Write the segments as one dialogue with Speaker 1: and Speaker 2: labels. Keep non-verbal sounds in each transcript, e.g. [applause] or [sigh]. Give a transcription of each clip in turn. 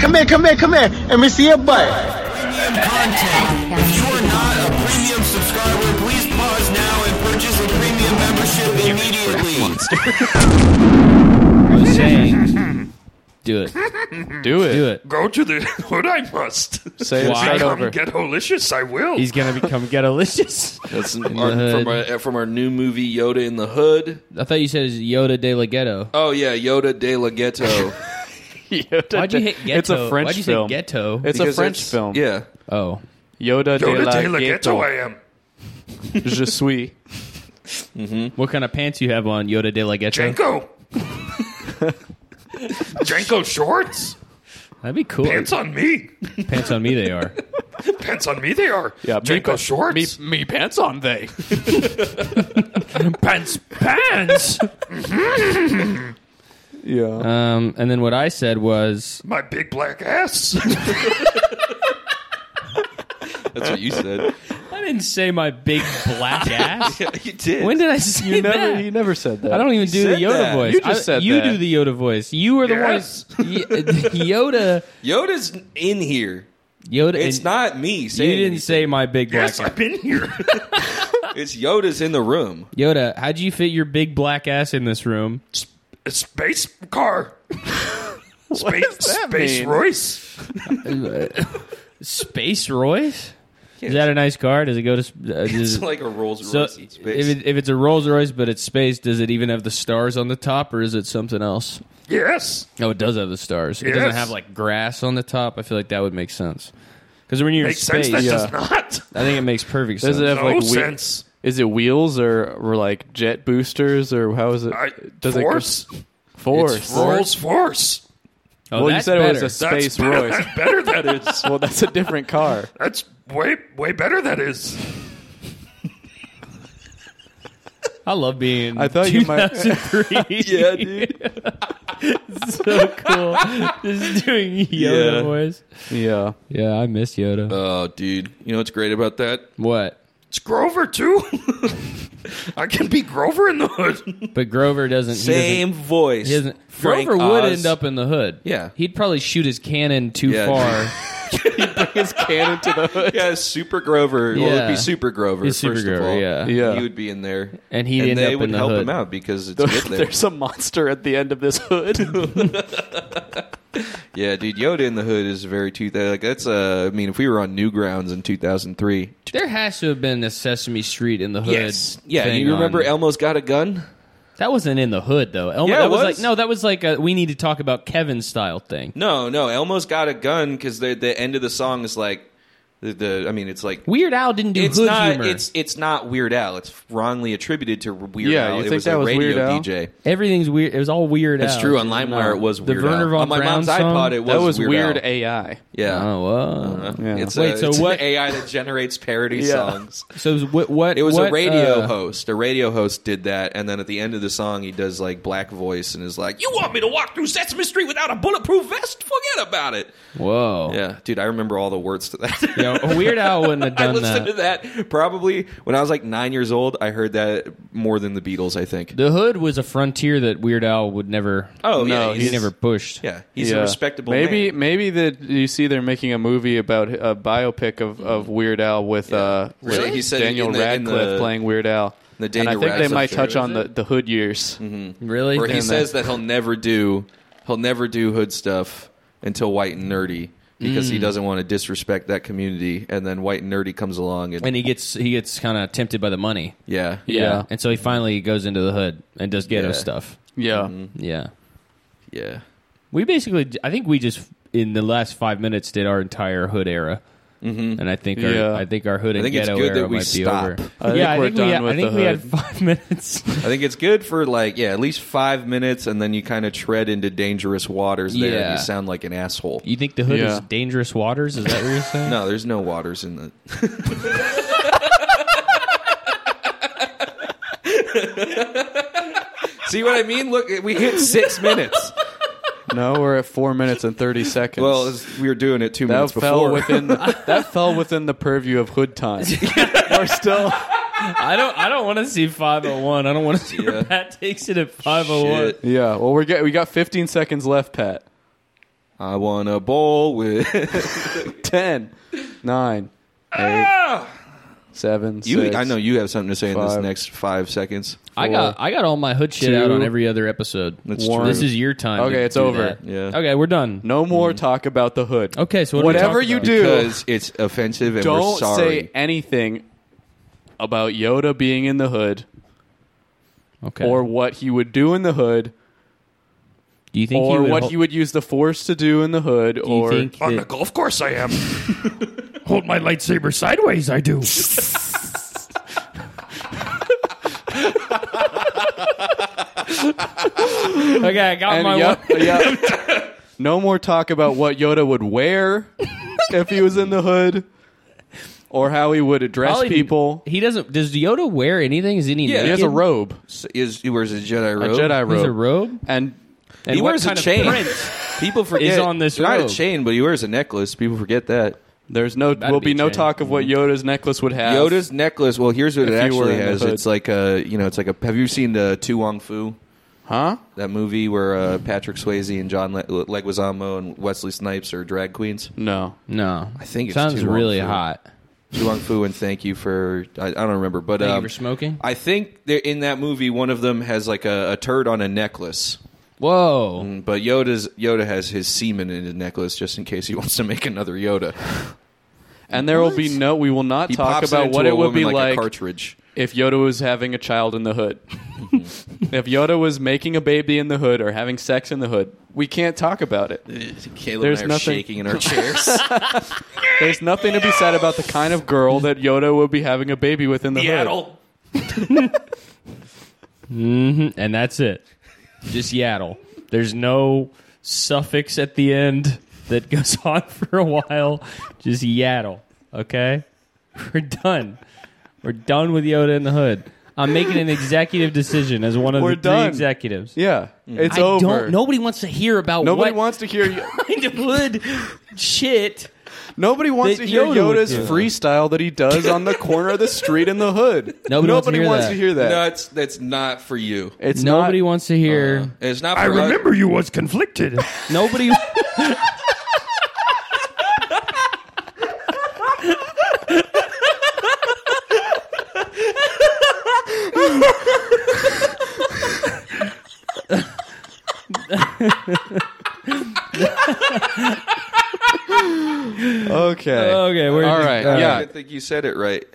Speaker 1: come here, come here, come here. Let me see your butt.
Speaker 2: Premium content. If you are not a premium subscriber, please pause now and purchase a premium membership immediately.
Speaker 3: Saying, do it.
Speaker 4: Do it.
Speaker 3: Do it.
Speaker 5: Go to the [laughs] hood I must.
Speaker 4: Say it.
Speaker 3: Why?
Speaker 4: Start
Speaker 5: Come
Speaker 4: over.
Speaker 5: get holicious, I will.
Speaker 3: He's gonna become
Speaker 4: [laughs]
Speaker 3: getalicious.
Speaker 2: That's our,
Speaker 3: the
Speaker 2: from, our, from our new movie Yoda in the Hood.
Speaker 3: I thought you said it was Yoda de la Ghetto.
Speaker 2: Oh yeah, Yoda de
Speaker 3: [laughs]
Speaker 2: la Ghetto.
Speaker 4: [laughs] Yoda
Speaker 3: Why'd you
Speaker 4: de-
Speaker 3: hit ghetto?
Speaker 4: It's a French
Speaker 3: Why'd you say
Speaker 4: film.
Speaker 3: ghetto?
Speaker 4: It's a
Speaker 2: Because
Speaker 4: French
Speaker 2: it's-
Speaker 4: film.
Speaker 2: Yeah,
Speaker 3: oh,
Speaker 4: Yoda
Speaker 5: Go
Speaker 4: de la, ghetto.
Speaker 5: I am.
Speaker 4: Je suis.
Speaker 3: what kind of pants you have on, Yoda de la Ghetto?
Speaker 4: [laughs]
Speaker 5: Janko. Janko shorts.
Speaker 3: That'd be cool.
Speaker 5: Pants on me.
Speaker 3: Pants on me, they are.
Speaker 5: Pants on me they are.
Speaker 4: Yeah, me
Speaker 5: Janko
Speaker 4: pa-
Speaker 5: shorts.
Speaker 4: [laughs] Me, me pants on
Speaker 3: [laughs]
Speaker 4: they. pants pants. yeah.
Speaker 3: Um, and then what I said was,
Speaker 5: My big black
Speaker 4: [laughs]
Speaker 5: ass.
Speaker 2: that's what
Speaker 3: [laughs]
Speaker 2: you said.
Speaker 3: I didn't say my big [laughs] black ass.
Speaker 2: Yeah, you did.
Speaker 3: when did I say
Speaker 4: you never
Speaker 3: that?
Speaker 4: you never said that.
Speaker 3: I don't even do the
Speaker 2: said
Speaker 3: Yoda
Speaker 2: that.
Speaker 3: voice.
Speaker 4: You just
Speaker 3: I-
Speaker 4: said
Speaker 3: you
Speaker 4: that.
Speaker 3: do the Yoda voice. You were the
Speaker 5: Yes.
Speaker 3: one. [laughs] Y- Yoda.
Speaker 2: Yoda's in here.
Speaker 3: Yoda.
Speaker 2: It's
Speaker 3: and
Speaker 2: not me. Saying
Speaker 3: You didn't
Speaker 2: anything.
Speaker 3: say my big black
Speaker 5: yes,
Speaker 3: ass.
Speaker 5: I've been here.
Speaker 2: It's Yoda's in the room.
Speaker 3: Yoda, how'd you fit your big black ass in this room?
Speaker 5: A space
Speaker 4: [laughs]
Speaker 5: car. Space,
Speaker 4: that
Speaker 5: space
Speaker 4: mean?
Speaker 5: Royce.
Speaker 3: Space Royce? Is that a nice car? Does it go to? sp- Uh, does
Speaker 2: It's
Speaker 3: it-
Speaker 2: like a Rolls
Speaker 3: so
Speaker 2: Royce
Speaker 3: if,
Speaker 2: in space.
Speaker 3: it, if it's a Rolls Royce but it's space, does it even have the stars on the top, or is it something else?
Speaker 5: Yes.
Speaker 3: No, Oh, it does have the stars. It doesn't
Speaker 5: Yes.
Speaker 3: have like grass on the top. I feel like that would make sense because when you're
Speaker 5: Makes
Speaker 3: in
Speaker 5: sense
Speaker 3: space,
Speaker 5: that
Speaker 4: yeah.
Speaker 5: does not.
Speaker 3: I think it makes perfect sense.
Speaker 4: Does it have
Speaker 5: No
Speaker 4: like whe-
Speaker 5: sense.
Speaker 4: Is it wheels or, or like jet boosters or how is it?
Speaker 5: I,
Speaker 4: does it go-
Speaker 5: force?
Speaker 4: force?
Speaker 5: Rolls Force.
Speaker 3: oh,
Speaker 4: Well, you
Speaker 3: that's
Speaker 4: said it
Speaker 3: better.
Speaker 4: was a
Speaker 5: That's
Speaker 4: space
Speaker 5: better.
Speaker 4: Royce.
Speaker 5: That's better.
Speaker 4: [laughs]
Speaker 5: That is.
Speaker 4: well, that's a different car.
Speaker 5: That's way way better. That is.
Speaker 3: I love being.
Speaker 4: I thought you might-
Speaker 3: 2003.
Speaker 2: yeah, dude. [laughs]
Speaker 3: so cool. Just [laughs] doing Yoda
Speaker 2: Yeah.
Speaker 3: voice.
Speaker 4: Yeah.
Speaker 3: Yeah, I miss Yoda.
Speaker 2: Oh, dude. You know what's great about that?
Speaker 3: what?
Speaker 5: It's Grover too. I can be Grover in the hood.
Speaker 3: But Grover doesn't. he doesn't-
Speaker 2: Same voice.
Speaker 3: He doesn't.
Speaker 2: Frank
Speaker 3: Grover would
Speaker 2: Oz.
Speaker 3: end up in the hood.
Speaker 2: Yeah.
Speaker 3: he'd probably shoot his cannon too
Speaker 2: Yeah.
Speaker 3: far.
Speaker 2: [laughs]
Speaker 4: His cannon to the hood.
Speaker 2: Yeah, Super Grover. Well, it'd
Speaker 3: Yeah.
Speaker 2: be Super Grover.
Speaker 3: He's Super
Speaker 2: first
Speaker 3: Grover,
Speaker 2: of all.
Speaker 3: yeah.
Speaker 4: Yeah.
Speaker 2: He would be in there,
Speaker 3: And he'd end
Speaker 2: they
Speaker 3: up
Speaker 2: would
Speaker 3: in the
Speaker 2: help
Speaker 3: hood.
Speaker 2: him out
Speaker 3: [laughs]
Speaker 2: because it's Hitler.
Speaker 4: There's a monster at the end of this [laughs] hood.
Speaker 2: Yeah, dude, Yoda in the Hood is very two. Like that's uh, I mean, if we were on Newgrounds in 2003,
Speaker 3: there has to have been a Sesame Street in the hood.
Speaker 2: yeah,
Speaker 3: thing
Speaker 2: you remember
Speaker 3: on-
Speaker 2: Elmo's got a gun?
Speaker 3: that wasn't in the hood though. Elmo,
Speaker 2: Yeah,
Speaker 3: that
Speaker 2: it
Speaker 3: was.
Speaker 2: was.
Speaker 3: like no, that was like a, we need to talk about Kevin style thing.
Speaker 2: No, no, Elmo's got a gun because the the end of the song is like the, the I mean, it's like
Speaker 3: Weird Al didn't do
Speaker 2: it's
Speaker 3: hood
Speaker 2: not
Speaker 3: humor.
Speaker 2: it's it's not Weird Al. It's wrongly attributed to Weird
Speaker 4: Yeah,
Speaker 2: Al.
Speaker 4: you
Speaker 2: it
Speaker 4: think
Speaker 2: was
Speaker 4: that
Speaker 2: a
Speaker 4: was
Speaker 2: radio
Speaker 4: Weird Al?
Speaker 2: DJ.
Speaker 3: Everything's weird. It was all weird.
Speaker 2: That's
Speaker 3: Al.
Speaker 2: true. On
Speaker 3: No.
Speaker 2: LimeWire, it was
Speaker 3: the
Speaker 2: Weird Al.
Speaker 3: Werner von
Speaker 2: on my
Speaker 3: Braun
Speaker 2: mom's
Speaker 3: song?
Speaker 2: iPod. It was,
Speaker 4: that was
Speaker 2: Weird,
Speaker 4: weird
Speaker 2: Al.
Speaker 4: AI.
Speaker 2: Yeah. Uh-huh.
Speaker 3: Oh, wow.
Speaker 4: Yeah.
Speaker 2: It's
Speaker 3: Wait,
Speaker 2: a,
Speaker 3: so
Speaker 2: it's
Speaker 3: what-
Speaker 2: an AI that generates parody
Speaker 4: Yeah.
Speaker 2: songs?
Speaker 3: So it was, what, what?
Speaker 2: It was
Speaker 3: what,
Speaker 2: a radio
Speaker 3: uh,
Speaker 2: host. A radio host did that, and then at the end of the song, he does like black voice and is like, "You want me to walk through Sesame Street without a bulletproof vest? Forget about it."
Speaker 3: Whoa.
Speaker 2: Yeah, dude, I remember all the words to that. [laughs]
Speaker 3: Yeah, Weird Al wouldn't have
Speaker 2: I
Speaker 3: done
Speaker 2: listened
Speaker 3: that.
Speaker 2: to that probably when I was like nine years old. I heard that more than the Beatles. I think.
Speaker 3: The Hood was a frontier that Weird Al would never.
Speaker 2: oh
Speaker 4: No,
Speaker 2: yeah,
Speaker 3: he
Speaker 2: he's
Speaker 3: never pushed.
Speaker 2: Yeah, he's
Speaker 4: Yeah.
Speaker 2: a respectable.
Speaker 4: Maybe
Speaker 2: man.
Speaker 4: maybe that you see they're making a movie about a biopic of, of Weird Al with uh
Speaker 2: Really?
Speaker 4: with
Speaker 2: He said
Speaker 4: Daniel
Speaker 2: in the- in the-
Speaker 4: Radcliffe playing Weird Al.
Speaker 2: The
Speaker 4: and I
Speaker 2: Daniel
Speaker 4: think they
Speaker 2: Radcliffe Mm-hmm.
Speaker 4: might
Speaker 2: show,
Speaker 4: touch on
Speaker 3: is
Speaker 4: the,
Speaker 3: it?
Speaker 4: the hood years.
Speaker 3: really.
Speaker 2: where he
Speaker 3: Damn,
Speaker 2: says that he'll never do he'll never do hood stuff until white and nerdy because
Speaker 3: Mm.
Speaker 2: he doesn't want to disrespect that community and then white and nerdy comes along and,
Speaker 3: and he gets he gets kind of tempted by the money.
Speaker 2: yeah
Speaker 4: Yeah.
Speaker 3: and so he finally goes into the hood and does ghetto
Speaker 2: Yeah.
Speaker 3: stuff.
Speaker 4: Yeah.
Speaker 2: Mm-hmm.
Speaker 3: Yeah,
Speaker 2: yeah
Speaker 3: we basically. I think we just in the last five minutes did our entire hood era. Mm-hmm. And I think our,
Speaker 4: Yeah.
Speaker 3: I think our hood and
Speaker 2: think it's
Speaker 3: ghetto
Speaker 2: good
Speaker 3: era
Speaker 2: that we
Speaker 3: might
Speaker 2: stop.
Speaker 3: be over.
Speaker 4: I think
Speaker 3: yeah,
Speaker 4: we're
Speaker 3: I think
Speaker 4: done
Speaker 3: we had,
Speaker 4: with
Speaker 3: I think
Speaker 4: the
Speaker 3: we had
Speaker 4: hood.
Speaker 3: five [laughs] minutes.
Speaker 2: i think it's good for like yeah at least five minutes and then you kind of tread into dangerous waters there
Speaker 3: Yeah.
Speaker 2: and you sound like an asshole
Speaker 3: You think the hood
Speaker 4: Yeah.
Speaker 3: is dangerous waters? Is that what you're [laughs] saying?
Speaker 2: no there's no waters in the [laughs] see what i mean look we hit six minutes
Speaker 4: No, we're at four minutes
Speaker 2: [laughs]
Speaker 4: and thirty seconds.
Speaker 2: well it's- we were doing it two
Speaker 4: that
Speaker 2: minutes
Speaker 4: fell
Speaker 2: before
Speaker 4: within
Speaker 2: [laughs]
Speaker 4: the, that fell within the purview of hood time. we're still
Speaker 3: I don't. I don't want to see 501. I don't want to see
Speaker 2: Yeah.
Speaker 3: where Pat takes it at 501.
Speaker 2: Shit.
Speaker 4: Yeah, well we got we got fifteen seconds left, Pat.
Speaker 2: I want to bowl with. [laughs]
Speaker 4: Ten, nine, eight, seven,
Speaker 2: Ah! you,
Speaker 4: six,
Speaker 2: I know you have something to say in
Speaker 4: five.
Speaker 2: this next five seconds.
Speaker 3: I got I got all my hood shit
Speaker 4: two,
Speaker 3: out on every other episode.
Speaker 2: That's
Speaker 3: Warren,
Speaker 2: true.
Speaker 3: This is your time.
Speaker 4: Okay,
Speaker 3: to
Speaker 4: it's
Speaker 3: do
Speaker 4: over.
Speaker 3: that.
Speaker 2: Yeah.
Speaker 3: Okay, we're done.
Speaker 4: No
Speaker 2: Mm-hmm.
Speaker 4: more talk about the hood.
Speaker 3: Okay, so what are we
Speaker 4: whatever
Speaker 3: talking
Speaker 4: you
Speaker 3: about?
Speaker 4: do,
Speaker 2: Because it's offensive and we're
Speaker 4: don't
Speaker 2: sorry.
Speaker 4: say anything about Yoda being in the hood
Speaker 3: Okay.
Speaker 4: or what he would do in the hood
Speaker 3: do you think he
Speaker 4: or
Speaker 3: would
Speaker 4: what
Speaker 3: hol-
Speaker 4: he would use the force to do in the hood
Speaker 3: [laughs] do you
Speaker 4: or
Speaker 3: think
Speaker 5: On
Speaker 3: that-
Speaker 5: the [laughs] golf course, I am. Hold my lightsaber sideways, I do.
Speaker 3: Okay, I got
Speaker 4: and
Speaker 3: my
Speaker 4: yep, yep.
Speaker 2: [laughs]
Speaker 4: no more talk about what Yoda would wear if he was in the hood or how he would address
Speaker 3: Probably-
Speaker 4: people.
Speaker 3: He doesn't. Does Yoda wear anything? Is any?
Speaker 2: Yeah,
Speaker 4: He has a
Speaker 3: naked?
Speaker 4: robe,
Speaker 2: is he wears a Jedi
Speaker 4: a
Speaker 2: robe.
Speaker 4: Jedi robe.
Speaker 3: He has a robe.
Speaker 4: And
Speaker 3: And
Speaker 2: he
Speaker 3: what
Speaker 2: wears a
Speaker 3: kind of
Speaker 2: chain.
Speaker 3: print?
Speaker 2: People forget
Speaker 3: on this
Speaker 2: Not
Speaker 3: robe.
Speaker 2: a chain, but he wears a necklace. People forget that.
Speaker 4: there's no will
Speaker 3: be Mm-hmm.
Speaker 4: be, no
Speaker 3: changed.
Speaker 4: talk of what Yoda's necklace would have.
Speaker 2: Yoda's necklace. Well, here's what it
Speaker 4: If you were
Speaker 2: actually
Speaker 4: in the
Speaker 2: has.
Speaker 4: hood.
Speaker 2: It's like a you know, it's like a. Have you seen the Tu Wong Fu?
Speaker 4: huh?
Speaker 2: That movie where uh, Patrick Swayze and John Le- Leguizamo and Wesley Snipes are drag queens.
Speaker 4: No.
Speaker 3: No, I
Speaker 2: think it's
Speaker 3: sounds
Speaker 2: too long
Speaker 3: really
Speaker 2: for-
Speaker 3: hot.
Speaker 2: Tu Wong Fu and thank you for I, I don't remember, but
Speaker 3: Thank you
Speaker 2: um,
Speaker 3: for smoking.
Speaker 2: I think they're- in that movie one of them has like a, a turd on a necklace.
Speaker 3: Whoa.
Speaker 2: But Yoda's Yoda has his semen in his necklace just in case he [laughs] wants to make another Yoda.
Speaker 4: And there will be no we will not
Speaker 2: He
Speaker 4: talk
Speaker 2: pops
Speaker 4: about
Speaker 2: into
Speaker 4: what
Speaker 2: a
Speaker 4: it would
Speaker 2: woman
Speaker 4: be
Speaker 2: like,
Speaker 4: like
Speaker 2: a cartridge.
Speaker 4: if Yoda was having a child in the hood.
Speaker 3: Mm-hmm.
Speaker 4: [laughs] if Yoda was making a baby in the hood or having sex in the hood. We can't talk about it.
Speaker 2: Caleb
Speaker 4: There's
Speaker 2: and I are
Speaker 4: nothing-
Speaker 2: shaking in our chairs.
Speaker 4: There's nothing to be said about the kind of girl that Yoda would be having a baby with in the hood.
Speaker 5: Seattle.
Speaker 3: And that's it. Just Yaddle. There's no suffix at the end that goes [laughs] on for a while. Just Yaddle. Okay? We're done. We're done with Yoda in the hood. I'm making an executive decision as one of
Speaker 4: We're
Speaker 3: the three
Speaker 4: done.
Speaker 3: executives.
Speaker 4: Yeah, it's
Speaker 3: I
Speaker 4: over.
Speaker 3: don't nobody wants to hear about
Speaker 4: Nobody
Speaker 3: what
Speaker 4: wants to
Speaker 3: [laughs]
Speaker 4: hear. Yo-
Speaker 3: kind of hood shit.
Speaker 4: Nobody wants
Speaker 3: That
Speaker 4: to hear
Speaker 3: Yoda would
Speaker 4: Yoda's
Speaker 3: do.
Speaker 4: freestyle that he does on the corner of the street in the hood.
Speaker 3: [laughs] Nobody wants to hear
Speaker 4: wants
Speaker 3: that.
Speaker 4: to hear that.
Speaker 2: [laughs] no, it's, that's not for you.
Speaker 4: It's
Speaker 3: nobody
Speaker 4: not-
Speaker 3: wants to hear
Speaker 2: It's not. For
Speaker 5: I
Speaker 2: us.
Speaker 5: remember you was conflicted.
Speaker 3: nobody
Speaker 4: Okay.
Speaker 3: [laughs] Okay, we're
Speaker 4: All right.
Speaker 2: I
Speaker 4: yeah.
Speaker 2: don't think you said it right.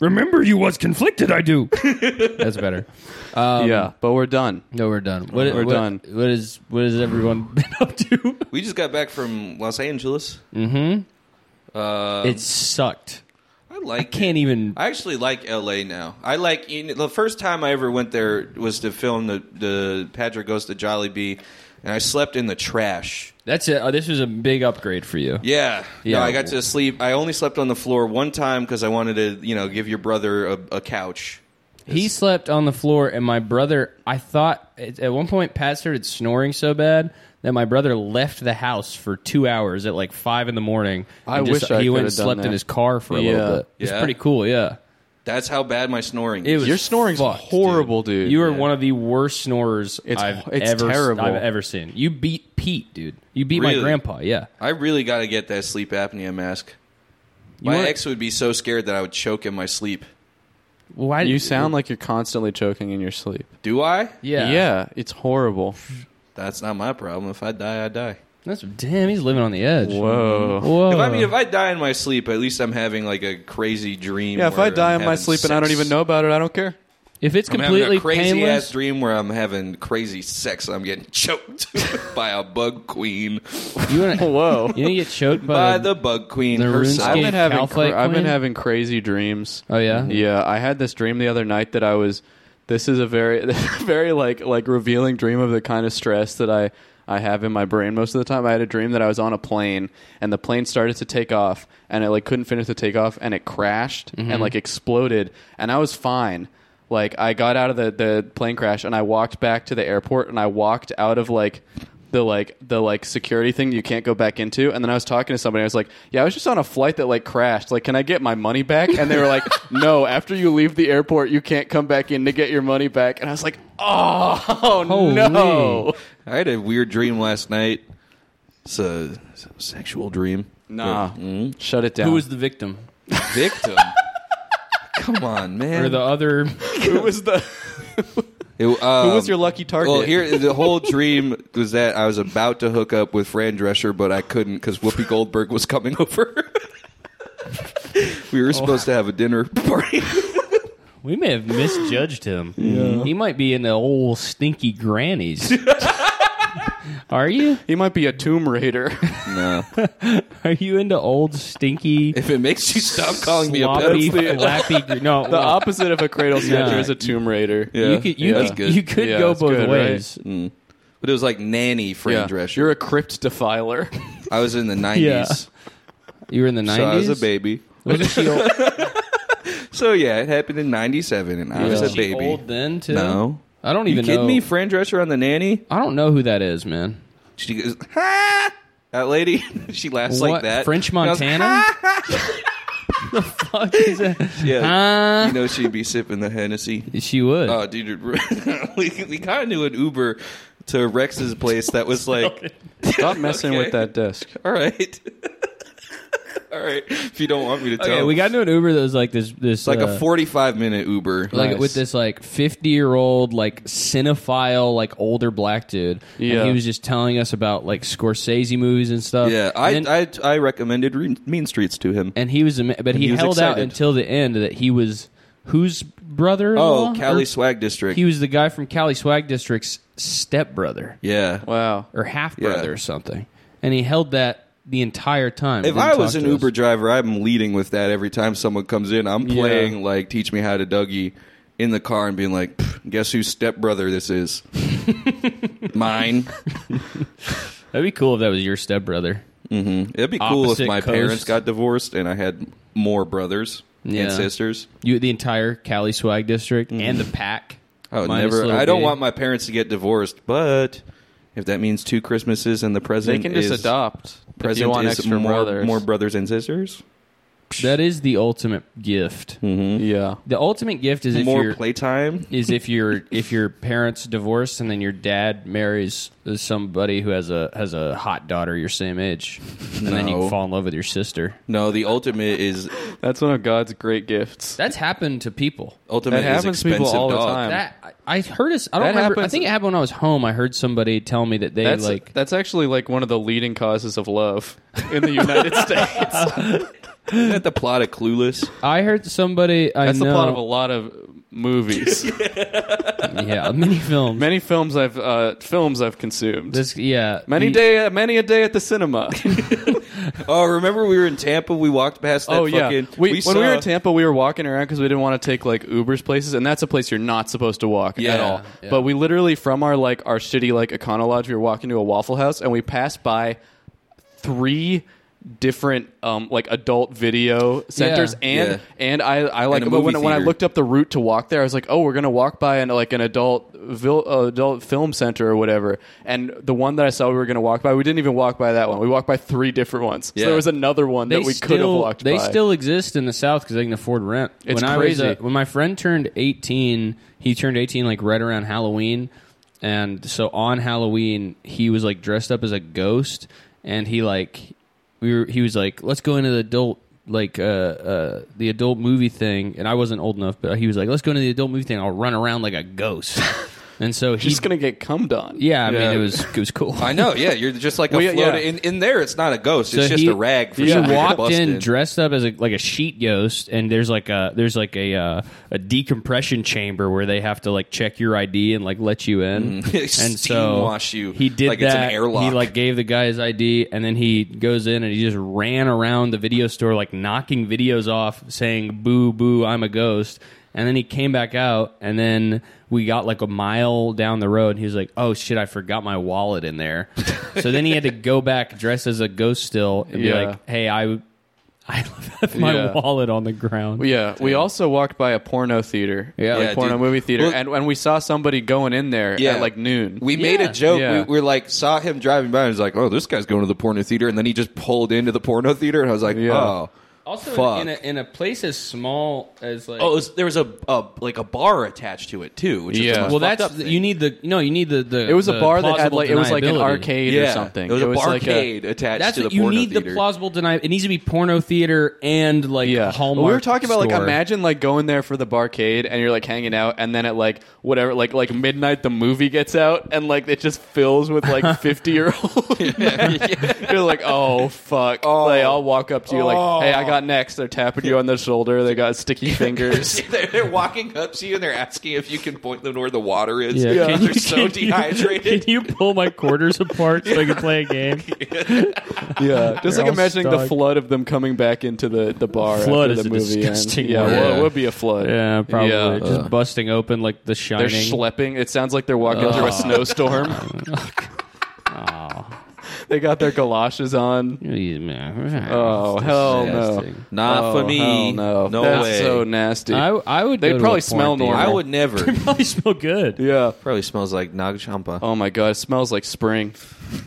Speaker 5: remember you was conflicted, I do.
Speaker 3: That's better. Um,
Speaker 4: yeah. But we're done.
Speaker 3: No, we're done. What,
Speaker 4: We're
Speaker 3: what-
Speaker 4: done.
Speaker 3: What is what has everyone [laughs] been up to?
Speaker 2: We just got back from Los Angeles.
Speaker 3: it sucked.
Speaker 2: I like.
Speaker 3: Can't e- even.
Speaker 2: I actually like LA now. I like you know, the first time I ever went there was to film the the Patrick Goes to Jollibee, and I slept in the trash.
Speaker 3: That's it. Oh, this was a big upgrade for you.
Speaker 2: Yeah,
Speaker 3: Yeah.
Speaker 2: No, I got to sleep. I only slept on the floor one time because I wanted to, you know, give your brother a, a couch.
Speaker 3: He slept on the floor, and my brother. I thought at at one point Pat started snoring so bad that my brother left the house for two hours at like five in the morning.
Speaker 4: I
Speaker 3: and
Speaker 4: wish I
Speaker 3: he
Speaker 4: could
Speaker 3: went
Speaker 4: have
Speaker 3: and
Speaker 4: done
Speaker 3: slept
Speaker 4: that.
Speaker 3: in his car for a
Speaker 4: Yeah.
Speaker 3: little bit. It's
Speaker 2: Yeah.
Speaker 3: pretty cool. Yeah,
Speaker 2: That's how bad my snoring.
Speaker 3: It
Speaker 2: Is.
Speaker 3: was
Speaker 4: Your snoring's
Speaker 3: fucked,
Speaker 4: horrible, dude.
Speaker 3: You are one of the worst snorers
Speaker 4: It's-
Speaker 3: I've
Speaker 4: it's
Speaker 3: ever
Speaker 4: terrible.
Speaker 3: I've ever seen. You beat Pete, dude. You beat my
Speaker 2: Really?
Speaker 3: grandpa. Yeah.
Speaker 2: I really got to get that sleep apnea mask.
Speaker 3: You
Speaker 2: my
Speaker 3: weren't-
Speaker 2: ex would be so scared that I would choke in my sleep.
Speaker 3: Why [laughs]
Speaker 4: You sound like you're constantly choking in your sleep.
Speaker 2: Do I?
Speaker 3: Yeah.
Speaker 4: It's horrible.
Speaker 2: That's not my problem. If I die, I die.
Speaker 3: That's damn. He's living on the edge.
Speaker 4: Whoa.
Speaker 3: Whoa.
Speaker 2: If I mean, if I die in my sleep, at least I'm having like a crazy dream.
Speaker 4: Yeah. If
Speaker 2: where
Speaker 4: I die
Speaker 2: I'm
Speaker 4: in my
Speaker 2: having
Speaker 4: sleep and I don't
Speaker 2: sex.
Speaker 4: even know about it, I don't care.
Speaker 3: If it's
Speaker 2: I'm
Speaker 3: completely
Speaker 2: having a crazy
Speaker 3: painless,
Speaker 2: ass dream where I'm having crazy sex. I'm getting [laughs] choked by a bug queen.
Speaker 3: [laughs] you want to
Speaker 4: Whoa.
Speaker 3: you wanna get choked by,
Speaker 4: uh,
Speaker 2: By the bug queen
Speaker 3: the
Speaker 2: herself.
Speaker 4: [laughs] I've been
Speaker 3: RuneScape
Speaker 4: having
Speaker 3: Calphite
Speaker 4: cra- I've been
Speaker 3: Queen?
Speaker 4: having crazy dreams.
Speaker 3: Oh yeah.
Speaker 4: Yeah, I had this dream the other night that I was. This is a very, [laughs] very like like revealing dream of the kind of stress that I I have in my brain most of the time. I had a dream that I was on a plane and the plane started to take off and it like couldn't finish the takeoff and it crashed
Speaker 3: Mm-hmm.
Speaker 4: and like exploded and I was fine. Like I got out of the the plane crash and I walked back to the airport and I walked out of like the like the like security thing you can't go back into and then i was talking to somebody i was like yeah i was just on a flight that like crashed like can i get my money back and they were [laughs] like no after you leave the airport you can't come back in to get your money back and i was like oh
Speaker 3: Holy.
Speaker 4: no
Speaker 2: I had a weird dream last night It's a, it's a sexual dream.
Speaker 4: Nah. Mm-hmm.
Speaker 2: Mm.
Speaker 4: Shut
Speaker 3: [laughs]
Speaker 4: it down.
Speaker 6: Who was the victim?
Speaker 2: victim. Come on, man.
Speaker 3: Or the
Speaker 2: [laughs]
Speaker 3: other
Speaker 4: who was the
Speaker 2: It- um,
Speaker 4: who was your lucky target?
Speaker 2: Well,
Speaker 3: [laughs]
Speaker 2: here the whole dream was that I was about to hook up with Fran Drescher, but I couldn't
Speaker 3: [laughs]
Speaker 2: because Whoopi Goldberg was coming over. [laughs] we
Speaker 3: Oh.
Speaker 2: were supposed to have a
Speaker 3: [laughs]
Speaker 2: dinner party.
Speaker 3: We may have misjudged him. He might be in the old stinky grannies. [laughs] Are you?
Speaker 4: he might be a Tomb Raider.
Speaker 2: no,
Speaker 3: Are you into old
Speaker 2: [laughs]
Speaker 3: stinky?
Speaker 2: if it makes you stop calling me a
Speaker 3: sloppy,
Speaker 2: pedophile,
Speaker 3: flappy gr-
Speaker 2: [laughs]
Speaker 3: No,
Speaker 4: the
Speaker 3: well,
Speaker 4: opposite of a [laughs] cradle snatcher
Speaker 3: Yeah.
Speaker 4: is a Tomb Raider.
Speaker 2: Yeah.
Speaker 3: you could you
Speaker 2: that's
Speaker 3: could,
Speaker 2: good. Mm.
Speaker 3: you could
Speaker 4: Yeah,
Speaker 3: go
Speaker 4: that's
Speaker 3: both
Speaker 4: good, right?
Speaker 3: ways.
Speaker 2: but it was like nanny Fran
Speaker 4: Yeah.
Speaker 2: Drescher.
Speaker 4: You're a crypt defiler.
Speaker 2: I was in the nineties,
Speaker 3: You were in the
Speaker 2: so I was
Speaker 3: nineties. [laughs]
Speaker 2: a baby.
Speaker 3: Wasn't she
Speaker 2: [laughs]
Speaker 3: old,
Speaker 2: So yeah, it happened in '97, and I was a
Speaker 3: wasn't she
Speaker 2: baby.
Speaker 3: old then too?
Speaker 2: No,
Speaker 3: I don't
Speaker 2: you
Speaker 3: even
Speaker 2: kidding
Speaker 3: know.
Speaker 2: me? Fran Drescher on the nanny.
Speaker 3: I don't know who that is, man. [laughs]
Speaker 2: She goes, ha! That lady, [laughs] she laughs like
Speaker 3: What?
Speaker 2: that.
Speaker 3: French
Speaker 2: And I was,
Speaker 3: Montana?
Speaker 2: "Ha!"
Speaker 3: Fuck is that?
Speaker 2: [laughs] yeah.
Speaker 3: Huh?
Speaker 2: You know, she'd be sipping the Hennessy.
Speaker 3: she would.
Speaker 2: Oh, dude, [laughs] we, we kind of knew an Uber to Rex's place
Speaker 3: [laughs]
Speaker 2: that was like,
Speaker 4: [laughs] Stop messing
Speaker 2: Okay.
Speaker 4: with that desk.
Speaker 2: all right. [laughs] all right. If you don't want me to tell.
Speaker 3: okay, we got into an Uber that was like this. This
Speaker 2: It's like
Speaker 3: uh,
Speaker 2: a 45 minute Uber.
Speaker 3: like
Speaker 4: Nice.
Speaker 3: with this like 50 year old like cinephile like older black dude
Speaker 4: Yeah.
Speaker 3: and he was just telling us about like scorsese movies and stuff
Speaker 2: yeah, I,
Speaker 3: and, then-
Speaker 2: I I recommended Re- Mean Streets to him.
Speaker 3: and he was ama- but he,
Speaker 2: he was
Speaker 3: held out
Speaker 2: excited.
Speaker 3: until the end that he was whose brother
Speaker 2: Oh, Cali Swag District.
Speaker 3: he was the guy from cali swag district's stepbrother
Speaker 2: yeah.
Speaker 4: Wow.
Speaker 3: or half brother
Speaker 2: Yeah.
Speaker 3: or something and he held that the entire time
Speaker 2: If
Speaker 3: Didn't
Speaker 2: I
Speaker 3: talk
Speaker 2: was an
Speaker 3: to us.
Speaker 2: Uber driver, I'm leading with that every time someone comes in. I'm
Speaker 3: Yeah.
Speaker 2: playing like "Teach Me How to Dougie" in the car and being like, "Pff, "Guess whose stepbrother this
Speaker 4: [laughs]
Speaker 2: is? Mine."
Speaker 3: that'd be cool if that was your stepbrother
Speaker 2: It'd be cool
Speaker 3: Opposite
Speaker 2: if my
Speaker 3: coast.
Speaker 2: parents got divorced and I had more brothers
Speaker 3: Yeah.
Speaker 2: and sisters.
Speaker 3: you the entire cali swag district and the pack
Speaker 2: I would
Speaker 3: minus
Speaker 2: Oh, never.
Speaker 3: Little
Speaker 2: I don't
Speaker 3: Bitty.
Speaker 2: want my parents to get divorced, but if that means two Christmases and the
Speaker 4: They
Speaker 2: present
Speaker 4: can just
Speaker 2: is
Speaker 4: adopt. If you
Speaker 2: present
Speaker 4: want
Speaker 2: is
Speaker 4: extra
Speaker 2: more
Speaker 4: brothers.
Speaker 2: more brothers and sisters,
Speaker 3: That is the ultimate gift.
Speaker 4: yeah.
Speaker 3: The ultimate gift is if
Speaker 2: more
Speaker 3: you're
Speaker 2: playtime.
Speaker 3: is if your if your parents divorce and then your dad marries somebody who has a has a hot daughter your same age, and then you
Speaker 2: No.
Speaker 3: fall in love with your sister.
Speaker 2: No, the ultimate is
Speaker 4: That's one of God's great gifts.
Speaker 3: That's happened to people.
Speaker 2: ultimate
Speaker 4: That
Speaker 2: is
Speaker 4: happens to people
Speaker 2: expensive
Speaker 4: all the
Speaker 2: dog.
Speaker 4: time.
Speaker 3: That I I heard it. I don't
Speaker 4: That
Speaker 3: remember. I
Speaker 4: happens-
Speaker 3: think it happened when I was home. I heard somebody tell me that they
Speaker 4: That's
Speaker 3: like.
Speaker 4: that's actually like one of the leading causes of love [laughs] in the United States.
Speaker 2: Isn't that the plot of Clueless?
Speaker 3: I heard somebody. I
Speaker 4: That's
Speaker 3: know.
Speaker 4: the plot of a lot of [laughs] movies.
Speaker 3: yeah, many films.
Speaker 4: many films I've uh, films I've consumed.
Speaker 3: this yeah.
Speaker 4: many
Speaker 3: you-
Speaker 4: day many a day at the [laughs] cinema.
Speaker 2: Oh, remember we were in Tampa? We walked past that
Speaker 4: oh yeah.
Speaker 2: fucking.
Speaker 4: we, when
Speaker 2: saw,
Speaker 4: we were in Tampa, we were walking around because we didn't want to take like Uber's places, and that's a place you're not supposed to walk at
Speaker 2: Yeah,
Speaker 4: all.
Speaker 3: yeah.
Speaker 4: But we literally from our like our shitty like Econo Lodge, we were walking to a Waffle House, and we passed by three different um like adult video centers
Speaker 3: Yeah.
Speaker 4: and
Speaker 2: Yeah.
Speaker 4: and i i like
Speaker 2: a
Speaker 4: but when,
Speaker 2: movie
Speaker 4: when i
Speaker 2: theater.
Speaker 4: looked up the route to walk there i was like oh we're gonna walk by an like an adult vil, uh, adult film center or whatever and the one that i saw we were gonna walk by we didn't even walk by that one we walked by three different ones so
Speaker 2: Yeah.
Speaker 4: there was another one that we could have
Speaker 3: still-
Speaker 4: walked
Speaker 3: They
Speaker 4: by.
Speaker 3: still exist in the South because they can afford rent.
Speaker 4: It's
Speaker 3: when I was,
Speaker 4: crazy.
Speaker 3: uh, when my friend turned eighteen, he turned eighteen like right around Halloween, and so on Halloween he was like dressed up as a ghost, and he like we were he was like let's go into the adult like uh uh the adult movie thing, and I wasn't old enough, but he was like let's go into the adult movie thing. I'll run around like a ghost, [laughs] and so he
Speaker 4: just gonna get cummed on.
Speaker 3: yeah, I
Speaker 2: Yeah.
Speaker 3: mean it was it was cool.
Speaker 2: I know. Yeah, you're just like a
Speaker 4: [laughs] Well, yeah,
Speaker 2: floating.
Speaker 4: yeah.
Speaker 2: In, in there, it's not a ghost. it's
Speaker 3: So
Speaker 2: just
Speaker 3: he-
Speaker 2: a rag. For
Speaker 3: he
Speaker 2: somebody to
Speaker 3: walked
Speaker 2: bust
Speaker 3: in, dressed up as a, like a sheet ghost, and there's like a there's like a uh, a decompression chamber where they have to like check your ID and like let you in. [laughs]
Speaker 2: Mm-hmm. [laughs]
Speaker 3: and so
Speaker 2: [laughs] Steam wash you
Speaker 3: he did
Speaker 2: like
Speaker 3: that.
Speaker 2: it's an airlock.
Speaker 3: He like gave the guy his ID, and then he goes in and he just ran around the video store like knocking videos off, saying "Boo, boo, I'm a ghost." And then he came back out, and then we got like a mile down the road, and he was like, "Oh shit, I forgot my wallet in
Speaker 2: [laughs]
Speaker 3: there." so then he had to go back dressed as a ghost still, and be
Speaker 4: Yeah.
Speaker 3: like, "Hey, I, I left [laughs] my
Speaker 4: Yeah.
Speaker 3: wallet on the ground."
Speaker 4: Yeah, we also walked by a porno theater.
Speaker 3: Yeah.
Speaker 4: like
Speaker 2: Yeah,
Speaker 4: porno
Speaker 2: dude.
Speaker 4: movie theater,
Speaker 2: Well-
Speaker 4: and and we saw somebody going in there
Speaker 2: Yeah.
Speaker 4: at like noon.
Speaker 2: we made a joke.
Speaker 4: Yeah.
Speaker 2: We, we were like saw him driving by. and was like, "Oh, this guy's going to the porno theater," and then he just pulled into the porno theater, and I was like,
Speaker 4: Yeah.
Speaker 2: "Oh,
Speaker 3: Also,
Speaker 2: Fuck.
Speaker 3: in a in a place as small as like
Speaker 5: Oh, it was, there was a, a like a bar attached to it too. Which
Speaker 4: Yeah.
Speaker 5: Is the most
Speaker 3: well,
Speaker 5: fucked
Speaker 3: that's
Speaker 5: up thing.
Speaker 3: you need the no, you need the the.
Speaker 4: It was a
Speaker 3: the
Speaker 4: bar that had
Speaker 3: plausible
Speaker 4: like it was like an
Speaker 3: deniability.
Speaker 4: arcade
Speaker 5: yeah.
Speaker 4: or something.
Speaker 5: There was a
Speaker 4: it was like
Speaker 5: barcade attached
Speaker 3: That's
Speaker 5: to the
Speaker 3: what you
Speaker 5: porno
Speaker 3: need
Speaker 5: theater.
Speaker 3: the plausible denial. It needs to be porno theater and like
Speaker 4: yeah.
Speaker 3: Hallmark.
Speaker 4: we were talking about like
Speaker 3: store.
Speaker 4: imagine like going there for the barcade and you're like hanging out and then at like whatever like like midnight the movie gets out and like it just fills with
Speaker 7: [laughs]
Speaker 4: like 50 year old. [laughs] You're like oh fuck. They all walk up to you like hey I got next. They're tapping you on the shoulder. They
Speaker 7: [laughs]
Speaker 4: got sticky
Speaker 5: [laughs]
Speaker 4: fingers.
Speaker 5: they're, they're walking up to you and they're asking if you can point them to where the water is.
Speaker 7: Yeah.
Speaker 5: because
Speaker 7: Can
Speaker 4: [laughs]
Speaker 5: They're
Speaker 7: you-
Speaker 5: so
Speaker 7: can you- Can [laughs]
Speaker 5: dehydrated.
Speaker 7: you
Speaker 5: [laughs]
Speaker 7: pull my quarters apart so I can play a game?
Speaker 4: yeah, just
Speaker 7: They're
Speaker 4: like
Speaker 7: all
Speaker 4: imagining the
Speaker 7: stuck.
Speaker 4: flood of them coming back into the the bar.
Speaker 7: Flood
Speaker 4: after
Speaker 7: is
Speaker 4: the
Speaker 7: a
Speaker 4: movie ends.
Speaker 7: disgusting
Speaker 4: Yeah,
Speaker 7: word.
Speaker 4: well, it
Speaker 2: Yeah.
Speaker 4: would be a flood.
Speaker 7: Yeah, probably.
Speaker 4: Yeah.
Speaker 7: Just busting open like the shining.
Speaker 4: They're schlepping. It sounds like they're walking
Speaker 2: Oh.
Speaker 4: through
Speaker 2: [laughs]
Speaker 4: a snowstorm. they got their galoshes on. Oh hell no!
Speaker 7: disgusting.
Speaker 2: Not
Speaker 4: Oh,
Speaker 2: for me.
Speaker 4: hell no,
Speaker 2: No
Speaker 4: That's
Speaker 2: way.
Speaker 4: so nasty.
Speaker 7: I, I would.
Speaker 4: They'd
Speaker 7: go to
Speaker 4: probably
Speaker 7: a porn
Speaker 4: smell
Speaker 7: theater.
Speaker 4: normal.
Speaker 7: [laughs]
Speaker 2: I would never.
Speaker 7: Probably smell good.
Speaker 4: yeah.
Speaker 2: Probably smells like Nag Champa.
Speaker 4: Oh my god! It smells like spring.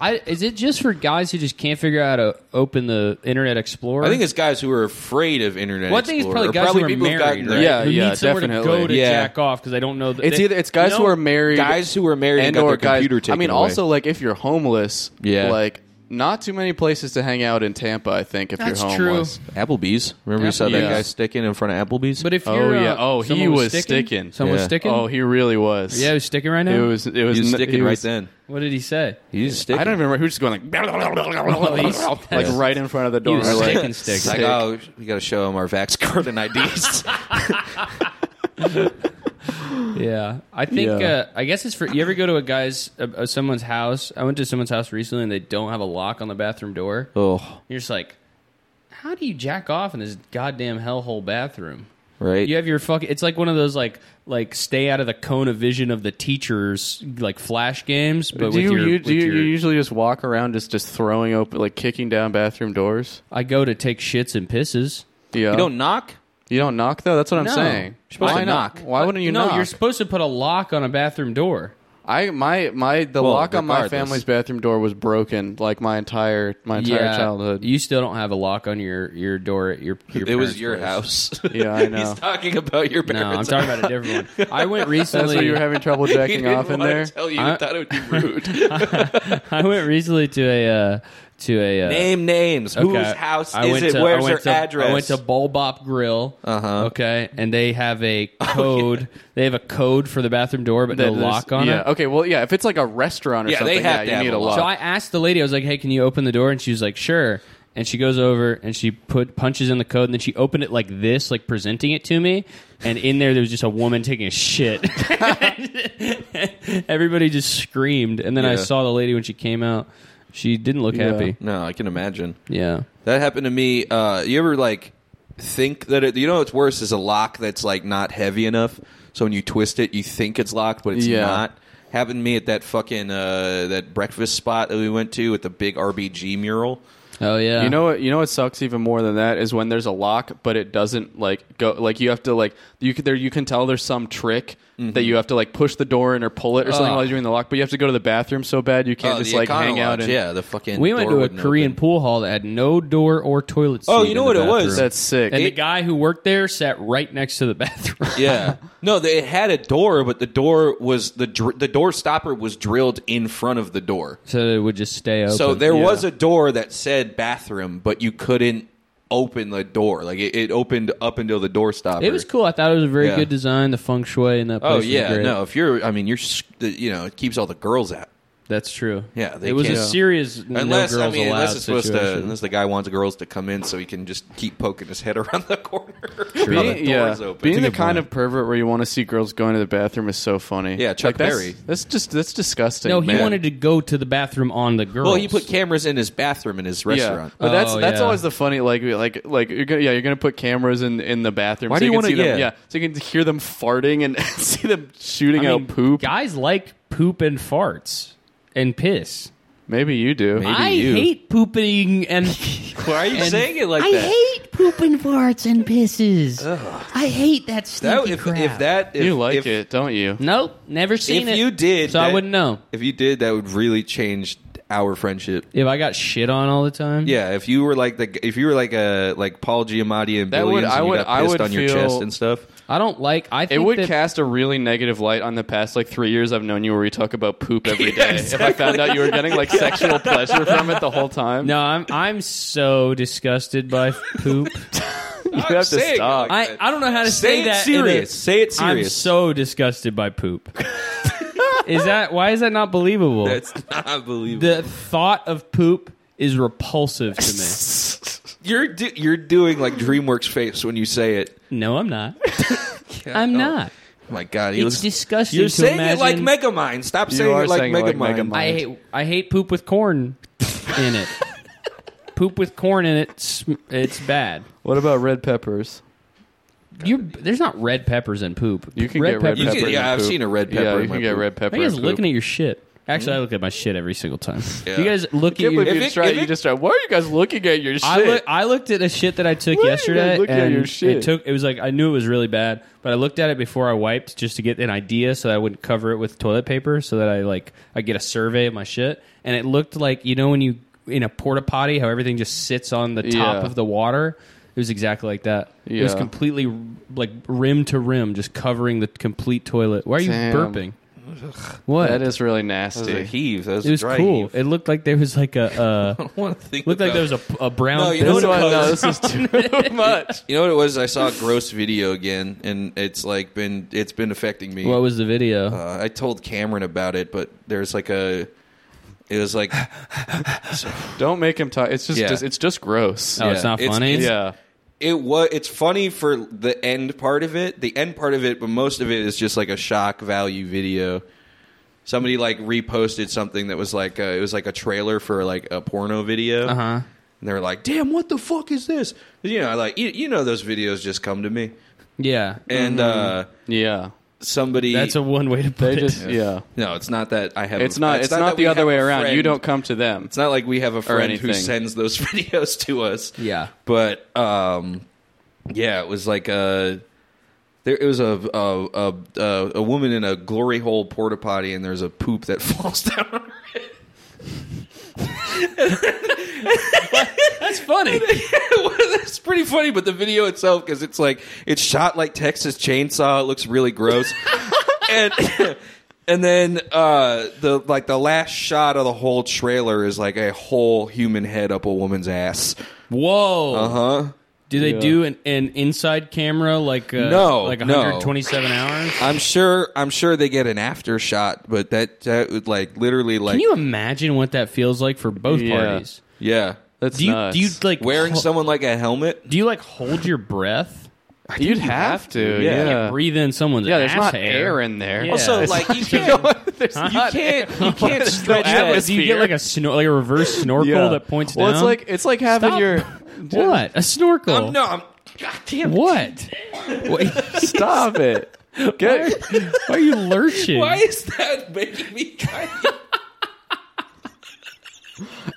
Speaker 7: I, is it just for guys who just can't figure out how to open the Internet Explorer?
Speaker 2: I think it's guys who are afraid of internet.
Speaker 3: One thing is
Speaker 2: Explorer,
Speaker 3: probably guys
Speaker 2: probably
Speaker 3: who are
Speaker 2: people who've
Speaker 3: married,
Speaker 2: gotten
Speaker 3: right?
Speaker 2: there.
Speaker 4: Yeah,
Speaker 7: who
Speaker 4: yeah,
Speaker 7: need somewhere to go to
Speaker 4: definitely.
Speaker 2: Yeah.
Speaker 7: jack off because I don't know. That
Speaker 4: It's
Speaker 7: they-
Speaker 4: either it's guys
Speaker 7: you
Speaker 4: who
Speaker 7: know,
Speaker 4: are married,
Speaker 2: Guys who are married and,
Speaker 4: and
Speaker 2: got
Speaker 4: or
Speaker 2: their
Speaker 4: guys.
Speaker 2: computer taken
Speaker 4: I mean,
Speaker 2: away.
Speaker 4: also like if you're homeless,
Speaker 2: Yeah.
Speaker 4: like not too many places to hang out in Tampa. I think if
Speaker 3: That's
Speaker 4: you're
Speaker 3: true.
Speaker 4: homeless,
Speaker 2: Applebee's. Remember you saw that
Speaker 4: Applebee's.
Speaker 2: guy sticking in front of Applebee's?
Speaker 3: But if
Speaker 4: Oh,
Speaker 3: you're, uh,
Speaker 4: yeah. Oh, he
Speaker 3: someone
Speaker 4: was sticking.
Speaker 3: Someone was
Speaker 2: Yeah.
Speaker 3: sticking.
Speaker 4: oh, he really was.
Speaker 3: yeah, he was sticking right now.
Speaker 4: it was. It was,
Speaker 2: he was
Speaker 4: n-
Speaker 2: sticking
Speaker 4: he
Speaker 2: right
Speaker 4: was-
Speaker 2: then.
Speaker 3: what did he say?
Speaker 2: He's sticking.
Speaker 4: I don't even remember who's just going like, [laughs] like
Speaker 2: Yeah.
Speaker 4: right in front of the door.
Speaker 3: was
Speaker 4: like, [laughs]
Speaker 3: sticking sticks.
Speaker 2: It's like, oh, we got to show him our Vax card and
Speaker 4: [laughs]
Speaker 2: IDs.
Speaker 3: Yeah, I think.
Speaker 4: Yeah.
Speaker 3: Uh, I guess it's for. You ever go to a guy's, uh, uh, someone's house? I went to someone's house recently, and they don't have a lock on the bathroom door.
Speaker 2: oh,
Speaker 3: You're just like, how do you jack off in this goddamn hellhole bathroom?
Speaker 2: right.
Speaker 3: You have your fucking. It's like one of those like like stay out of the cone of vision of the teachers like flash games. But
Speaker 4: do
Speaker 3: with
Speaker 4: you,
Speaker 3: your,
Speaker 4: you
Speaker 3: with
Speaker 4: do you,
Speaker 3: your-
Speaker 4: you usually just walk around just just throwing open like kicking down bathroom doors?
Speaker 3: I go to take shits and pisses.
Speaker 4: Yeah.
Speaker 2: You don't knock?
Speaker 4: you don't knock though. That's what I'm
Speaker 3: No.
Speaker 4: saying.
Speaker 3: You're supposed
Speaker 4: Why
Speaker 2: to
Speaker 4: not?
Speaker 2: knock.
Speaker 4: Why wouldn't you
Speaker 3: no,
Speaker 4: knock?
Speaker 3: you're supposed to put a lock on a bathroom door.
Speaker 4: I my my the
Speaker 2: Well,
Speaker 4: lock on my
Speaker 2: regardless.
Speaker 4: family's bathroom door was broken like my entire my entire childhood.
Speaker 3: You still don't have a lock on your your door at your. your
Speaker 2: It
Speaker 3: parents'
Speaker 2: was your
Speaker 3: place.
Speaker 2: house. [laughs]
Speaker 4: yeah, I know.
Speaker 2: He's talking about your
Speaker 3: No, I'm
Speaker 2: parents.
Speaker 3: talking
Speaker 2: [laughs]
Speaker 3: about a different one. I went
Speaker 4: That's
Speaker 3: recently.
Speaker 4: why you were having trouble
Speaker 2: he
Speaker 4: jacking
Speaker 2: didn't
Speaker 4: off in
Speaker 2: want
Speaker 4: there.
Speaker 2: to tell you.
Speaker 3: I-
Speaker 2: He thought it
Speaker 3: [laughs]
Speaker 2: would be rude.
Speaker 3: I went recently to a uh, to a uh,
Speaker 2: Name names.
Speaker 3: okay,
Speaker 2: Whose house
Speaker 3: I
Speaker 2: is
Speaker 3: went
Speaker 2: it?
Speaker 3: to- I
Speaker 2: Where's
Speaker 3: went
Speaker 2: their
Speaker 3: to-
Speaker 2: address?
Speaker 3: I went to Bulbop Grill. Uh-huh. Okay, and they have a
Speaker 2: [laughs] Oh,
Speaker 3: code. They have a code for the bathroom door, but no
Speaker 4: That there's-
Speaker 3: lock on
Speaker 4: yeah.
Speaker 3: it.
Speaker 4: Okay, well, yeah, if it's like a restaurant or
Speaker 2: Yeah,
Speaker 4: something,
Speaker 2: they have
Speaker 4: yeah,
Speaker 2: to
Speaker 4: you
Speaker 2: have
Speaker 4: need
Speaker 2: a
Speaker 4: a
Speaker 2: lock.
Speaker 4: lock.
Speaker 3: So I asked the lady, I was like, "Hey, can you open the door?" And she was like, "Sure." And she goes over and she put punches in the code, and then she opened it like this, like presenting it to me. And in there, there was just a woman taking a shit. [laughs] Everybody just screamed, and then I
Speaker 2: Yeah.
Speaker 3: saw the lady when she came out. She didn't look happy.
Speaker 2: no, I can imagine.
Speaker 3: Yeah.
Speaker 2: That happened to me. Uh, you ever like think that it? You know what's worse is a lock that's like not heavy enough. So when you twist it, you think it's locked, but it's
Speaker 4: Yeah.
Speaker 2: not. Happened to me at that fucking uh, that breakfast spot that we went to with the big RBG mural.
Speaker 3: Oh yeah.
Speaker 4: You know what? You know what sucks even more than that is when there's a lock, but it doesn't like go. Like you have to like you can, there you can tell there's some trick
Speaker 2: Mm-hmm.
Speaker 4: that you have to like push the door in or pull it or something while you're doing the lock. But you have to go to the bathroom so bad you can't
Speaker 2: Uh. Oh,
Speaker 4: just
Speaker 2: the
Speaker 4: like hang
Speaker 2: Econo
Speaker 4: out
Speaker 2: Lodge,
Speaker 4: and
Speaker 2: yeah, the fucking.
Speaker 3: we went
Speaker 2: door
Speaker 3: to a
Speaker 2: wouldn't
Speaker 3: Korean
Speaker 2: open.
Speaker 3: pool hall that had no door or toilet seat.
Speaker 2: Oh, you
Speaker 3: in
Speaker 2: know
Speaker 3: the
Speaker 2: what it was?
Speaker 3: bathroom.
Speaker 4: That's sick.
Speaker 3: and the guy who worked there sat right next to the [laughs] bathroom.
Speaker 2: Yeah, no, they had a door, but the door was the dr- the door stopper was drilled in front of the door.
Speaker 3: so it would just stay open.
Speaker 2: So there was a door that said bathroom, but you couldn't open the door. Like it, it opened up until the door stopper.
Speaker 3: It was cool. I thought it was a very
Speaker 2: Yeah.
Speaker 3: good design. The feng shui in that place.
Speaker 2: Oh
Speaker 3: was
Speaker 2: yeah,
Speaker 3: great.
Speaker 2: no. If you're, I mean, you're, s- the- you know, it keeps all the girls out.
Speaker 3: that's true.
Speaker 2: Yeah, they
Speaker 3: it was a
Speaker 2: can't-
Speaker 3: serious no
Speaker 2: Unless
Speaker 3: girls
Speaker 2: I mean,
Speaker 3: allowed
Speaker 2: unless it's supposed to,
Speaker 3: situation.
Speaker 2: unless the guy wants girls to come in so he can just keep poking his head [laughs] around the corner. Sure. the
Speaker 4: Being, yeah,
Speaker 2: door's open.
Speaker 4: being the kind of pervert where you want to see girls going to the bathroom is so funny.
Speaker 2: Yeah, Chuck
Speaker 4: Like, that's-
Speaker 2: Berry.
Speaker 4: That's, just that's disgusting.
Speaker 3: no, he
Speaker 4: man.
Speaker 3: wanted to go to the bathroom on the girls.
Speaker 2: well, he put cameras in his bathroom in his
Speaker 4: Yeah,
Speaker 2: restaurant.
Speaker 4: but that's
Speaker 3: Oh,
Speaker 4: that's
Speaker 3: yeah.
Speaker 4: always the funny like like like you're gonna, yeah you're gonna put cameras in in the bathroom.
Speaker 2: Why
Speaker 4: so
Speaker 2: do you
Speaker 4: can
Speaker 2: wanna-
Speaker 4: see them?
Speaker 2: yeah.
Speaker 4: so you can hear them farting and [laughs] see them shooting
Speaker 3: I mean,
Speaker 4: out poop.
Speaker 3: Guys like poop and farts and piss.
Speaker 4: Maybe you do.
Speaker 2: Maybe
Speaker 3: I
Speaker 2: you.
Speaker 3: hate pooping and
Speaker 2: [laughs] Why are you saying it like
Speaker 8: I
Speaker 2: that?
Speaker 8: hate pooping farts and pisses. I hate that
Speaker 2: that
Speaker 8: stinky
Speaker 2: if,
Speaker 8: crap.
Speaker 2: if that if,
Speaker 4: you like
Speaker 2: if,
Speaker 4: it, don't you?
Speaker 3: nope, never seen
Speaker 2: if
Speaker 3: it.
Speaker 2: you did,
Speaker 3: so I
Speaker 2: that-
Speaker 3: wouldn't know.
Speaker 2: If you did, that would really change our friendship.
Speaker 3: If I got shit on all the time,
Speaker 2: Yeah, if you were like the if you were like a like Paul Giamatti and
Speaker 4: That
Speaker 2: Billions,
Speaker 4: would- I
Speaker 2: and you
Speaker 4: would-
Speaker 2: got
Speaker 4: I
Speaker 2: pissed
Speaker 4: would
Speaker 2: on your
Speaker 4: feel-
Speaker 2: chest and stuff.
Speaker 3: I don't like. I
Speaker 4: It
Speaker 3: think
Speaker 4: would
Speaker 3: that-
Speaker 4: cast a really negative light on the past like three years I've known you where you talk about poop every day. If I found out you were getting like sexual pleasure from it the whole time,
Speaker 3: No, I'm I'm so disgusted by poop.
Speaker 4: you have to
Speaker 2: saying,
Speaker 4: stop.
Speaker 2: like-
Speaker 3: I, I don't know how to
Speaker 2: Say
Speaker 3: say,
Speaker 2: it
Speaker 3: that. in a-
Speaker 2: serious. Say it
Speaker 3: I'm
Speaker 2: serious.
Speaker 3: so disgusted by poop. is that why is that not believable?
Speaker 2: That's not believable.
Speaker 3: the thought of poop is repulsive
Speaker 2: [laughs]
Speaker 3: to
Speaker 2: you're do, you're doing like DreamWorks face when you say it.
Speaker 3: me. No, I'm not. [laughs] I'm
Speaker 2: no.
Speaker 3: not.
Speaker 2: Oh my God, he
Speaker 3: It's
Speaker 2: was.
Speaker 3: disgusting.
Speaker 2: You're
Speaker 3: to
Speaker 2: saying
Speaker 3: imagine.
Speaker 2: it like Megamind. Stop saying
Speaker 4: are
Speaker 2: it like
Speaker 4: saying it like
Speaker 2: Megamind.
Speaker 4: Megamind.
Speaker 3: I hate I hate poop with corn in it. poop with corn in it. sm- It's bad.
Speaker 4: What about red peppers?
Speaker 3: You there's not red peppers in poop.
Speaker 4: You can
Speaker 3: red
Speaker 4: get red
Speaker 3: peppers-
Speaker 2: You
Speaker 4: pepper.
Speaker 2: can- yeah,
Speaker 4: in
Speaker 2: I've
Speaker 4: poop.
Speaker 2: seen a red
Speaker 4: Yeah,
Speaker 2: pepper
Speaker 4: you
Speaker 2: in
Speaker 4: can
Speaker 2: my
Speaker 4: get
Speaker 2: poop.
Speaker 4: red pepper.
Speaker 3: I think it's
Speaker 4: in
Speaker 3: looking
Speaker 4: poop.
Speaker 3: at your shit. Actually, I look at my shit every single time.
Speaker 2: Yeah.
Speaker 3: You guys look at
Speaker 4: Can't
Speaker 3: your.
Speaker 4: believe you
Speaker 2: If
Speaker 4: just
Speaker 2: it-
Speaker 4: tried-
Speaker 2: if
Speaker 4: you
Speaker 2: it-
Speaker 4: just tried, Why are you guys looking at your shit?
Speaker 3: I, look, I looked at a shit that I took
Speaker 4: Why are you guys
Speaker 3: yesterday,
Speaker 4: looking at
Speaker 3: and
Speaker 4: your shit?
Speaker 3: it took. It was like I knew it was really bad, but I looked at it before I wiped just to get an idea, so that I wouldn't cover it with toilet paper, so that I like I get a survey of my shit, and it looked like you know when you in a porta potty how everything just sits on the top
Speaker 4: Yeah.
Speaker 3: of the water. It was exactly like that. It was
Speaker 4: Yeah.
Speaker 3: completely like rim to rim, just covering the complete toilet. Why are you
Speaker 4: Damn.
Speaker 3: burping? What?
Speaker 4: that is really
Speaker 2: That was a
Speaker 4: nasty.
Speaker 2: heave. That was
Speaker 3: it was
Speaker 2: a dry
Speaker 3: cool.
Speaker 2: Heave.
Speaker 3: It looked like there was like a
Speaker 4: [laughs]
Speaker 3: uh,
Speaker 2: I want to think
Speaker 3: looked like
Speaker 2: about
Speaker 3: there was a, a brown.
Speaker 2: No, you know
Speaker 4: This
Speaker 2: what it
Speaker 4: one,
Speaker 2: was?
Speaker 4: no, this
Speaker 3: [laughs]
Speaker 4: is too much.
Speaker 2: You know what it was? I saw a gross video again, and it's like been it's been affecting me.
Speaker 3: what was the video?
Speaker 2: uh, I told Cameron about it, but there's like a it was like [laughs]
Speaker 4: Don't make him talk. It's just,
Speaker 2: Yeah.
Speaker 4: just it's just gross.
Speaker 3: Oh, it's
Speaker 2: Yeah.
Speaker 3: not
Speaker 2: It's-
Speaker 3: funny.
Speaker 2: it's-
Speaker 4: yeah.
Speaker 2: it was it's funny for the end part of it, the end part of it, but most of it is just like a shock value video. Somebody like reposted something that was like a, it was like a trailer for like a porno video.
Speaker 3: Uh-huh.
Speaker 2: And they were like, "Damn, what the fuck is this?" You know, like you, you know those videos just come to me.
Speaker 3: yeah.
Speaker 2: And
Speaker 4: Mm-hmm.
Speaker 2: uh
Speaker 4: Yeah.
Speaker 2: somebody
Speaker 3: That's a one way to put
Speaker 4: They
Speaker 3: it.
Speaker 4: just yeah.
Speaker 2: No, it's not that I have.
Speaker 4: It's
Speaker 2: a-
Speaker 4: not it's, not,
Speaker 2: that we
Speaker 4: the other
Speaker 2: have
Speaker 4: way
Speaker 2: a
Speaker 4: around. You
Speaker 2: friend.
Speaker 4: don't come to them.
Speaker 2: It's not like we have a friend who
Speaker 4: anything.
Speaker 2: sends those [laughs] videos to us.
Speaker 3: Yeah.
Speaker 2: But um, yeah, it was like a there. It was a a a, a, a woman in a glory hole porta potty, and there's a poop that [laughs] falls down. on her [laughs] head.
Speaker 3: It's funny.
Speaker 2: It's pretty funny, but the video itself, because it's like it's shot like Texas Chainsaw. It looks really gross. and [laughs] and then uh, the like the last shot of the whole trailer is like a whole human head up a woman's ass.
Speaker 3: Whoa.
Speaker 2: Uh
Speaker 4: Uh-huh.
Speaker 2: huh.
Speaker 3: Do they
Speaker 4: Yeah.
Speaker 3: do an, an inside camera like uh,
Speaker 2: No,
Speaker 3: like
Speaker 2: no.
Speaker 3: 127 hours?
Speaker 2: I'm sure. I'm sure they get an after shot, but that that would like literally like
Speaker 3: Can you imagine what that feels like for both
Speaker 4: Yeah.
Speaker 3: parties?
Speaker 2: yeah,
Speaker 4: That's
Speaker 3: Do you
Speaker 4: nuts.
Speaker 3: do you like
Speaker 2: wearing
Speaker 3: ho-
Speaker 2: someone like a helmet.
Speaker 3: Do you like hold your breath?
Speaker 4: You'd have to. Yeah. Yeah,
Speaker 3: Breathe in someone's
Speaker 4: there's
Speaker 3: ass
Speaker 4: not
Speaker 3: hair.
Speaker 4: air in there.
Speaker 3: Yeah. Also,
Speaker 4: It's
Speaker 2: like, [laughs]
Speaker 4: not-
Speaker 2: you can't-
Speaker 4: there's
Speaker 3: not
Speaker 4: not
Speaker 3: air.
Speaker 2: [laughs]
Speaker 4: air. You can't
Speaker 3: Do
Speaker 4: stretch
Speaker 3: you get- Do you get like a snor- like a reverse snorkel that points
Speaker 4: well,
Speaker 3: down?
Speaker 4: it's like it's like having
Speaker 3: Stop.
Speaker 4: your
Speaker 3: [laughs] what a snorkel.
Speaker 2: Um, no, I'm. God damn it.
Speaker 4: [laughs]
Speaker 3: What? Wait,
Speaker 4: Stop it. Get,
Speaker 3: [laughs] why are you lurching?
Speaker 2: Why is that making me? kind of-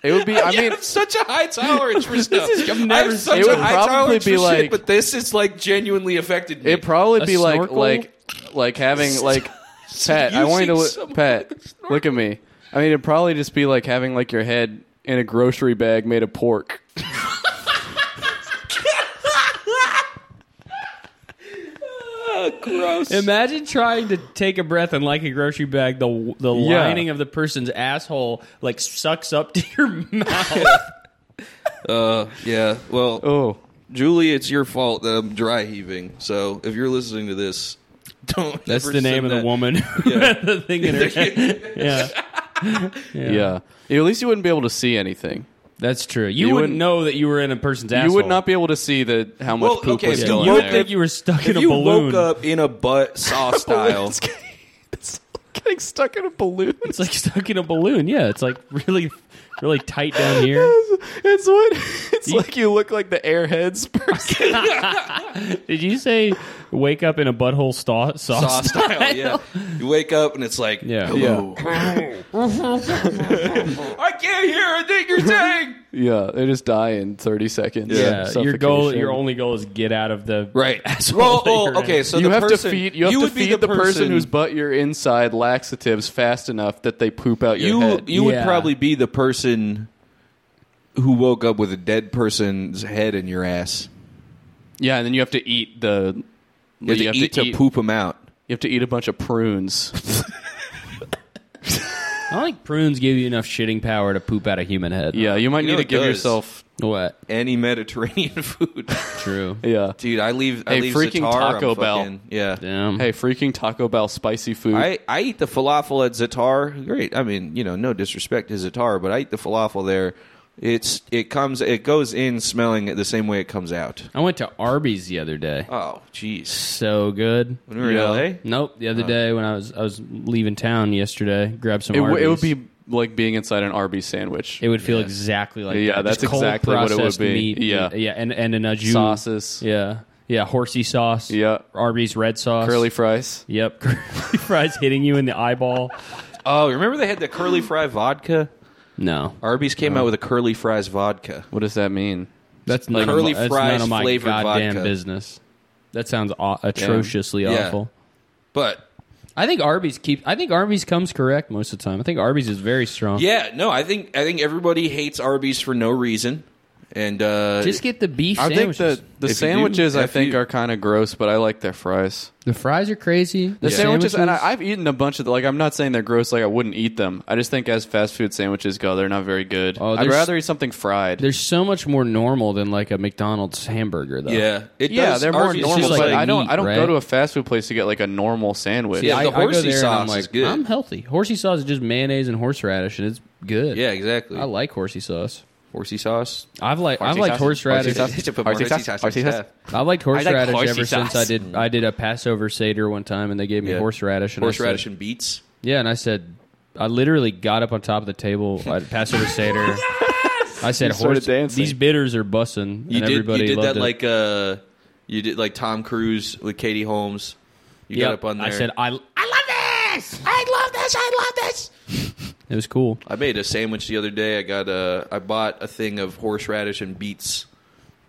Speaker 4: it would be. I
Speaker 2: I
Speaker 4: mean,
Speaker 2: have such a high tolerance for stuff. I'm never. I have such
Speaker 4: it
Speaker 2: a
Speaker 4: would
Speaker 2: high
Speaker 4: probably
Speaker 2: tolerance
Speaker 4: be
Speaker 2: for
Speaker 4: like-
Speaker 2: shit, but this is like genuinely affected me.
Speaker 4: it'd probably
Speaker 3: A
Speaker 4: be like
Speaker 3: snorkel?
Speaker 4: like like having like pet. I want you to
Speaker 2: Using
Speaker 4: look
Speaker 2: someone
Speaker 4: pet. Look at me. I mean, it'd probably just be like having like your head in a grocery bag made of pork.
Speaker 3: Imagine trying to take a breath and, like a grocery bag, the the
Speaker 4: Yeah.
Speaker 3: lining of the person's asshole like sucks up to your mouth. [laughs]
Speaker 2: uh, yeah. Well,
Speaker 4: Oh,
Speaker 2: Julie, it's your fault that I'm dry heaving. So if you're listening to this, [laughs] don't.
Speaker 3: That's
Speaker 2: ever
Speaker 3: the name
Speaker 2: send
Speaker 3: of the
Speaker 2: that-
Speaker 3: woman [laughs] who
Speaker 2: Yeah.
Speaker 3: had the thing in her [laughs]
Speaker 2: [laughs]
Speaker 3: head. Yeah.
Speaker 4: yeah. Yeah, At least you wouldn't be able to see anything.
Speaker 3: that's true. You,
Speaker 4: You
Speaker 3: wouldn't,
Speaker 4: wouldn't-
Speaker 3: know that you were in a person's asshole.
Speaker 4: You would not be able to see the how much
Speaker 2: Well,
Speaker 4: poop
Speaker 2: okay,
Speaker 4: was
Speaker 2: if
Speaker 3: Yeah. [laughs]
Speaker 2: you
Speaker 4: going
Speaker 3: You would
Speaker 4: there.
Speaker 3: think you were stuck in
Speaker 2: If
Speaker 3: a
Speaker 2: you
Speaker 3: balloon.
Speaker 2: woke up in a
Speaker 3: [laughs]
Speaker 2: butt saw style,
Speaker 4: It's getting- it's getting stuck in a balloon.
Speaker 3: It's like stuck in a balloon. Yeah, it's like really, really tight down here.
Speaker 4: [laughs] It's what it's like you look like the airheads person.
Speaker 3: Did you say Wake up in a butthole sta- sauce.
Speaker 2: Saw style, yeah. You wake up and it's like,
Speaker 3: Yeah.
Speaker 2: hello. I can't hear a thing you're saying.
Speaker 4: Yeah, they just die in 30 seconds.
Speaker 3: Yeah, your goal,
Speaker 4: Suffocation.
Speaker 3: your only goal is get out of the
Speaker 2: Right.
Speaker 3: [laughs] Asshole
Speaker 2: Well,
Speaker 3: that
Speaker 2: well,
Speaker 3: you're in.
Speaker 2: okay. So
Speaker 4: you
Speaker 2: the
Speaker 4: have
Speaker 2: person,
Speaker 4: to feed you have
Speaker 2: would
Speaker 4: to
Speaker 2: be
Speaker 4: feed the, person, whose butt you're inside laxatives fast enough that they poop out your
Speaker 2: you
Speaker 4: head.
Speaker 2: you would
Speaker 3: Yeah.
Speaker 2: probably be the person who woke up with a dead person's head in your ass.
Speaker 4: yeah, and then you have to eat the
Speaker 2: You have to eat to poop them out.
Speaker 4: You have to eat a bunch of prunes.
Speaker 2: [laughs]
Speaker 3: I don't think prunes give you enough shitting power to poop out a human head.
Speaker 4: yeah, you might
Speaker 2: You know
Speaker 4: need to
Speaker 2: it
Speaker 4: give
Speaker 2: does.
Speaker 4: yourself
Speaker 3: What?
Speaker 2: Any Mediterranean [laughs] food,
Speaker 3: True.
Speaker 4: yeah.
Speaker 2: dude. I leave. I
Speaker 4: Hey,
Speaker 2: leave
Speaker 4: freaking
Speaker 2: Zatar, I'm
Speaker 4: Taco Bell.
Speaker 2: fucking- yeah.
Speaker 3: Damn.
Speaker 4: Mm-hmm. Hey, freaking Taco Bell spicy food.
Speaker 2: I, I eat the falafel at Zatar. Great. I mean, you know, no disrespect to Zatar, but I eat the falafel there. It's it comes it goes in smelling the same way it comes out.
Speaker 3: I went to Arby's the other day.
Speaker 2: Oh, jeez.
Speaker 3: So good.
Speaker 2: When we were
Speaker 4: Yeah. Uh.
Speaker 2: in LA,
Speaker 3: Nope. The other day when I was I was leaving town yesterday, grabbed some.
Speaker 4: it, w-
Speaker 3: Arby's.
Speaker 4: it would be like being inside an Arby's sandwich.
Speaker 3: It would feel exactly like
Speaker 4: Yeah,
Speaker 3: that. Just
Speaker 4: that's
Speaker 3: cold
Speaker 4: exactly what it would
Speaker 3: processed
Speaker 4: be.
Speaker 3: meat.
Speaker 4: Yeah.
Speaker 3: yeah, and and an ajou.
Speaker 4: Sauces,
Speaker 3: Yeah, yeah, horsey sauce.
Speaker 4: Yeah.
Speaker 3: Arby's red sauce.
Speaker 4: curly fries.
Speaker 3: Yep, [laughs] curly fries hitting you in the eyeball.
Speaker 2: Oh, remember they had the curly fry vodka?
Speaker 3: No,
Speaker 2: Arby's came out with a curly fries vodka.
Speaker 4: What does that mean?
Speaker 3: that's
Speaker 2: Like
Speaker 3: none of
Speaker 2: curly
Speaker 3: my- that's
Speaker 2: fries
Speaker 3: none of my
Speaker 2: flavored
Speaker 3: goddamn
Speaker 2: vodka.
Speaker 3: business. That sounds aw- atrociously
Speaker 2: Yeah.
Speaker 3: awful.
Speaker 2: But
Speaker 3: I think Arby's keep. I think Arby's comes correct most of the time. I think Arby's is very strong.
Speaker 2: yeah, no, I think I think everybody hates Arby's for no reason. And uh
Speaker 3: just get the beef
Speaker 4: I think
Speaker 3: sandwiches.
Speaker 4: that the
Speaker 2: If you do,
Speaker 4: sandwiches I
Speaker 2: F
Speaker 4: think
Speaker 2: you.
Speaker 4: are kind of gross, but I like their fries.
Speaker 3: the fries are crazy. The
Speaker 4: The sandwiches, and I, I've eaten a bunch of the, like I'm not saying they're gross. Like I wouldn't eat them. I just think as fast food sandwiches go, they're not very good.
Speaker 3: Oh,
Speaker 4: I'd
Speaker 3: there's-
Speaker 4: rather eat something fried.
Speaker 3: They're so much more normal than like a McDonald's hamburger, though.
Speaker 2: yeah, it
Speaker 4: yeah,
Speaker 2: does-
Speaker 4: they're more
Speaker 2: Arby's is
Speaker 4: normal.
Speaker 3: just
Speaker 4: but
Speaker 3: like
Speaker 4: I don't.
Speaker 3: meat,
Speaker 4: I don't
Speaker 3: right?
Speaker 4: go to a fast food place to get like a normal sandwich.
Speaker 2: Yeah,
Speaker 3: I,
Speaker 2: the
Speaker 3: I go
Speaker 2: horsey
Speaker 3: there and I'm
Speaker 2: sauce
Speaker 3: like,
Speaker 2: is good.
Speaker 3: I'm healthy. Horsey sauce is just mayonnaise and horseradish, and it's good.
Speaker 2: yeah, exactly.
Speaker 3: I like horsey sauce.
Speaker 2: horsey sauce.
Speaker 3: I've like I've
Speaker 4: Horsey
Speaker 3: liked
Speaker 4: sauce.
Speaker 3: horseradish.
Speaker 4: Horsey sauce.
Speaker 2: To put more
Speaker 4: Horsey sauce.
Speaker 2: on
Speaker 4: Horsey sauce.
Speaker 2: stuff.
Speaker 3: I've liked horseradish
Speaker 4: horsey
Speaker 3: ever since I
Speaker 4: sauce.
Speaker 3: did I did a Passover seder one time, and they gave me
Speaker 2: Yeah.
Speaker 3: horseradish. And I
Speaker 2: Horseradish
Speaker 3: said-
Speaker 2: and beets.
Speaker 3: yeah, and I said I literally got up on top of the table at Passover
Speaker 2: [laughs]
Speaker 3: seder. I said,
Speaker 4: started
Speaker 3: horse,
Speaker 4: dancing.
Speaker 3: these bitters are bussing.
Speaker 2: You
Speaker 3: and
Speaker 2: did.
Speaker 3: everybody
Speaker 2: you did
Speaker 3: loved
Speaker 2: that
Speaker 3: it.
Speaker 2: like uh, you did like Tom Cruise with Katie Holmes. You
Speaker 3: Yep.
Speaker 2: got up on there.
Speaker 3: I said, I,
Speaker 8: I love this! I love this! I love this!
Speaker 3: it was cool.
Speaker 2: I made a sandwich the other day. I got uh, I bought a thing of horseradish and beets.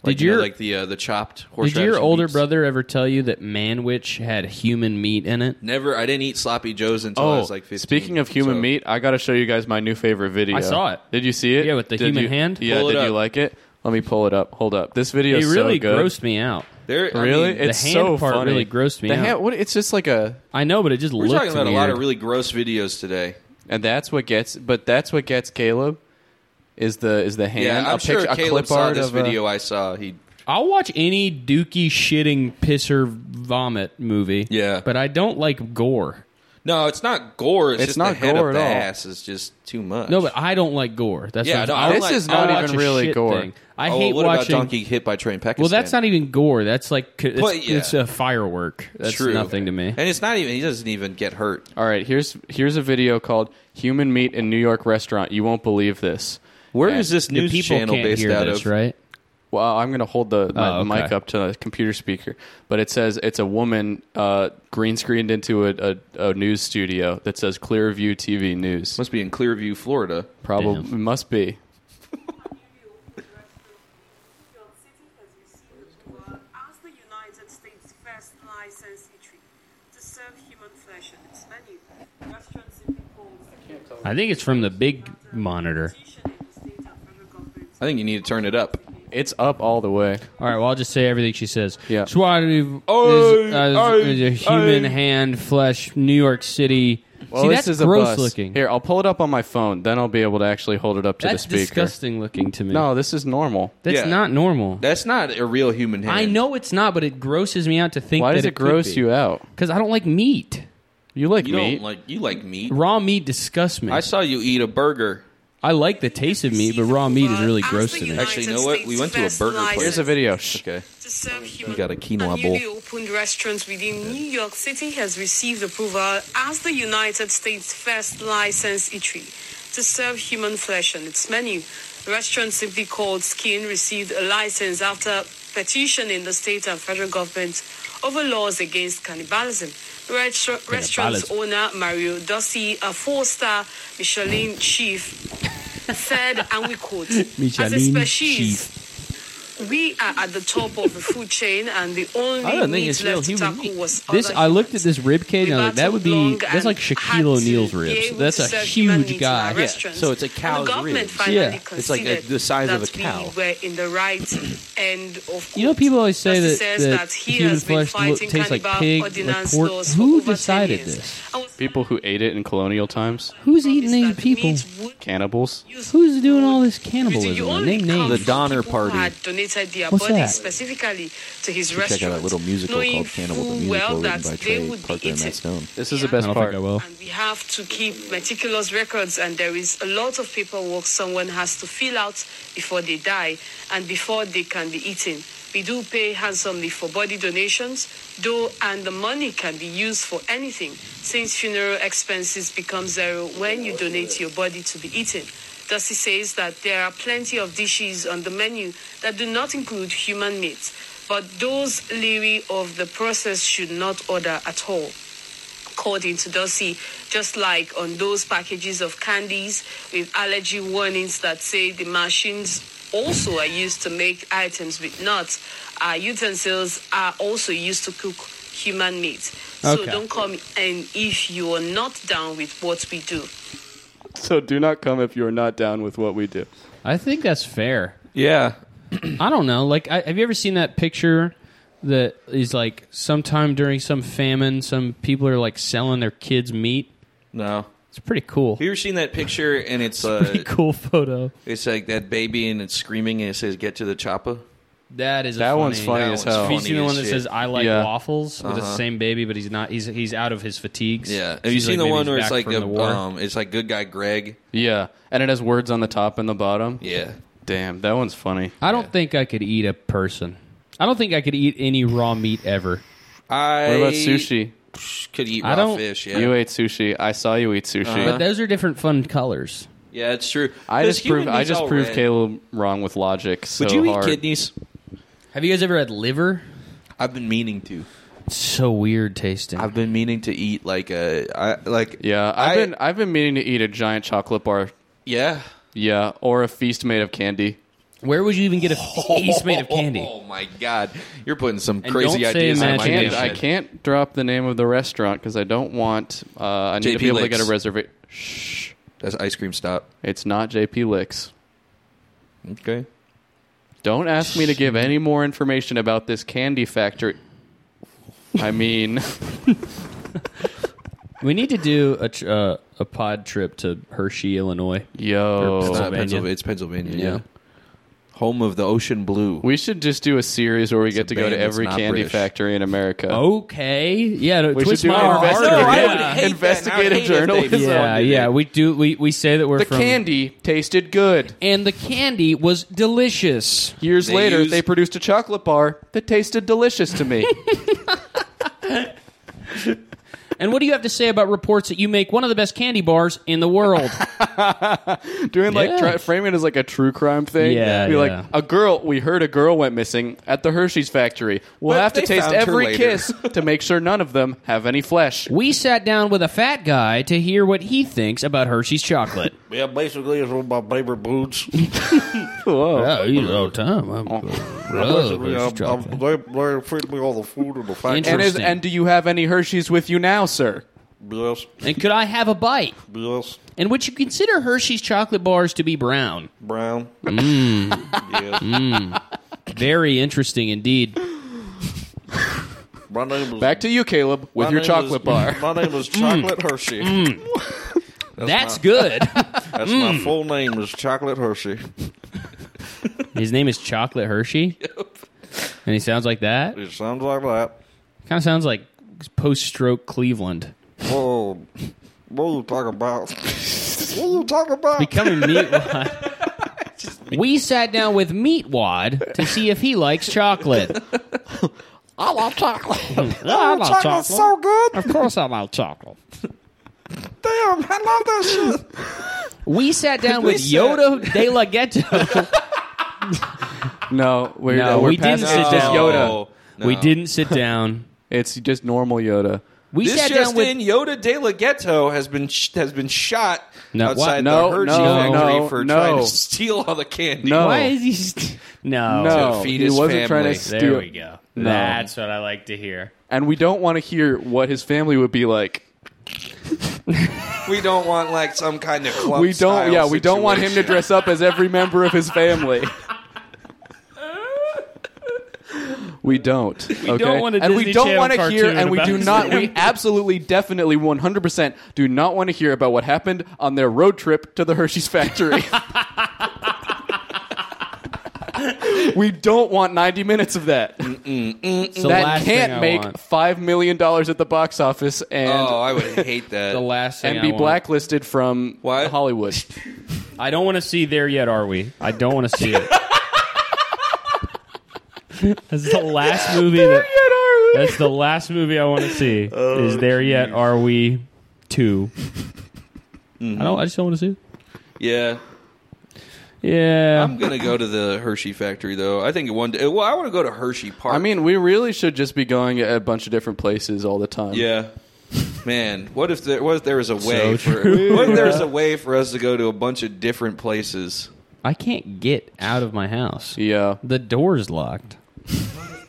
Speaker 2: Like,
Speaker 3: Did
Speaker 2: you know,
Speaker 3: your-
Speaker 2: like the uh, the chopped horseradish?
Speaker 3: Did your
Speaker 2: and
Speaker 3: older
Speaker 2: beets.
Speaker 3: brother ever tell you that Manwich had human meat in it?
Speaker 2: Never. I didn't eat sloppy joes until I was Oh,
Speaker 3: Oh,
Speaker 2: like 15.
Speaker 4: speaking of human
Speaker 2: so-
Speaker 4: meat, I got to show you guys my new favorite video.
Speaker 3: I saw it.
Speaker 4: Did you see it?
Speaker 3: Yeah, with the
Speaker 4: Did
Speaker 3: human
Speaker 4: you-
Speaker 3: hand?
Speaker 4: Yeah,
Speaker 2: Pull it
Speaker 4: did you
Speaker 2: up.
Speaker 4: like it? Let me pull it up. Hold up. This video
Speaker 3: It
Speaker 4: is
Speaker 3: really
Speaker 4: so good.
Speaker 3: grossed me out.
Speaker 2: there, I
Speaker 4: Really,
Speaker 2: mean,
Speaker 4: it's
Speaker 3: hand
Speaker 4: so
Speaker 3: part
Speaker 4: funny.
Speaker 3: really grossed me
Speaker 4: The
Speaker 3: out.
Speaker 4: hand, what, it's just like a
Speaker 3: I know, but it just
Speaker 2: we're
Speaker 3: looked
Speaker 2: talking about a lot of
Speaker 3: weird.
Speaker 2: really gross videos today.
Speaker 4: And that's what gets, but that's what gets Caleb is the is the hand.
Speaker 2: Yeah, I'm
Speaker 4: a
Speaker 2: sure
Speaker 4: picture- a
Speaker 2: Caleb
Speaker 4: clip
Speaker 2: saw
Speaker 4: art
Speaker 2: this
Speaker 4: of a-
Speaker 2: video. I saw he.
Speaker 3: I'll watch any dookie shitting pisser vomit movie.
Speaker 2: Yeah.
Speaker 3: But I don't like gore.
Speaker 2: No, it's not gore. It's,
Speaker 4: It's
Speaker 2: just
Speaker 4: not
Speaker 2: the head
Speaker 4: gore
Speaker 2: up
Speaker 4: at
Speaker 2: the
Speaker 4: all.
Speaker 2: ass is just too much.
Speaker 3: No, but I don't like gore. That's
Speaker 2: Yeah,
Speaker 3: what
Speaker 2: no,
Speaker 3: I'm- I'll
Speaker 4: this
Speaker 2: like-
Speaker 4: is
Speaker 3: I'll
Speaker 4: not
Speaker 3: watch
Speaker 4: even
Speaker 3: a
Speaker 4: really
Speaker 3: shit
Speaker 4: gore.
Speaker 3: thing. I
Speaker 2: Oh,
Speaker 3: hate
Speaker 2: what
Speaker 3: watching.
Speaker 2: about donkey hit by train Pakistan?
Speaker 3: well, that's not even gore. That's like it's,
Speaker 2: Well, yeah.
Speaker 3: it's a firework. That's
Speaker 2: True.
Speaker 3: nothing to me.
Speaker 2: And it's not even. He doesn't even get hurt.
Speaker 4: All right, here's here's a video called "Human Meat in New York Restaurant." You won't believe this.
Speaker 2: Where is
Speaker 4: And-
Speaker 2: this
Speaker 3: The
Speaker 2: news
Speaker 3: people
Speaker 2: channel
Speaker 3: can't
Speaker 2: based
Speaker 3: hear
Speaker 2: out
Speaker 3: this,
Speaker 2: of?
Speaker 3: right?
Speaker 4: Well, I'm going to hold the my,
Speaker 3: Oh, okay.
Speaker 4: mic up to the computer speaker, but it says it's a woman uh, green screened into a, a, a news studio that says Clearview TV News.
Speaker 2: Must be in Clearview, Florida.
Speaker 4: Probably must be.
Speaker 9: Field City has received the award as the United States' first licensee to serve human flesh in its menu. Restaurants in people's
Speaker 3: I think it's from the big monitor.
Speaker 2: I think you need to turn it up.
Speaker 4: It's up all the way.
Speaker 3: All right, well, I'll just say everything she says.
Speaker 4: Yeah.
Speaker 3: Swatty
Speaker 2: Oy,
Speaker 3: is, uh,
Speaker 2: oy,
Speaker 3: is a human
Speaker 2: oy.
Speaker 3: hand flesh, New York City.
Speaker 4: Well,
Speaker 3: See,
Speaker 4: Oh, this
Speaker 3: that's
Speaker 4: is a
Speaker 3: gross
Speaker 4: bus.
Speaker 3: looking.
Speaker 4: Here, I'll pull it up on my phone. Then I'll be able to actually hold it up to
Speaker 3: that's
Speaker 4: the speaker.
Speaker 3: disgusting looking to me.
Speaker 4: No, this is normal.
Speaker 3: that's
Speaker 2: Yeah.
Speaker 3: not normal.
Speaker 2: That's not a real human hand.
Speaker 3: I know it's not, but it grosses me out to think.
Speaker 4: Why does it gross you out?
Speaker 3: Because I don't like meat.
Speaker 4: You like
Speaker 2: You
Speaker 4: meat?
Speaker 2: don't like. You like meat.
Speaker 3: Raw meat disgusts me.
Speaker 2: I
Speaker 3: I,
Speaker 2: saw you eat a burger.
Speaker 3: like the taste of meat, but raw meat is really gross to me.
Speaker 2: Actually, you know what? We went to a burger place.
Speaker 4: Here's a video. Shh.
Speaker 2: Okay.
Speaker 9: To serve human
Speaker 2: got a quinoa
Speaker 9: A
Speaker 2: bowl.
Speaker 9: newly opened restaurant within New York City has received approval as the United States' first licensed eatery to serve human flesh on its menu. The restaurant simply called Skin received a license after petition in the state and federal government over laws against cannibalism. Restaur- Restaurant owner Mario Dossi, a four-star Michelin chef, said, and we quote, as a
Speaker 7: Michelin
Speaker 9: species, we are at the top of the food chain, and the only
Speaker 3: I don't think
Speaker 9: meat
Speaker 3: it's real
Speaker 9: left to
Speaker 3: human
Speaker 9: tackle
Speaker 3: meat.
Speaker 9: was
Speaker 3: This
Speaker 9: other
Speaker 3: I looked at
Speaker 9: humans.
Speaker 3: this rib cage and I was like,
Speaker 9: We
Speaker 3: that would be
Speaker 9: battled
Speaker 3: that's
Speaker 9: long
Speaker 3: like
Speaker 9: and
Speaker 3: Shaquille
Speaker 9: had to
Speaker 7: O'Neal's
Speaker 9: be
Speaker 7: ribs.
Speaker 9: able
Speaker 3: That's
Speaker 9: to
Speaker 3: a
Speaker 9: serve
Speaker 3: huge
Speaker 9: human meat in our
Speaker 3: guy. Yeah,
Speaker 9: restaurants.
Speaker 10: so it's a
Speaker 9: And the
Speaker 10: cow's
Speaker 9: government
Speaker 10: ribs.
Speaker 9: finally
Speaker 3: Yeah.
Speaker 10: It's like a-
Speaker 9: considered
Speaker 10: the size of a
Speaker 9: that we
Speaker 10: cow.
Speaker 9: were in the right end of
Speaker 3: You know,
Speaker 9: court.
Speaker 3: people always say
Speaker 9: Dusty
Speaker 3: that-
Speaker 9: says
Speaker 3: that
Speaker 9: he
Speaker 3: human
Speaker 9: has been
Speaker 3: flesh lo-
Speaker 9: fighting
Speaker 3: tastes like
Speaker 9: cannibal
Speaker 3: pig, like
Speaker 9: ordinance
Speaker 3: pork.
Speaker 9: laws
Speaker 3: Who
Speaker 9: for over 10
Speaker 3: decided
Speaker 9: years.
Speaker 3: this?
Speaker 9: I was
Speaker 4: People who ate it in colonial times,
Speaker 3: Who's
Speaker 9: promised
Speaker 3: eating these
Speaker 9: that the meat would
Speaker 4: cannibals.
Speaker 9: use
Speaker 3: Who's doing all this
Speaker 9: Did you
Speaker 3: cannibalism?
Speaker 9: only
Speaker 3: Name
Speaker 9: come
Speaker 3: names.
Speaker 9: from
Speaker 10: The Donner
Speaker 9: people who
Speaker 10: Party.
Speaker 9: Had donated their
Speaker 3: What's
Speaker 9: bodies
Speaker 3: that?
Speaker 9: specifically to his
Speaker 10: Check out
Speaker 9: restaurant.
Speaker 10: that little musical
Speaker 9: knowing
Speaker 10: called Cannibal the
Speaker 9: full
Speaker 10: Musical
Speaker 9: well
Speaker 10: written
Speaker 9: that
Speaker 10: by
Speaker 9: they
Speaker 10: Trey
Speaker 9: would be
Speaker 10: Parker and
Speaker 9: eaten.
Speaker 10: Matt Stone.
Speaker 4: This is
Speaker 9: Yeah.
Speaker 4: the best
Speaker 3: I don't
Speaker 4: part.
Speaker 3: think I will.
Speaker 9: And we have to keep meticulous records, and there is a lot of paperwork someone has to fill out before they die and before they can be eaten. We do pay handsomely for body donations, though, and the money can be used for anything, since funeral expenses become zero when you donate your body to be eaten. Dusty says that there are plenty of dishes on the menu that do not include human meat, but those leery of the process should not order at all according to Dossie, just like on those packages of candies with allergy warnings that say the machines also are used to make items with nuts, our utensils are also used to cook human meat. So
Speaker 3: Okay.
Speaker 9: don't come in if you are not down with what we do.
Speaker 4: So do not come if you are not down with what we do.
Speaker 3: I think that's fair.
Speaker 2: Yeah.
Speaker 3: I don't know. Like, I, have you ever seen that picture that is like sometime during some famine, some people are like selling their kids meat?
Speaker 2: No.
Speaker 3: It's pretty cool.
Speaker 2: Have you ever seen that picture and it's uh,
Speaker 3: Pretty cool photo.
Speaker 2: it's like that baby and it's screaming and it says get to the chopper?
Speaker 3: That is a
Speaker 4: That
Speaker 3: funny,
Speaker 4: one's funny as hell.
Speaker 3: Have you seen the
Speaker 2: Funny
Speaker 3: one
Speaker 2: as
Speaker 3: that
Speaker 2: shit. Uh-huh.
Speaker 3: says "I like
Speaker 4: Yeah.
Speaker 3: waffles"? With the same baby, but he's not. He's he's out of his fatigues.
Speaker 2: Yeah. Have you
Speaker 3: She's, like,
Speaker 2: seen the
Speaker 3: maybe
Speaker 2: one
Speaker 3: he's
Speaker 2: where it's
Speaker 3: back
Speaker 2: like
Speaker 3: from the
Speaker 2: a,
Speaker 3: war.
Speaker 2: um it's like good guy Greg?
Speaker 4: Yeah, and it has words on the top and the bottom.
Speaker 2: Yeah.
Speaker 4: Damn, that one's funny.
Speaker 3: I don't think I could eat a person. I don't think I could eat any raw meat ever.
Speaker 2: I
Speaker 4: What about sushi?
Speaker 2: Could eat
Speaker 3: I
Speaker 2: raw
Speaker 3: don't-
Speaker 2: fish, yeah.
Speaker 4: You ate sushi. I saw you eat sushi.
Speaker 2: Uh-huh.
Speaker 3: But those are different fun colors.
Speaker 2: yeah, it's true.
Speaker 4: I
Speaker 2: This
Speaker 4: just
Speaker 2: human
Speaker 4: proved I
Speaker 2: meat's
Speaker 4: just
Speaker 2: all
Speaker 4: proved
Speaker 2: red.
Speaker 4: Caleb wrong with logic so
Speaker 2: Would you
Speaker 4: hard.
Speaker 2: eat kidneys?
Speaker 3: Have you guys ever had liver?
Speaker 2: I've been meaning to.
Speaker 3: It's so weird tasting.
Speaker 2: I've been meaning to eat like a I like
Speaker 4: Yeah, I've
Speaker 2: I-
Speaker 4: been I've been meaning to eat a giant chocolate bar.
Speaker 2: yeah.
Speaker 4: Yeah, or a feast made of candy.
Speaker 3: Where would you even get a feast made of candy?
Speaker 2: [laughs] Oh my god. You're putting some
Speaker 3: And
Speaker 2: crazy
Speaker 3: don't say
Speaker 2: ideas in
Speaker 4: I
Speaker 2: my head.
Speaker 4: can't
Speaker 3: Imagination.
Speaker 4: I can't drop the name of the restaurant because I don't want uh, I need to
Speaker 2: JP
Speaker 4: be able to
Speaker 2: Licks.
Speaker 4: get a reservation. Shh,
Speaker 2: That's ice cream stop.
Speaker 4: it's not JP Licks.
Speaker 2: Okay.
Speaker 4: Don't ask me to give any more information about this candy factory. I mean, [laughs]
Speaker 3: We need to do a tr- uh, a pod trip to Hershey, Illinois.
Speaker 4: yo,
Speaker 2: It's, not
Speaker 3: Pennsylvania.
Speaker 2: Pennsylvania. it's Pennsylvania.
Speaker 3: Yeah.
Speaker 2: Yeah. Home of the ocean blue.
Speaker 4: we should just do a series where we get
Speaker 2: a
Speaker 4: to go to
Speaker 2: band that's
Speaker 4: every
Speaker 2: not
Speaker 4: candy
Speaker 2: British.
Speaker 4: factory in America.
Speaker 2: Oh,
Speaker 3: Okay, yeah, to
Speaker 4: we should
Speaker 3: twist
Speaker 4: do
Speaker 3: my
Speaker 4: an
Speaker 3: arm.
Speaker 2: investigative-
Speaker 3: harder.
Speaker 2: I would hate
Speaker 4: investigative,
Speaker 2: that. I
Speaker 4: investigative
Speaker 2: would hate if they
Speaker 4: [laughs] journalism.
Speaker 3: Yeah, yeah, we do. We, we say that we're
Speaker 4: The
Speaker 3: from
Speaker 4: candy tasted good.
Speaker 3: and the candy was delicious.
Speaker 4: Years
Speaker 2: They
Speaker 4: later,
Speaker 2: used-
Speaker 4: they produced a chocolate bar that tasted delicious
Speaker 2: [laughs]
Speaker 4: to me.
Speaker 3: And what do you have to say about reports that you make one of the best candy bars in the [laughs] world?
Speaker 4: Doing like
Speaker 3: Yeah.
Speaker 4: try, framing it as like a true crime thing.
Speaker 3: Yeah,
Speaker 4: be
Speaker 3: yeah.
Speaker 4: like a girl. We heard a girl went missing at the Hershey's factory. We'll
Speaker 2: But
Speaker 4: have to
Speaker 2: they
Speaker 4: taste
Speaker 2: found her
Speaker 4: every
Speaker 2: later."
Speaker 4: kiss to make sure none of them have any flesh.
Speaker 3: we sat down with a fat guy to hear what he thinks about Hershey's chocolate.
Speaker 5: Yeah, basically, it's one of my favorite
Speaker 4: [laughs]
Speaker 5: boots.
Speaker 3: oh, you all time. I'm,
Speaker 4: Oh,
Speaker 5: Basically, I'm, I'm, they, they feed me all the food and the
Speaker 4: And
Speaker 5: factory.
Speaker 4: is,
Speaker 3: Interesting.
Speaker 4: and do you have any Hershey's with you now, sir?
Speaker 5: Yes,
Speaker 3: and could I have a bite?
Speaker 5: yes,
Speaker 3: In which you consider Hershey's chocolate bars to be brown.
Speaker 5: brown.
Speaker 4: Mm.
Speaker 5: Yes.
Speaker 3: Very interesting indeed.
Speaker 5: My name is
Speaker 4: Back to you, Caleb,
Speaker 5: my
Speaker 4: with your
Speaker 5: name
Speaker 4: chocolate
Speaker 5: is- [laughs]
Speaker 4: bar. Mm.
Speaker 5: My name is Chocolate Hershey.
Speaker 3: That's good.
Speaker 5: That's my
Speaker 4: Mm.
Speaker 5: full name is Chocolate Hershey.
Speaker 3: His name is Chocolate Hershey. And he sounds like that.
Speaker 5: It sounds like that.
Speaker 3: Kind of sounds like post stroke Cleveland.
Speaker 5: Whoa. What are you talking about? What are you talking about?
Speaker 3: Becoming
Speaker 4: [laughs]
Speaker 3: Meatwad. We sat down with Meatwad to see if he likes chocolate.
Speaker 4: I love chocolate.
Speaker 3: [laughs] I like
Speaker 5: Chocolate's so good.
Speaker 3: Of course I like chocolate.
Speaker 5: Damn, I love that shit.
Speaker 4: [laughs]
Speaker 3: We sat down with Yoda De La Ghetto
Speaker 4: No, we're,
Speaker 3: No,
Speaker 4: we're
Speaker 3: we didn't
Speaker 4: past-
Speaker 3: sit
Speaker 4: it's just
Speaker 3: down.
Speaker 4: Yoda.
Speaker 2: No.
Speaker 3: We didn't sit down.
Speaker 4: It's just normal Yoda.
Speaker 3: We
Speaker 2: This
Speaker 3: sat
Speaker 2: just
Speaker 3: down with
Speaker 2: in: Yoda De La Ghetto has been sh- has been shot
Speaker 3: No,
Speaker 2: outside
Speaker 4: what? No,
Speaker 2: the Hershey
Speaker 4: no,
Speaker 2: factory
Speaker 4: no,
Speaker 2: for
Speaker 4: no.
Speaker 2: trying to [laughs] steal all the candy.
Speaker 4: No,
Speaker 3: Why is he? St- no.
Speaker 4: no,
Speaker 2: feed
Speaker 4: he
Speaker 2: his
Speaker 4: wasn't trying
Speaker 2: family.
Speaker 4: to
Speaker 3: There
Speaker 4: steal.
Speaker 3: we go.
Speaker 4: No.
Speaker 3: That's what I like to hear.
Speaker 4: And we don't want to hear what his family would be like.
Speaker 2: we don't want like some kind
Speaker 4: [laughs]
Speaker 2: of club
Speaker 4: we don't.
Speaker 2: style
Speaker 4: Yeah, we don't want him to
Speaker 2: situation.
Speaker 4: dress up as every member of his family.
Speaker 2: [laughs]
Speaker 4: We don't. We okay?
Speaker 3: don't want a
Speaker 4: and we
Speaker 3: Disney
Speaker 4: don't
Speaker 3: Channel
Speaker 4: want to hear,
Speaker 3: cartoon
Speaker 4: and we
Speaker 3: about
Speaker 4: do
Speaker 3: his
Speaker 4: not. We absolutely, definitely, one hundred percent do not want to hear about what happened on their road trip to the Hershey's factory. [laughs] we don't want ninety minutes of that.
Speaker 3: It's Mm, the
Speaker 4: that
Speaker 3: last
Speaker 4: can't
Speaker 3: thing I
Speaker 4: make
Speaker 3: want.
Speaker 4: five million dollars at the box office and
Speaker 2: Oh, I would hate that.
Speaker 4: [laughs]
Speaker 3: the last thing
Speaker 4: and be
Speaker 3: I want.
Speaker 4: blacklisted from
Speaker 2: What?
Speaker 4: Hollywood.
Speaker 2: [laughs]
Speaker 3: I don't want to see there yet, are we? I don't want to see it. [laughs] that's the last movie. that, That's the last movie I want to see.
Speaker 4: Oh,
Speaker 3: is there yet? Are we? 2
Speaker 4: Mm-hmm.
Speaker 3: I don't. I just don't want to see it.
Speaker 2: yeah.
Speaker 3: Yeah.
Speaker 2: I'm gonna go to the Hershey factory though. I think one day. Well, I want to go to Hershey Park.
Speaker 4: I mean, we really should just be going at a bunch of different places all the time.
Speaker 2: yeah, man. What if there? What if there was a way? for, What if there's a way for us to go to a bunch of different places?
Speaker 3: I can't get out of my house.
Speaker 4: Yeah.
Speaker 3: The door's locked.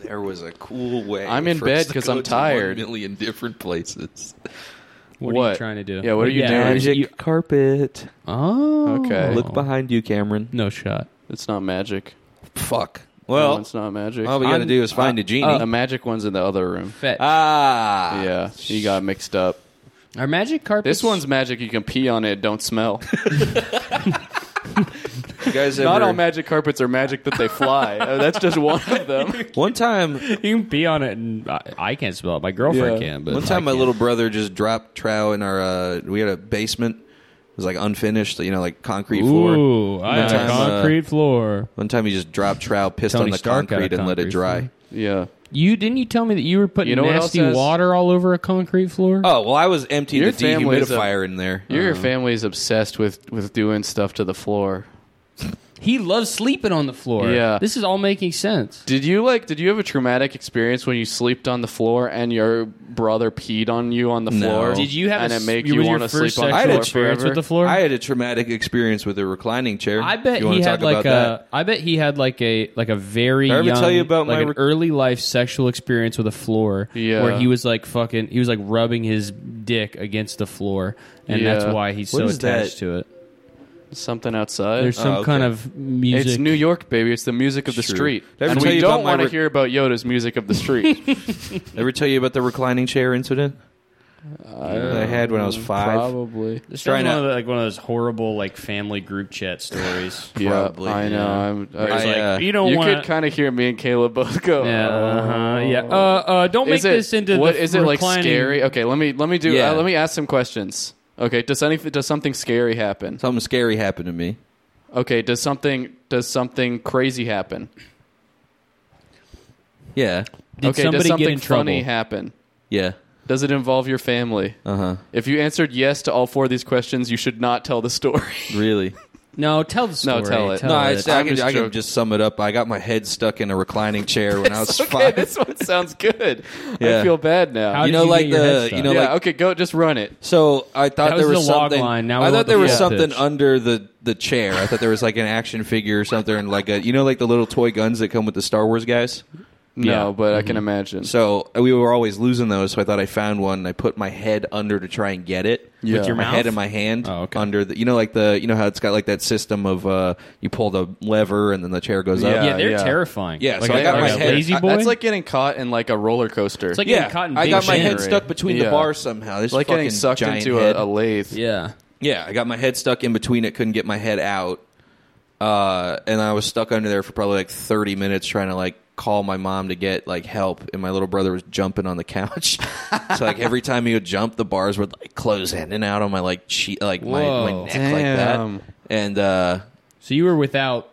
Speaker 2: There was a cool way.
Speaker 4: I'm in
Speaker 2: for us
Speaker 4: bed
Speaker 2: to
Speaker 4: 'cause
Speaker 2: go
Speaker 4: I'm
Speaker 2: to
Speaker 4: tired.
Speaker 2: One million different places.
Speaker 3: What, are
Speaker 4: What?
Speaker 3: you trying to do?
Speaker 4: Yeah, what are you doing?
Speaker 3: you-
Speaker 2: carpet.
Speaker 3: oh.
Speaker 4: Okay. Look
Speaker 2: behind you, Cameron.
Speaker 3: No shot.
Speaker 4: It's not magic.
Speaker 2: Fuck.
Speaker 4: no,
Speaker 2: Well,
Speaker 4: it's not magic.
Speaker 2: all we gotta
Speaker 3: I'm-
Speaker 2: do is find a genie.
Speaker 4: Uh, the magic one's in the other room.
Speaker 3: Fetch.
Speaker 2: ah,
Speaker 4: yeah, you got mixed up.
Speaker 3: Our magic carpet.
Speaker 4: This one's magic. You can pee on it. Don't [laughs] smell.
Speaker 2: you guys ever?
Speaker 4: not all magic carpets are magic that
Speaker 3: [laughs]
Speaker 4: they fly. Uh, That's just one of them.
Speaker 2: one time,
Speaker 3: [laughs] You can pee on it, and I, I can't smell it. My girlfriend
Speaker 4: Yeah.
Speaker 3: can, but
Speaker 2: One time,
Speaker 3: I
Speaker 2: my
Speaker 3: can't.
Speaker 2: little brother just dropped trow in our. Uh, we had a basement. It was like unfinished, you know, like concrete floor.
Speaker 3: Ooh, I had
Speaker 2: time,
Speaker 3: a
Speaker 2: uh,
Speaker 3: concrete floor.
Speaker 2: One time, he just dropped trow, pissed
Speaker 3: Tony
Speaker 2: on the
Speaker 3: Stark got a
Speaker 2: concrete, and let
Speaker 3: concrete
Speaker 2: it dry.
Speaker 3: floor.
Speaker 4: Yeah.
Speaker 3: You didn't you tell me that you were putting
Speaker 4: You know what
Speaker 3: nasty
Speaker 4: else has-
Speaker 3: water all over a concrete floor?
Speaker 2: Oh well, I was emptying
Speaker 4: Your
Speaker 2: the
Speaker 4: family's a-
Speaker 2: dehumidifier in there.
Speaker 3: Uh-huh.
Speaker 4: Your family's obsessed with with doing stuff to the floor.
Speaker 3: He loves sleeping on the floor.
Speaker 4: Yeah.
Speaker 3: this is all making sense.
Speaker 4: Did you like? Did you have a traumatic experience when you sleeped on the floor and your brother peed on you on the
Speaker 2: No.
Speaker 4: floor?
Speaker 3: Did you have
Speaker 4: and
Speaker 3: a
Speaker 4: it
Speaker 3: s-
Speaker 4: make
Speaker 3: you-
Speaker 4: you
Speaker 3: was your
Speaker 4: want to
Speaker 3: first
Speaker 4: sleep on the
Speaker 2: I had
Speaker 4: floor
Speaker 2: a
Speaker 3: experience
Speaker 4: forever?
Speaker 3: with the floor?
Speaker 2: I had a traumatic experience with a reclining chair.
Speaker 3: I bet
Speaker 2: you wanna
Speaker 3: he
Speaker 2: talk
Speaker 3: had like
Speaker 2: about
Speaker 3: a.
Speaker 2: that?
Speaker 3: I bet he had like a like a very
Speaker 2: Did I ever
Speaker 3: young,
Speaker 2: tell you about
Speaker 3: like
Speaker 2: my
Speaker 3: an
Speaker 2: re-
Speaker 3: early life sexual experience with a floor,
Speaker 4: Yeah.
Speaker 3: where he was like fucking, he was like rubbing his dick against the floor, and that's
Speaker 4: Yeah.
Speaker 3: why he's
Speaker 2: What
Speaker 3: so
Speaker 2: is that?
Speaker 3: attached to it.
Speaker 4: Something outside.
Speaker 3: There's some
Speaker 2: Oh, okay.
Speaker 3: kind of music.
Speaker 4: It's New York, baby. It's the music of the
Speaker 2: True.
Speaker 4: street,
Speaker 2: Did I ever
Speaker 4: and
Speaker 2: tell
Speaker 4: we
Speaker 2: you
Speaker 4: don't
Speaker 2: about my
Speaker 4: want to
Speaker 2: re-
Speaker 4: hear about Yoda's music of
Speaker 3: [laughs]
Speaker 4: the street.
Speaker 2: Ever tell you about the reclining chair incident? that I had when I was five.
Speaker 4: Probably.
Speaker 3: This sounds
Speaker 2: Try not-
Speaker 3: one of the- like one of those horrible like family group chat stories.
Speaker 4: [laughs] Yeah,
Speaker 2: Probably,
Speaker 4: I know.
Speaker 2: yeah.
Speaker 4: I'm, I,
Speaker 2: It's like,
Speaker 4: uh,
Speaker 2: you
Speaker 3: don't
Speaker 4: You
Speaker 3: wanna-
Speaker 4: could kind of hear me and Caleb both go.
Speaker 3: Yeah, uh-huh, yeah. Uh, uh, don't make
Speaker 4: Is it,
Speaker 3: this into
Speaker 4: what
Speaker 3: the
Speaker 4: is it like
Speaker 3: reclining-
Speaker 4: scary? Okay, let me let me do.
Speaker 2: Yeah.
Speaker 4: Uh, let me ask some questions. Okay, does anything does something scary happen?
Speaker 2: Something scary happened to me.
Speaker 4: Okay, does something does something crazy happen?
Speaker 2: Yeah,
Speaker 3: Did
Speaker 4: okay,
Speaker 3: somebody
Speaker 4: does something
Speaker 3: get in trouble?
Speaker 4: funny happen?
Speaker 2: yeah.
Speaker 4: Does it involve your family?
Speaker 2: Uh huh.
Speaker 4: If you answered yes to all four of these questions, you should not tell the story.
Speaker 2: Really.
Speaker 3: no, tell the story.
Speaker 4: No, tell it.
Speaker 2: No, I, I,
Speaker 4: I'm
Speaker 2: can,
Speaker 4: just
Speaker 2: I can
Speaker 4: joking.
Speaker 2: just sum it up. I got my head stuck in a reclining chair when I [laughs] was
Speaker 4: okay,
Speaker 2: five.
Speaker 4: this one sounds good.
Speaker 2: Yeah.
Speaker 4: I feel bad now.
Speaker 3: How did
Speaker 2: you know,
Speaker 3: you
Speaker 2: like
Speaker 3: get your head
Speaker 2: the
Speaker 3: stuck?
Speaker 2: you know,
Speaker 4: yeah,
Speaker 2: like
Speaker 4: okay, go just run it.
Speaker 2: so. I thought
Speaker 3: That
Speaker 2: there
Speaker 3: was
Speaker 2: was
Speaker 3: the log
Speaker 2: something.
Speaker 3: line. Now we
Speaker 2: I
Speaker 3: want
Speaker 2: thought
Speaker 3: the
Speaker 2: there was
Speaker 3: full
Speaker 2: something
Speaker 3: pitch.
Speaker 2: under the the chair. I thought there was like an action figure or something, and like a you know, like the little toy guns that come with the Star Wars guys.
Speaker 4: No, but I can imagine.
Speaker 2: So we were always losing those. So I thought I found one. and I put my head under to try and get it.
Speaker 4: Yeah. With your
Speaker 2: my
Speaker 3: mouth?
Speaker 2: head in my hand
Speaker 3: Oh, okay.
Speaker 2: under the you know like the you know how it's got like that system of uh you pull the lever and then the chair goes up.
Speaker 4: Yeah,
Speaker 3: yeah, they're
Speaker 4: yeah.
Speaker 3: terrifying.
Speaker 2: Yeah,
Speaker 3: like
Speaker 2: so I
Speaker 3: a-
Speaker 2: got
Speaker 3: like
Speaker 2: my
Speaker 3: a
Speaker 2: head-
Speaker 3: lazy
Speaker 2: I-
Speaker 3: boy.
Speaker 4: [laughs] That's like getting caught in like a roller coaster.
Speaker 3: It's like
Speaker 2: Yeah,
Speaker 3: getting caught in
Speaker 2: I
Speaker 3: Big
Speaker 2: got my
Speaker 3: Shady.
Speaker 2: head stuck between
Speaker 4: Yeah.
Speaker 2: the bars somehow. This
Speaker 4: like getting
Speaker 2: fucking
Speaker 4: sucked
Speaker 2: giant
Speaker 4: into
Speaker 2: head.
Speaker 4: a, a lathe.
Speaker 3: yeah.
Speaker 2: Yeah, I got my head stuck in between it, couldn't get my head out. Uh, and I was stuck under there for probably like 30 minutes trying to like call my mom to get like help. And my little brother was jumping on the couch. [laughs] so like every time he would jump, the bars would like close in and out on my like cheek, like my, my
Speaker 3: Whoa.
Speaker 2: neck like that.
Speaker 4: Damn.
Speaker 2: And, uh,
Speaker 3: So you were without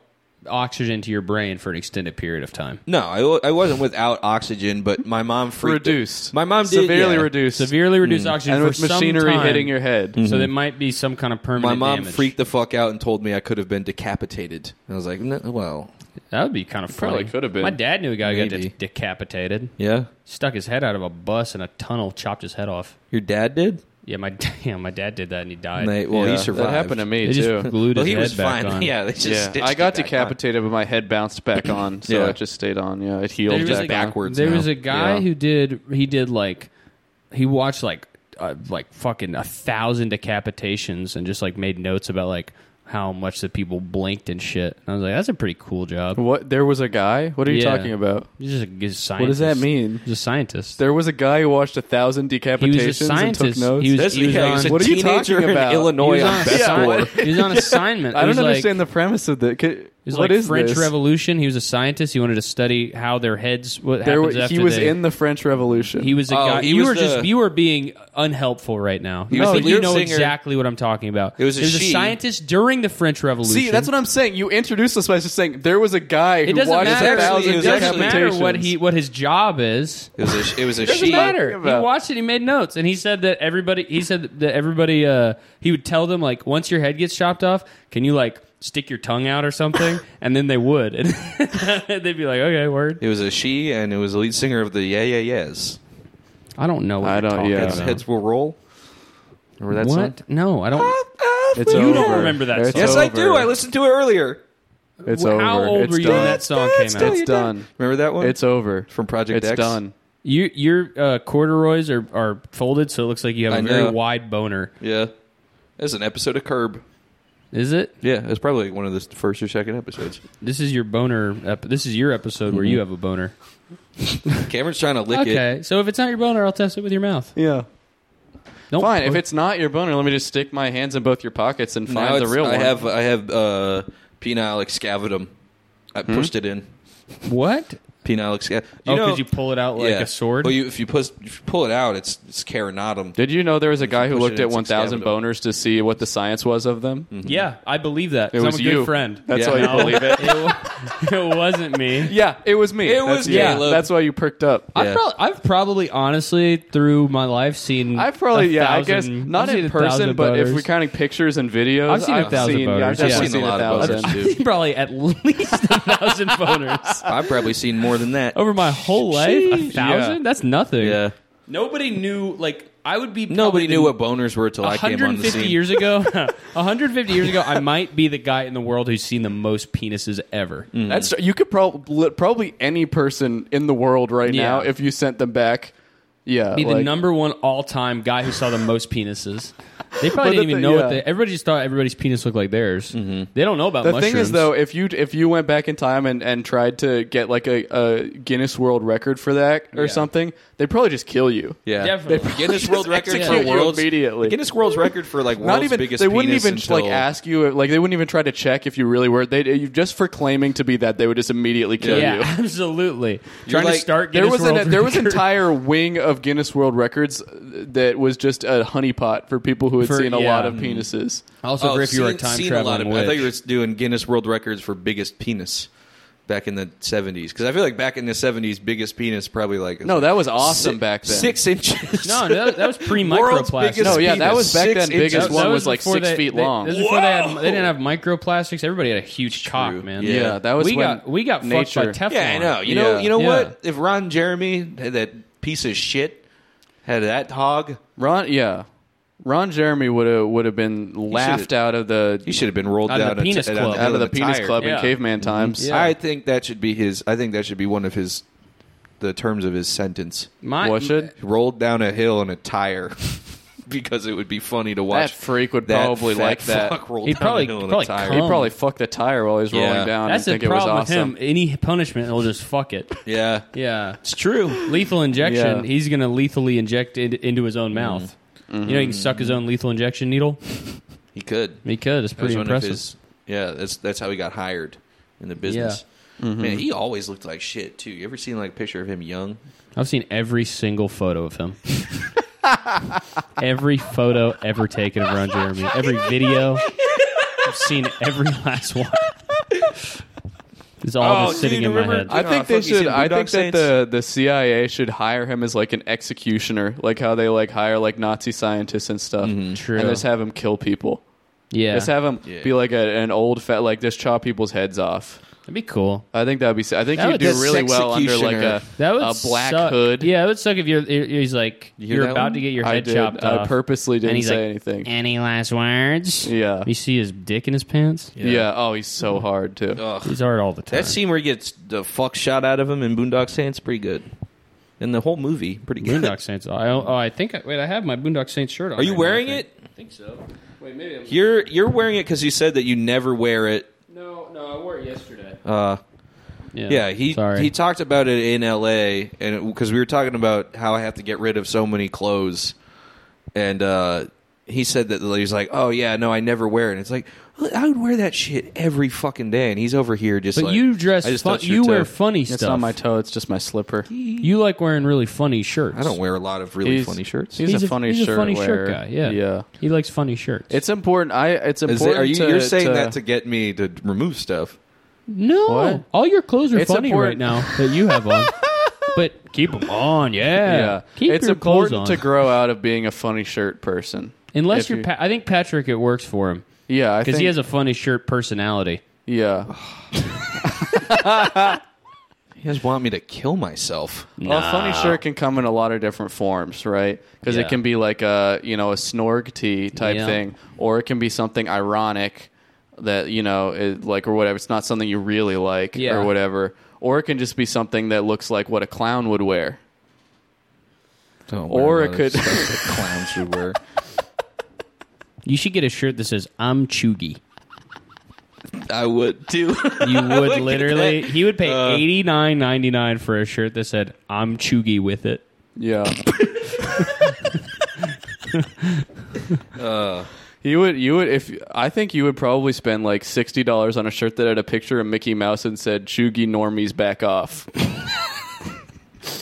Speaker 3: oxygen to your brain for an extended period of time.
Speaker 2: no, I, wa- I wasn't without oxygen, but my mom freaked.
Speaker 4: Reduced.
Speaker 2: My mom did,
Speaker 4: severely
Speaker 2: yeah.
Speaker 4: reduced.
Speaker 3: Severely reduced oxygen
Speaker 4: Hmm. and
Speaker 3: for
Speaker 4: with machinery
Speaker 3: some time,
Speaker 4: hitting your Hmm. head.
Speaker 3: So there might be some kind of permanent.
Speaker 2: My mom
Speaker 3: damage.
Speaker 2: freaked the fuck out and told me I could have been decapitated. And I was like, no, well,
Speaker 3: That would be kind of funny.
Speaker 4: Probably could have been.
Speaker 3: My dad knew a guy who got
Speaker 2: Maybe.
Speaker 3: de- decapitated.
Speaker 2: Yeah,
Speaker 3: Stuck his head out of a bus and a tunnel, chopped his head off.
Speaker 2: your dad did.
Speaker 3: Yeah, my [laughs] yeah, my dad did that and he died.
Speaker 2: And they- well,
Speaker 4: Yeah,
Speaker 2: he survived.
Speaker 4: That happened to me
Speaker 3: They
Speaker 4: too.
Speaker 3: just glued
Speaker 2: Well,
Speaker 3: his
Speaker 2: he
Speaker 3: head
Speaker 2: was
Speaker 3: back
Speaker 2: fine. [laughs]
Speaker 3: on.
Speaker 2: Yeah, they just
Speaker 4: yeah,
Speaker 2: stitched
Speaker 4: I got
Speaker 2: it back on.
Speaker 4: decapitated, but my head bounced back on, so
Speaker 2: Yeah.
Speaker 4: it just stayed on. Yeah, it healed
Speaker 3: There was
Speaker 4: back
Speaker 3: a-
Speaker 4: on.
Speaker 2: backwards
Speaker 3: There
Speaker 2: now.
Speaker 3: was a guy
Speaker 4: Yeah.
Speaker 3: who did he did like he watched like uh, like fucking a thousand decapitations and just like made notes about like how much the people blinked and shit. And I was like, that's a pretty cool job.
Speaker 4: What? There was a guy. What are you
Speaker 3: Yeah.
Speaker 4: talking about?
Speaker 3: He's just a, he's a scientist.
Speaker 4: What does that mean?
Speaker 3: He's a scientist.
Speaker 4: There was a guy who watched a thousand
Speaker 3: he was a
Speaker 4: decapitations and took
Speaker 3: scientist.
Speaker 4: notes.
Speaker 3: He was,
Speaker 2: That's-
Speaker 3: he was
Speaker 2: yeah, he
Speaker 3: on,
Speaker 2: was a
Speaker 4: What are you
Speaker 2: teenager
Speaker 4: talking
Speaker 2: in
Speaker 4: about?
Speaker 3: he
Speaker 2: Illinois
Speaker 4: [laughs]
Speaker 3: was
Speaker 2: on
Speaker 3: on
Speaker 2: best
Speaker 3: assign-
Speaker 2: score.
Speaker 3: he was on assignment.
Speaker 4: I
Speaker 3: It
Speaker 4: don't
Speaker 3: was
Speaker 4: understand
Speaker 3: Like,
Speaker 4: the premise of that. Ca-
Speaker 3: it was
Speaker 4: what
Speaker 3: like
Speaker 4: is
Speaker 3: French
Speaker 4: this?
Speaker 3: Revolution. He was a scientist. He wanted to study how their heads. What
Speaker 4: There,
Speaker 3: happens
Speaker 4: wa-
Speaker 3: after
Speaker 4: he was
Speaker 3: they-
Speaker 4: in the French Revolution.
Speaker 3: He was a
Speaker 2: Oh,
Speaker 3: guy.
Speaker 2: he
Speaker 3: you
Speaker 2: was
Speaker 3: were just
Speaker 2: the-
Speaker 3: you were being unhelpful right now.
Speaker 2: was
Speaker 3: no,
Speaker 2: the
Speaker 3: you
Speaker 2: lead
Speaker 3: know
Speaker 2: singer.
Speaker 3: exactly what I'm talking about.
Speaker 2: It was a
Speaker 3: There's
Speaker 2: she.
Speaker 3: scientist during the French Revolution.
Speaker 4: See, that's what I'm saying. You introduced us by just saying there was a guy who
Speaker 3: It doesn't
Speaker 4: watched
Speaker 3: matter.
Speaker 4: a
Speaker 2: actually-
Speaker 4: thousand
Speaker 3: It doesn't matter
Speaker 4: decapitations.
Speaker 3: what he what his job is.
Speaker 2: It was a, it was a
Speaker 3: Doesn't
Speaker 2: she.
Speaker 3: matter. He
Speaker 4: about?
Speaker 3: watched it. He made notes, and he said that everybody. He said that everybody. Uh, he would tell them like, once your head gets chopped off, can you like stick your tongue out or something? and then they would, [laughs] and they'd be like, okay, word.
Speaker 2: It was a she, and it was the lead singer of the Yeah Yeah Yeahs.
Speaker 3: I don't know. What
Speaker 4: I
Speaker 3: you're
Speaker 4: don't-
Speaker 3: talking
Speaker 4: yeah.
Speaker 3: about.
Speaker 2: Heads, heads will roll. Remember that song? Oh!
Speaker 3: What? No, I don't.
Speaker 4: It's
Speaker 3: You
Speaker 4: over.
Speaker 3: don't remember that
Speaker 4: It's
Speaker 3: song.
Speaker 2: Yes, I do.
Speaker 4: over.
Speaker 2: I listened to it earlier.
Speaker 4: It's over.
Speaker 3: How old
Speaker 4: It's
Speaker 3: were you
Speaker 4: done.
Speaker 3: when that song
Speaker 2: That's-
Speaker 3: came out?
Speaker 2: that's
Speaker 4: It's done.
Speaker 2: Remember that one?
Speaker 4: It's over.
Speaker 2: From Project
Speaker 4: it's
Speaker 2: X?
Speaker 4: done.
Speaker 3: You, your uh, corduroys are, are folded, so it looks like you have a
Speaker 2: I
Speaker 3: very
Speaker 2: know.
Speaker 3: wide boner.
Speaker 2: yeah. That's an episode of Curb.
Speaker 3: Is it?
Speaker 2: Yeah, it's probably one of the first or second episodes.
Speaker 3: This is your boner. Ep- this is your episode where
Speaker 4: Mm-hmm.
Speaker 3: you have a boner.
Speaker 2: Cameron's trying to lick it.
Speaker 3: Okay, so if it's not your boner, I'll test it with your mouth.
Speaker 4: Yeah.
Speaker 3: Don't
Speaker 4: Fine. If
Speaker 3: put-
Speaker 4: it's not your boner, let me just stick my hands in both your pockets and
Speaker 2: Now
Speaker 4: find the
Speaker 2: it's-
Speaker 4: real
Speaker 2: I
Speaker 4: one.
Speaker 2: have I have uh, penile excavatum. I pushed it in.
Speaker 3: what?
Speaker 2: Penile excav.
Speaker 3: Oh, 'cause you pull it out like a sword?
Speaker 2: Well, you, if you push, if you pull it out, it's it's carinatum.
Speaker 4: Did you know there was a guy who
Speaker 2: push
Speaker 4: looked
Speaker 2: it in,
Speaker 4: at
Speaker 2: it's
Speaker 4: 1,000
Speaker 2: excavatum.
Speaker 4: boners to see what the science was of them?
Speaker 2: Mm-hmm.
Speaker 3: Yeah, I believe that.
Speaker 4: It
Speaker 3: 'cause
Speaker 4: was
Speaker 3: I'm a
Speaker 4: you.
Speaker 3: good friend.
Speaker 4: That's
Speaker 2: Yeah.
Speaker 4: why you
Speaker 2: No.
Speaker 4: believe
Speaker 3: [laughs]
Speaker 4: it.
Speaker 3: it, wa- it wasn't me.
Speaker 4: Yeah, it was me.
Speaker 2: It
Speaker 4: That's
Speaker 2: was
Speaker 4: you.
Speaker 2: Caleb.
Speaker 4: That's why you perked up.
Speaker 3: I've,
Speaker 2: Yeah.
Speaker 3: prob- I've probably, honestly, through my life, seen.
Speaker 4: I've probably,
Speaker 3: a
Speaker 4: yeah, I guess
Speaker 3: thousand-
Speaker 4: not
Speaker 3: I've seen
Speaker 4: in
Speaker 3: a
Speaker 4: person,
Speaker 3: thousand
Speaker 4: but if
Speaker 3: boners.
Speaker 4: we're counting pictures and videos,
Speaker 3: I've seen a thousand
Speaker 4: seen- yeah,
Speaker 3: boners,
Speaker 4: I've definitely
Speaker 3: yeah.
Speaker 2: I've seen a lot of
Speaker 4: thousand.
Speaker 2: boners.
Speaker 3: I've seen [laughs] probably at least a thousand boners.
Speaker 2: I've probably seen more than that.
Speaker 3: over my whole life. A thousand?
Speaker 4: Yeah.
Speaker 3: That's nothing.
Speaker 2: yeah.
Speaker 3: Nobody knew. Like I would be. probably
Speaker 2: Nobody knew
Speaker 3: the-
Speaker 2: what boners were till I came on the
Speaker 3: 150
Speaker 2: scene.
Speaker 3: years ago. [laughs] 150 years ago, I might be the guy in the world who's seen the most penises ever.
Speaker 2: Mm.
Speaker 4: That's tr- you could probably probably any person in the world right
Speaker 3: Yeah.
Speaker 4: now if you sent them back. Yeah,
Speaker 3: Be the
Speaker 4: like-
Speaker 3: number one all time guy who saw the most penises. They
Speaker 4: But
Speaker 3: probably
Speaker 4: the
Speaker 3: didn't even
Speaker 4: thi-
Speaker 3: know
Speaker 4: yeah.
Speaker 3: what they. Everybody just thought everybody's penis looked like theirs.
Speaker 2: Mm-hmm.
Speaker 3: They don't know about
Speaker 4: The
Speaker 3: mushrooms.
Speaker 4: thing is, though, if you if you went back in time and, and tried to get like a, a Guinness World Record for that or something, they'd probably just kill you.
Speaker 2: Yeah,
Speaker 3: Definitely.
Speaker 2: The Guinness World Record
Speaker 4: execute
Speaker 2: for
Speaker 4: you
Speaker 2: world's
Speaker 4: immediately.
Speaker 2: the Guinness World's Record for like world's
Speaker 4: Not even
Speaker 2: biggest.
Speaker 4: they wouldn't
Speaker 2: penis
Speaker 4: even
Speaker 2: until,
Speaker 4: like ask you like they wouldn't even try to check if you really were. They you just for claiming to be that they would just immediately kill
Speaker 3: yeah,
Speaker 4: [laughs] you.
Speaker 3: [laughs] absolutely. Trying to
Speaker 2: like-
Speaker 3: start
Speaker 4: There
Speaker 3: Guinness
Speaker 4: was
Speaker 3: World
Speaker 4: an, there was an
Speaker 3: Record
Speaker 4: entire wing of Guinness World Records uh, that was just a honeypot for people who had
Speaker 3: For-
Speaker 4: seen a
Speaker 3: yeah.
Speaker 4: lot of penises.
Speaker 3: [laughs] also
Speaker 2: Oh,
Speaker 3: for if you were a
Speaker 2: seen-
Speaker 3: time
Speaker 2: seen
Speaker 3: traveling.
Speaker 2: of,
Speaker 3: witch.
Speaker 2: I thought you were doing Guinness World Records for biggest penis back in the seventies because I feel like back in the seventies, biggest penis probably like
Speaker 4: No, that was awesome
Speaker 2: six,
Speaker 4: back then.
Speaker 2: Six [laughs] inches.
Speaker 3: No, that, that was pre microplastics.
Speaker 2: biggest
Speaker 4: No, yeah, that
Speaker 2: penis,
Speaker 4: was back
Speaker 2: six
Speaker 4: then. Biggest
Speaker 2: inches.
Speaker 4: one was, like
Speaker 3: before
Speaker 4: six
Speaker 3: they-
Speaker 4: feet
Speaker 3: they-
Speaker 4: long.
Speaker 3: That was before they, had, they didn't have microplastics. Everybody had a huge cock, man.
Speaker 2: Yeah.
Speaker 4: Yeah, that was
Speaker 3: we
Speaker 4: when
Speaker 3: got we got
Speaker 4: nature.
Speaker 3: fucked by Teflon.
Speaker 2: Yeah, I know. You know,
Speaker 4: Yeah.
Speaker 2: you know
Speaker 3: Yeah.
Speaker 2: what? If Ron Jeremy, that piece of shit, had that hog,
Speaker 4: Ron, yeah, Ron Jeremy would have would have been laughed out of
Speaker 2: he
Speaker 4: the
Speaker 2: should have been rolled
Speaker 3: Out of
Speaker 2: down
Speaker 3: the penis
Speaker 2: a,
Speaker 3: club.
Speaker 4: out of the penis
Speaker 2: tire.
Speaker 4: club in
Speaker 3: Yeah.
Speaker 4: caveman times.
Speaker 3: Yeah.
Speaker 2: I think that should be his. I think that should be one of his, the terms of his sentence.
Speaker 3: My,
Speaker 4: What should?
Speaker 2: rolled down a hill in a tire [laughs] because it would be funny to
Speaker 4: That
Speaker 2: watch.
Speaker 4: freak would
Speaker 2: that
Speaker 4: probably
Speaker 2: fat
Speaker 4: like that.
Speaker 2: Fuck roll
Speaker 3: He'd
Speaker 2: down
Speaker 3: probably-
Speaker 2: a hill in
Speaker 3: probably
Speaker 2: a tire.
Speaker 3: cum.
Speaker 4: He'd probably fuck the tire while he's
Speaker 2: Yeah.
Speaker 4: rolling down
Speaker 3: That's
Speaker 4: and
Speaker 3: the
Speaker 4: think it was
Speaker 3: problem with
Speaker 4: awesome.
Speaker 3: him. Any punishment, he'll just fuck it.
Speaker 2: Yeah,
Speaker 3: Yeah,
Speaker 2: it's true.
Speaker 3: lethal injection.
Speaker 4: Yeah.
Speaker 3: He's gonna lethally inject it into his own mouth.
Speaker 4: Mm-hmm.
Speaker 3: You know, he can suck his own lethal injection needle.
Speaker 2: He could.
Speaker 3: He could. It's
Speaker 2: That was
Speaker 3: pretty
Speaker 2: one of
Speaker 3: impressive.
Speaker 2: his- yeah, that's that's how he got hired in the business. Man, he always looked like shit too. You ever seen like a picture of him young?
Speaker 3: I've seen every single photo of him. [laughs] every photo ever taken of Ron Jeremy. Every video. I've seen every [laughs] last one. It's all
Speaker 2: Oh,
Speaker 3: just sitting
Speaker 2: dude,
Speaker 3: in my
Speaker 2: remember-
Speaker 3: head.
Speaker 4: I
Speaker 2: No,
Speaker 4: think
Speaker 2: I
Speaker 4: they
Speaker 2: think he's
Speaker 4: should.
Speaker 2: in
Speaker 4: I
Speaker 2: Boondock
Speaker 4: think that
Speaker 2: Saints.
Speaker 4: the, the CIA should hire him as like an executioner, like how they like hire like Nazi scientists and stuff.
Speaker 3: True.
Speaker 4: And just have him kill people.
Speaker 3: Mm-hmm. yeah.
Speaker 4: Just have him
Speaker 2: Yeah.
Speaker 4: be like a, an old fat, like just chop people's heads off.
Speaker 3: That'd be cool.
Speaker 4: I think that would be. si- I think
Speaker 3: That
Speaker 4: you
Speaker 3: would-
Speaker 4: do really well under like
Speaker 2: Executioner.
Speaker 4: a
Speaker 3: That would
Speaker 4: a black
Speaker 3: suck.
Speaker 4: hood.
Speaker 3: Yeah, it would suck if you're. you're- He's like
Speaker 4: hear
Speaker 3: you are
Speaker 4: that
Speaker 3: about
Speaker 4: one?
Speaker 3: to get your
Speaker 4: I
Speaker 3: head
Speaker 4: did.
Speaker 3: chopped
Speaker 4: I
Speaker 3: off.
Speaker 4: purposely didn't
Speaker 3: And he's
Speaker 4: say
Speaker 3: like, "Eh."
Speaker 4: anything.
Speaker 3: Any last words?
Speaker 4: Yeah.
Speaker 3: You see his dick in his pants.
Speaker 4: yeah, Oh, he's so hard too.
Speaker 3: He's hard all the time.
Speaker 2: That scene where he gets the fuck shot out of him in Boondock Saints, pretty good. And the whole movie, pretty good. [laughs]
Speaker 3: Boondock Saints. I, oh, I think. I, wait, I have my Boondock Saints shirt on.
Speaker 2: Are you
Speaker 3: right now, I
Speaker 2: wearing
Speaker 3: think.
Speaker 2: it?
Speaker 3: I think so. Wait, maybe I'm.
Speaker 2: You're you're wearing it because you said that you never wear it.
Speaker 3: No, no, I wore it yesterday.
Speaker 2: Uh, yeah, he
Speaker 3: Sorry.
Speaker 2: he talked about it in L.A. and because we were talking about how I have to get rid of so many clothes, and uh, he said that he's like, oh yeah, no, I never wear it. And it's like I would wear that shit every fucking day, and he's over here just.
Speaker 3: but
Speaker 2: like,
Speaker 3: you dress.
Speaker 2: I just
Speaker 3: fun,
Speaker 2: touched your
Speaker 3: you wear
Speaker 2: toe.
Speaker 3: funny
Speaker 4: It's
Speaker 3: stuff.
Speaker 4: not my toe. It's just my slipper.
Speaker 3: you like wearing really funny shirts.
Speaker 2: I don't wear a lot of really
Speaker 4: He's-
Speaker 2: funny shirts.
Speaker 4: He's, a funny
Speaker 3: he's
Speaker 4: shirt
Speaker 3: a funny
Speaker 4: wearer.
Speaker 3: shirt guy. Yeah,
Speaker 4: Yeah.
Speaker 3: He likes funny shirts.
Speaker 4: It's important. I. It's
Speaker 2: Is
Speaker 4: important.
Speaker 2: there- are you
Speaker 4: to-
Speaker 2: you're saying that to get me to remove stuff?
Speaker 3: no,
Speaker 4: What?
Speaker 3: all your clothes are
Speaker 4: It's
Speaker 3: funny right
Speaker 4: important.
Speaker 3: now that you have
Speaker 4: [laughs]
Speaker 3: on. but keep them on. Yeah,
Speaker 4: Yeah.
Speaker 3: Keep
Speaker 4: it's
Speaker 3: your clothes
Speaker 4: important
Speaker 3: on.
Speaker 4: to grow out of being a funny shirt person.
Speaker 3: Unless
Speaker 4: if
Speaker 3: you're,
Speaker 4: you-
Speaker 3: Pa- I think Patrick, it works for him
Speaker 4: Yeah, I
Speaker 3: because
Speaker 4: think
Speaker 3: he has a funny shirt personality.
Speaker 4: yeah.
Speaker 2: You guys want me to kill myself?
Speaker 4: Well, a funny shirt can come in a lot of different forms, right? Because
Speaker 3: Yeah.
Speaker 4: it can be like a you know a snorg tee type
Speaker 3: Yeah.
Speaker 4: thing, or it can be something ironic that you know it, like or whatever. It's not something you really like
Speaker 3: Yeah.
Speaker 4: or whatever, or it can just be something that looks like what a clown would wear.
Speaker 2: Don't
Speaker 4: Or
Speaker 2: wear a
Speaker 4: it
Speaker 2: lot of
Speaker 4: could-
Speaker 2: stuff [laughs] that clowns should wear.
Speaker 3: You should get a shirt that says "I'm Chugi."
Speaker 2: I would [laughs] too.
Speaker 3: You would literally. He would pay
Speaker 2: Uh,
Speaker 3: eighty nine ninety nine for a shirt that said "I'm Chugi" with it.
Speaker 4: Yeah. Uh. You would, you would, if I think you would probably spend like sixty dollars on a shirt that had a picture of Mickey Mouse and said "Chugi Normies back off."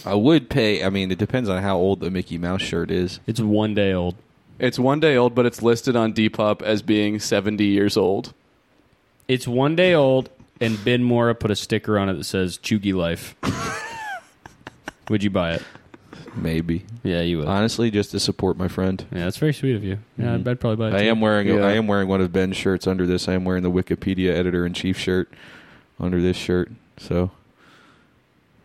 Speaker 2: I would pay. I mean, it depends on how old the Mickey Mouse shirt is.
Speaker 3: It's one day old.
Speaker 4: It's one day old, but it's listed on Depop as being 70 years old.
Speaker 3: It's one day old, and Ben Mora put a sticker on it that says "Chugi
Speaker 2: [laughs]
Speaker 3: Life." would you buy it?
Speaker 2: Maybe,
Speaker 3: Yeah, you would.
Speaker 2: honestly, just to support my friend.
Speaker 3: yeah, that's very sweet of you. Yeah, I'd, I'd probably buy it.
Speaker 2: Mm-hmm. I
Speaker 3: too.
Speaker 2: am wearing.
Speaker 4: Yeah.
Speaker 2: I am wearing one of Ben's shirts under this. I am wearing the Wikipedia editor in chief shirt under this shirt. So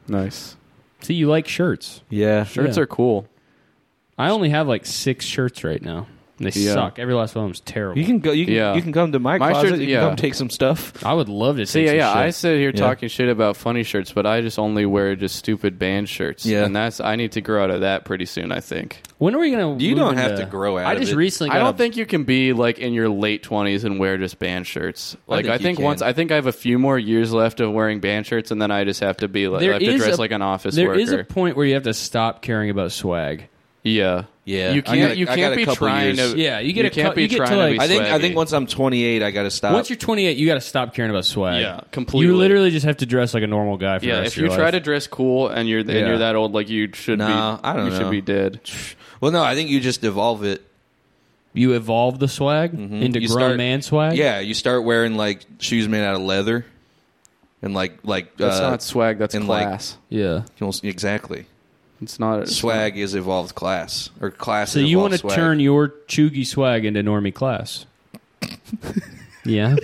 Speaker 4: Nice.
Speaker 3: See, you like shirts.
Speaker 2: yeah,
Speaker 4: Shirts are cool.
Speaker 3: I only have like six shirts right now. And they
Speaker 4: Yeah.
Speaker 3: suck. Every last one of them's terrible.
Speaker 2: You can go. You can,
Speaker 4: Yeah.
Speaker 2: you can come to my,
Speaker 4: My
Speaker 2: closet.
Speaker 4: shirt-
Speaker 2: you can
Speaker 4: yeah.
Speaker 2: come take some stuff.
Speaker 3: I would love to
Speaker 4: See,
Speaker 3: take
Speaker 4: yeah,
Speaker 3: some
Speaker 4: yeah, I
Speaker 3: shit.
Speaker 4: sit here
Speaker 2: Yeah.
Speaker 4: talking shit about funny shirts, but I just only wear just stupid band shirts.
Speaker 2: Yeah.
Speaker 4: And that's, I need to grow out of that pretty soon, I think.
Speaker 3: When are we gonna?
Speaker 2: You
Speaker 3: move
Speaker 2: don't have
Speaker 3: into-
Speaker 2: to grow out
Speaker 3: I
Speaker 2: of
Speaker 3: just
Speaker 2: it.
Speaker 3: recently. Got
Speaker 4: I don't
Speaker 3: a-
Speaker 4: think you can be like in your late 20s and wear just band shirts. Like,
Speaker 2: think
Speaker 4: I
Speaker 2: you
Speaker 4: think
Speaker 2: can.
Speaker 4: once, I think I have a few more years left of wearing band shirts, and then I just have to be like, I
Speaker 3: there
Speaker 4: have to
Speaker 3: is
Speaker 4: dress
Speaker 3: a-
Speaker 4: like an office
Speaker 3: There
Speaker 4: worker.
Speaker 3: is a point where you have to stop caring about swag.
Speaker 4: yeah.
Speaker 2: Yeah. I
Speaker 4: You can't,
Speaker 2: got a-
Speaker 4: you
Speaker 2: I got
Speaker 4: can't
Speaker 2: a
Speaker 4: be
Speaker 2: couple
Speaker 4: trying
Speaker 2: years.
Speaker 4: to,
Speaker 3: Yeah, you get a
Speaker 4: can't
Speaker 3: cou-
Speaker 4: be
Speaker 3: you get to,
Speaker 4: trying to
Speaker 3: like-
Speaker 4: be
Speaker 2: I think. I
Speaker 4: swaggy.
Speaker 2: think once I'm 28, I got to stop.
Speaker 3: Once you're 28, you got to stop caring about swag.
Speaker 4: Uh, Yeah, completely.
Speaker 3: You literally just have to dress like a normal guy. For the
Speaker 4: Yeah,
Speaker 3: rest
Speaker 4: if
Speaker 3: of your
Speaker 4: you try
Speaker 3: life.
Speaker 4: to dress cool and you're and
Speaker 3: Yeah.
Speaker 4: you're that old, like you should
Speaker 2: Nah,
Speaker 4: be.
Speaker 2: I don't
Speaker 4: You
Speaker 2: know.
Speaker 4: should be dead.
Speaker 2: well, no, I think you just evolve it.
Speaker 3: you evolve the swag
Speaker 4: Mm-hmm.
Speaker 3: into
Speaker 2: You
Speaker 3: grown
Speaker 2: start-
Speaker 3: man swag.
Speaker 2: Yeah, you start wearing like shoes made out of leather, and like like
Speaker 4: That's
Speaker 2: uh,
Speaker 4: not swag. That's
Speaker 2: and, like,
Speaker 4: class.
Speaker 3: yeah.
Speaker 2: you know, exactly.
Speaker 4: it's not it's
Speaker 2: Swag is evolved class or class.
Speaker 3: So
Speaker 2: is
Speaker 3: you want
Speaker 2: evolved
Speaker 3: to
Speaker 2: swag.
Speaker 3: turn your chuggy swag into
Speaker 8: [laughs]
Speaker 3: normie class? yeah.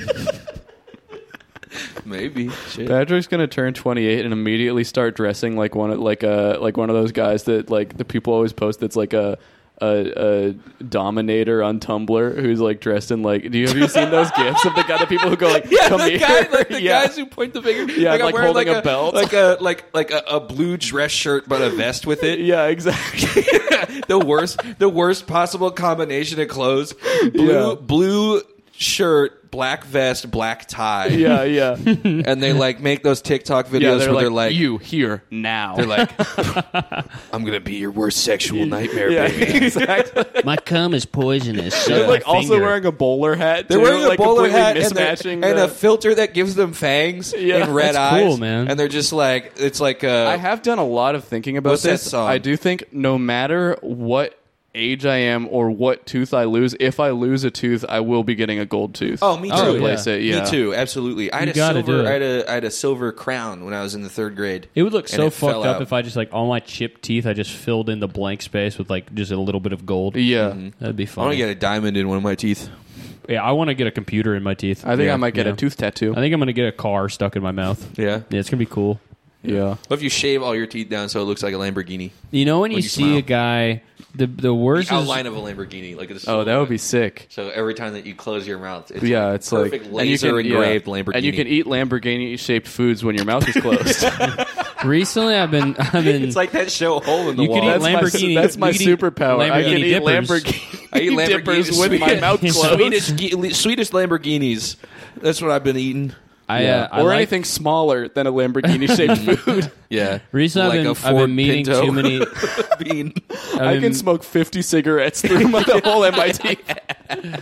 Speaker 2: maybe shit.
Speaker 4: not- Patrick's gonna turn 28 and immediately start dressing like one of like a like one of those guys that like the people always post that's like a. A, a dominator on Tumblr who's like dressed in like. Do you have you
Speaker 2: [laughs]
Speaker 4: seen those gifs of the guy, the people who go like, come
Speaker 2: the
Speaker 4: here,
Speaker 2: guy,
Speaker 4: [laughs]
Speaker 2: like the
Speaker 4: yeah,
Speaker 2: guys who point the finger.
Speaker 4: Yeah,
Speaker 2: I'm
Speaker 4: like
Speaker 2: wearing,
Speaker 4: holding a
Speaker 2: a
Speaker 4: belt.
Speaker 2: like a like like a, a blue dress shirt, but a vest with it. [laughs]
Speaker 4: yeah, exactly.
Speaker 2: the worst, the worst possible combination of clothes: blue
Speaker 4: Yeah.
Speaker 2: blue shirt, black vest, black tie.
Speaker 4: Yeah,
Speaker 2: [laughs]
Speaker 4: yeah, yeah.
Speaker 2: and they like make those TikTok videos where
Speaker 4: They're
Speaker 2: they're
Speaker 4: like
Speaker 2: like,
Speaker 4: you here now.
Speaker 2: they're
Speaker 4: [laughs]
Speaker 2: like, I'm gonna be your worst sexual nightmare,
Speaker 4: yeah, [laughs]
Speaker 2: baby.
Speaker 4: exactly.
Speaker 8: My cum is poisonous. Suck
Speaker 4: They're
Speaker 8: my [laughs]
Speaker 4: like also
Speaker 8: finger.
Speaker 4: wearing a bowler hat.
Speaker 2: They're
Speaker 4: too,
Speaker 2: wearing a
Speaker 4: like
Speaker 2: bowler
Speaker 4: completely
Speaker 2: hat and, they're-
Speaker 4: mismatching
Speaker 2: and
Speaker 4: the-
Speaker 2: a filter that gives them fangs
Speaker 4: Yeah. [laughs]
Speaker 2: and red
Speaker 3: That's cool,
Speaker 2: eyes,
Speaker 3: man.
Speaker 2: And they're just like, it's like, uh,
Speaker 4: I have done a lot of thinking about
Speaker 2: What's that
Speaker 4: this.
Speaker 2: song?
Speaker 4: I do think no matter what age I am or what tooth I lose, if I lose a tooth, I will be getting a gold tooth.
Speaker 2: Oh, me too.
Speaker 4: To replace it, yeah.
Speaker 2: Me too. Absolutely. I had a
Speaker 3: gotta do
Speaker 2: silver.
Speaker 3: it.
Speaker 2: I had a I had a silver crown when I was in the third grade.
Speaker 3: It would look
Speaker 2: and
Speaker 3: so
Speaker 2: it fell
Speaker 3: fucked up
Speaker 2: out.
Speaker 3: if I just like all my chipped teeth. I just filled in the blank space with like just a little bit of gold.
Speaker 4: Yeah.
Speaker 3: That'd be
Speaker 2: I want
Speaker 3: fun.
Speaker 2: to get a diamond in one of my teeth.
Speaker 3: Yeah, I want to get a computer in my teeth.
Speaker 4: I think
Speaker 3: Yeah,
Speaker 4: I might get
Speaker 3: yeah.
Speaker 4: a tooth tattoo.
Speaker 3: I think I'm gonna get a car stuck in my mouth.
Speaker 2: Yeah.
Speaker 3: Yeah, it's gonna be cool.
Speaker 4: yeah.
Speaker 2: What if you shave all your teeth down so it looks like a Lamborghini?
Speaker 3: You know when, you,
Speaker 2: you
Speaker 3: see
Speaker 2: smile.
Speaker 3: a guy, the the
Speaker 2: The
Speaker 3: worst is
Speaker 2: outline of a Lamborghini, like this.
Speaker 4: Oh, that would be sick.
Speaker 2: So every time that you close your mouth, it's
Speaker 4: Yeah,
Speaker 2: like
Speaker 4: it's like
Speaker 2: perfect laser
Speaker 4: yeah.
Speaker 2: engraved Lamborghini.
Speaker 4: and you can eat Lamborghini-shaped foods when your mouth is closed.
Speaker 3: recently. I've been I've been
Speaker 2: it's like that show Hole in the
Speaker 3: You could eat
Speaker 2: Wall.
Speaker 4: that's my,
Speaker 3: Lamborghini-
Speaker 4: that's my
Speaker 3: you could eat
Speaker 4: superpower. I can
Speaker 3: Lamborghini
Speaker 4: eat
Speaker 3: dippers.
Speaker 4: Lamborghini.
Speaker 2: I eat
Speaker 4: dippers
Speaker 2: Lamborghinis
Speaker 4: with my mouth closed.
Speaker 2: Swedish, ge- Swedish Lamborghinis. That's what I've been eating.
Speaker 3: I, uh,
Speaker 4: Yeah.
Speaker 3: I
Speaker 4: or
Speaker 3: like-
Speaker 4: anything smaller than a Lamborghini-shaped food.
Speaker 2: Yeah.
Speaker 3: Recently,
Speaker 2: like a
Speaker 3: I've, been, I've
Speaker 2: Ford
Speaker 3: been meeting
Speaker 2: Pinto.
Speaker 3: too many.
Speaker 2: [laughs] bean.
Speaker 4: I
Speaker 3: been-
Speaker 4: can smoke 50 cigarettes through my, the hole in my [laughs] teeth.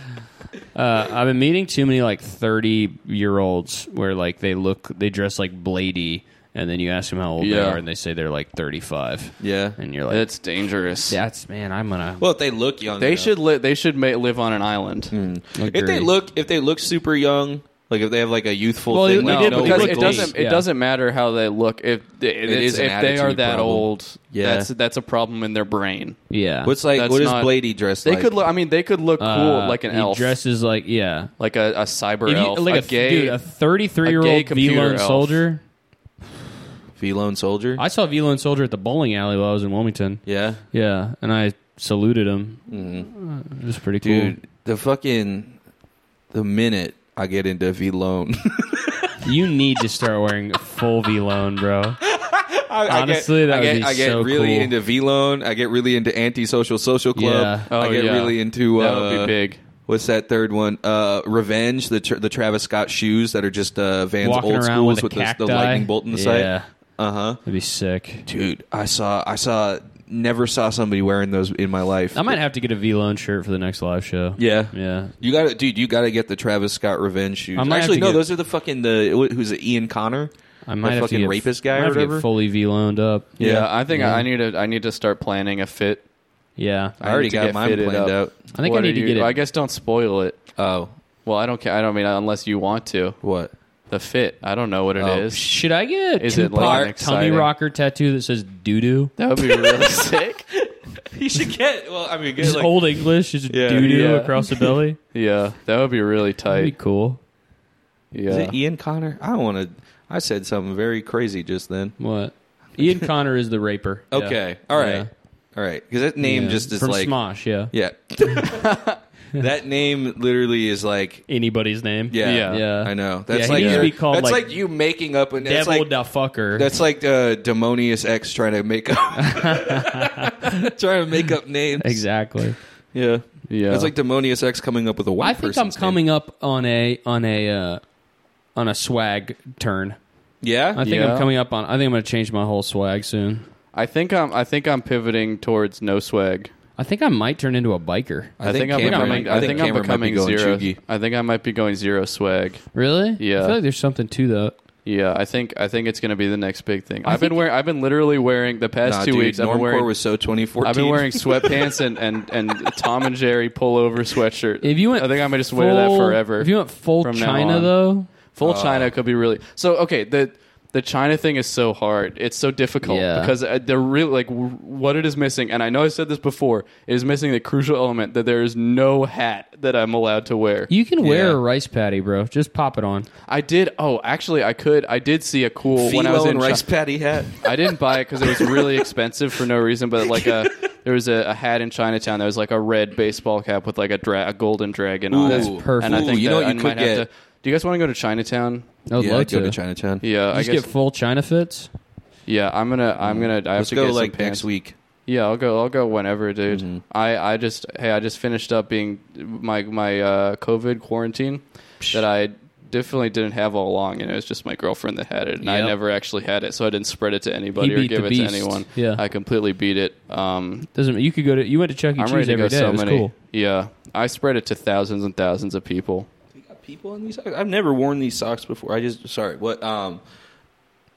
Speaker 3: Uh, I've been meeting too many like thirty-year-olds where like they look, they dress like Blady, and then you ask them how old they
Speaker 4: Yeah.
Speaker 3: are, and they say they're like thirty-five.
Speaker 2: Yeah.
Speaker 3: and you're like, that's,
Speaker 4: That's dangerous.
Speaker 3: man, I'm gonna.
Speaker 2: Well, if they look young,
Speaker 4: They
Speaker 2: though.
Speaker 4: should li- they should ma- live on an island.
Speaker 2: Hmm. If they
Speaker 3: agree.
Speaker 2: look, if they look super young, like if they have like a youthful
Speaker 3: Well,
Speaker 2: thing,
Speaker 3: we
Speaker 2: like
Speaker 3: did
Speaker 2: no
Speaker 4: because
Speaker 3: look
Speaker 4: it
Speaker 2: wrinkles.
Speaker 4: doesn't it
Speaker 3: yeah.
Speaker 4: doesn't matter how they look if it, it's-
Speaker 2: is an
Speaker 4: if they are
Speaker 2: attitude
Speaker 4: that
Speaker 2: problem.
Speaker 4: old
Speaker 2: Yeah.
Speaker 4: that's that's a problem in their brain
Speaker 3: yeah,
Speaker 2: What's like?
Speaker 4: That's
Speaker 2: What is
Speaker 4: not-
Speaker 2: Blady dressed?
Speaker 4: they
Speaker 2: like?
Speaker 4: could look I mean they could look cool
Speaker 3: Uh,
Speaker 4: like an
Speaker 3: he
Speaker 4: elf
Speaker 3: dresses like yeah,
Speaker 4: like a, a cyber
Speaker 3: If you-
Speaker 4: elf
Speaker 3: like
Speaker 4: a, gay
Speaker 3: dude, a thirty-three-year-old
Speaker 4: computer
Speaker 3: V-lone
Speaker 4: elf.
Speaker 3: soldier.
Speaker 2: V Lone Soldier.
Speaker 3: I saw V-lone soldier at the bowling alley while I was in Wilmington.
Speaker 2: yeah,
Speaker 3: Yeah, and I saluted him. Uh, it was pretty cool.
Speaker 2: Mm-hmm. dude. The fucking the minute I get into
Speaker 3: [laughs]
Speaker 2: V Lone,
Speaker 3: You need to start wearing full V lone, bro.
Speaker 2: [laughs] I
Speaker 3: Honestly,
Speaker 2: get,
Speaker 3: that
Speaker 2: I
Speaker 3: would
Speaker 2: get,
Speaker 3: be
Speaker 2: I get
Speaker 3: so
Speaker 2: really
Speaker 3: cool.
Speaker 2: into V Lone. I get really into Antisocial Social Club.
Speaker 3: Yeah.
Speaker 4: Oh,
Speaker 2: I get
Speaker 4: yeah.
Speaker 2: really into
Speaker 4: that
Speaker 2: uh,
Speaker 4: would be big
Speaker 2: What's that third one? Uh, Revenge, the tr- the Travis Scott shoes that are just uh, Vans
Speaker 3: Walking
Speaker 2: old
Speaker 3: around with
Speaker 2: schools
Speaker 3: a
Speaker 2: with, the- the,
Speaker 3: cacti.
Speaker 2: lightning bolt in the side.
Speaker 3: Yeah.
Speaker 2: Uh huh.
Speaker 3: That'd be sick.
Speaker 2: Dude, I saw I saw never saw somebody wearing those in my life.
Speaker 3: I might have to get a V Lone shirt for the next live show.
Speaker 2: Yeah.
Speaker 3: Yeah.
Speaker 2: You got to, dude. You got to get the Travis Scott revenge shoes.
Speaker 3: I might have
Speaker 2: Actually,
Speaker 3: to
Speaker 2: no,
Speaker 3: get-
Speaker 2: those are the fucking the wh- who's it, Ian Connor,
Speaker 3: I might
Speaker 2: the
Speaker 3: have
Speaker 2: fucking
Speaker 3: to get,
Speaker 2: rapist guy
Speaker 3: I might
Speaker 2: or
Speaker 3: have to get
Speaker 2: whatever.
Speaker 3: fully V Loaned up.
Speaker 4: yeah,
Speaker 2: Yeah.
Speaker 4: I think I, I need to I need to start planning a fit
Speaker 3: Yeah.
Speaker 2: I already
Speaker 4: need to
Speaker 2: got
Speaker 4: get
Speaker 2: mine
Speaker 4: fitted
Speaker 2: planned
Speaker 4: up.
Speaker 2: out.
Speaker 3: I think I
Speaker 4: What are
Speaker 3: need to
Speaker 4: you-
Speaker 3: get it.
Speaker 4: I guess don't spoil it
Speaker 2: Oh,
Speaker 4: well I don't care I don't mean unless you want to
Speaker 2: [laughs] what?
Speaker 4: the fit I don't know what it is.
Speaker 3: Oh, should I get a
Speaker 4: Is it, like,
Speaker 3: Tupac
Speaker 4: an
Speaker 3: tummy
Speaker 4: exciting-
Speaker 3: rocker tattoo that says doo doo?
Speaker 4: that would be really sick
Speaker 2: You should get. Well, I mean, get
Speaker 3: Just old English, just
Speaker 2: Yeah.
Speaker 3: doo doo
Speaker 4: Yeah.
Speaker 3: across the
Speaker 2: [laughs]
Speaker 3: belly.
Speaker 4: yeah that would be really
Speaker 3: That'd
Speaker 4: tight
Speaker 3: be cool.
Speaker 4: yeah
Speaker 2: Is it e- Ian Connor? I want to. I said something very crazy just then.
Speaker 3: What? Ian Connor is the raper. Yeah.
Speaker 2: Okay. All right.
Speaker 3: Yeah.
Speaker 2: All right. Because that name
Speaker 3: Yeah.
Speaker 2: just is
Speaker 3: From
Speaker 2: like.
Speaker 3: Smosh, yeah. [laughs]
Speaker 2: Yeah. that name literally is like.
Speaker 3: Anybody's name.
Speaker 2: Yeah.
Speaker 4: Yeah.
Speaker 3: Yeah.
Speaker 2: I know. That's
Speaker 3: Yeah, he
Speaker 2: like
Speaker 3: needs to be called,
Speaker 2: that's
Speaker 3: like,
Speaker 2: like, you making up an that's
Speaker 3: Devil
Speaker 2: like,
Speaker 3: da fucker.
Speaker 2: that's like uh, Demonius X trying to make up [laughs] trying to make up names.
Speaker 3: exactly.
Speaker 2: Yeah.
Speaker 4: yeah
Speaker 2: That's like Demonius X coming up with a white
Speaker 3: I think I'm
Speaker 2: person's name.
Speaker 3: coming up on a on a uh, on a swag turn.
Speaker 2: Yeah.
Speaker 3: I think
Speaker 4: Yeah.
Speaker 3: I'm coming up on. I think I'm going to change my whole swag soon.
Speaker 4: I think I'm I think I'm pivoting towards no swag
Speaker 3: I think I might turn into a biker.
Speaker 4: I think, I'm
Speaker 2: Cameron
Speaker 4: becoming.
Speaker 2: might-
Speaker 4: I think I'm
Speaker 2: Cameron might be
Speaker 4: becoming
Speaker 2: going
Speaker 4: zero.
Speaker 2: Chugi.
Speaker 4: I think I might be going zero swag.
Speaker 3: Really?
Speaker 4: Yeah.
Speaker 3: I feel like there's something to that.
Speaker 4: Yeah, I think I think it's going to be the next big thing. I've been wearing. I've been literally wearing the past
Speaker 2: Nah,
Speaker 4: two
Speaker 2: dude,
Speaker 4: weeks. I've been
Speaker 2: Normcore
Speaker 4: wearing.
Speaker 2: was so 2014.
Speaker 4: I've been
Speaker 2: [laughs]
Speaker 4: wearing sweatpants and, and, and Tom and Jerry pullover sweatshirt.
Speaker 3: If you went,
Speaker 4: I think I'm gonna just wear that
Speaker 3: full-
Speaker 4: forever.
Speaker 3: If you went full
Speaker 4: from now
Speaker 3: China
Speaker 4: on.
Speaker 3: though,
Speaker 4: Full
Speaker 2: Uh,
Speaker 4: China could be really so. Okay, the the China thing is so hard. It's so difficult
Speaker 3: Yeah.
Speaker 4: because uh, they're really like w- what it is missing. And I know I said this before. It is missing the crucial element that there is no hat that I'm allowed to wear.
Speaker 3: you can wear
Speaker 2: Yeah.
Speaker 3: a rice patty, bro. Just pop it on.
Speaker 4: I did. Oh, actually, I could. I did see a cool when I was
Speaker 2: Philo
Speaker 4: in
Speaker 2: and
Speaker 4: Chi-
Speaker 2: rice patty hat.
Speaker 4: I didn't buy it because it was really expensive for no reason. But
Speaker 2: [laughs]
Speaker 4: like a, there was a, a hat in Chinatown that was like a red baseball cap with like a, dra- a golden dragon on
Speaker 2: Ooh.
Speaker 4: it.
Speaker 2: That's perfect.
Speaker 4: And I
Speaker 2: Ooh,
Speaker 4: think
Speaker 2: you
Speaker 4: that
Speaker 2: know what
Speaker 4: I
Speaker 2: you could
Speaker 4: might have
Speaker 2: get?
Speaker 4: to- do you guys want to go to Chinatown?
Speaker 3: I would
Speaker 2: yeah,
Speaker 3: love
Speaker 2: I'd go
Speaker 3: to.
Speaker 2: to Chinatown.
Speaker 4: Yeah, Uh, I
Speaker 3: Just
Speaker 4: guess.
Speaker 3: get full China fits.
Speaker 4: yeah, I'm gonna. I'm gonna. I have
Speaker 2: Let's
Speaker 4: to
Speaker 2: go
Speaker 4: get
Speaker 2: like
Speaker 4: some pants.
Speaker 2: next week.
Speaker 4: Yeah, I'll go. I'll go whenever, dude. I, I just hey, I just finished up being my my uh, COVID quarantine that I definitely didn't have all along, and it was just my girlfriend that had it, and I
Speaker 3: Yep.
Speaker 4: never actually had it, so I didn't spread it to anybody or
Speaker 3: beat
Speaker 4: give
Speaker 3: the
Speaker 4: it
Speaker 3: beast.
Speaker 4: to anyone.
Speaker 3: Yeah.
Speaker 4: I completely beat it. Um,
Speaker 3: Doesn't you could go to you went to Chuck E.
Speaker 4: I'm ready
Speaker 3: Cheese
Speaker 4: to go
Speaker 3: every day.
Speaker 4: so
Speaker 3: It was
Speaker 4: many.
Speaker 3: cool.
Speaker 4: Yeah, I spread it to thousands and thousands of people.
Speaker 2: People in these socks. I've never worn these socks before. I just sorry. What? Um.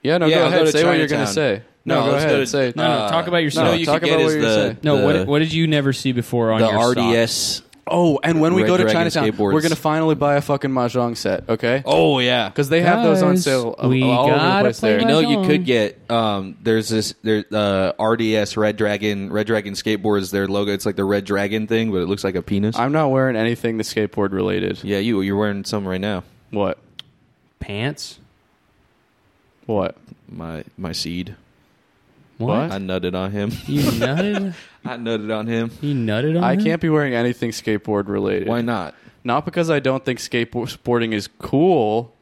Speaker 4: Yeah, no,
Speaker 2: yeah,
Speaker 4: go
Speaker 2: I'll
Speaker 4: ahead.
Speaker 2: go to
Speaker 4: say what you're gonna
Speaker 2: Chinatown.
Speaker 4: say.
Speaker 2: No,
Speaker 4: go
Speaker 2: let's
Speaker 4: ahead.
Speaker 2: go to-
Speaker 4: say
Speaker 3: No, no,
Speaker 2: Uh,
Speaker 3: talk about
Speaker 2: No,
Speaker 3: yourself.
Speaker 2: you
Speaker 4: talk
Speaker 2: can
Speaker 4: about
Speaker 2: get
Speaker 4: what
Speaker 2: is
Speaker 4: you're
Speaker 2: the
Speaker 4: saying.
Speaker 3: No,
Speaker 2: the,
Speaker 3: what what did you never see before on
Speaker 2: the
Speaker 3: your sock?
Speaker 2: RDS
Speaker 4: Oh, and when we
Speaker 2: Red
Speaker 4: go to
Speaker 2: Dragon
Speaker 4: Chinatown,
Speaker 2: skateboards.
Speaker 4: we're gonna finally buy a fucking mahjong set. Okay.
Speaker 2: Oh yeah,
Speaker 4: because they have those on
Speaker 3: Guys,
Speaker 4: sale uh,
Speaker 3: we
Speaker 4: all over the
Speaker 3: gotta
Speaker 4: place
Speaker 3: play
Speaker 4: there.
Speaker 2: You know, you
Speaker 3: Mahjong.
Speaker 2: could get um, there's this there uh, RDS Red Dragon Red Dragon skateboards. Their logo it's like the Red Dragon thing, but it looks like a penis.
Speaker 4: I'm not wearing anything the skateboard related.
Speaker 2: yeah, you you're wearing some right now.
Speaker 4: What?
Speaker 3: Pants?
Speaker 4: What?
Speaker 2: My my seed.
Speaker 4: What?
Speaker 2: I nutted on him. [laughs]
Speaker 3: You nutted?
Speaker 2: I nutted on him.
Speaker 3: you nutted on
Speaker 4: I
Speaker 3: her?
Speaker 4: can't be wearing anything skateboard related.
Speaker 2: Why not?
Speaker 4: Not because I don't think skateboard sporting is
Speaker 3: [laughs]
Speaker 4: cool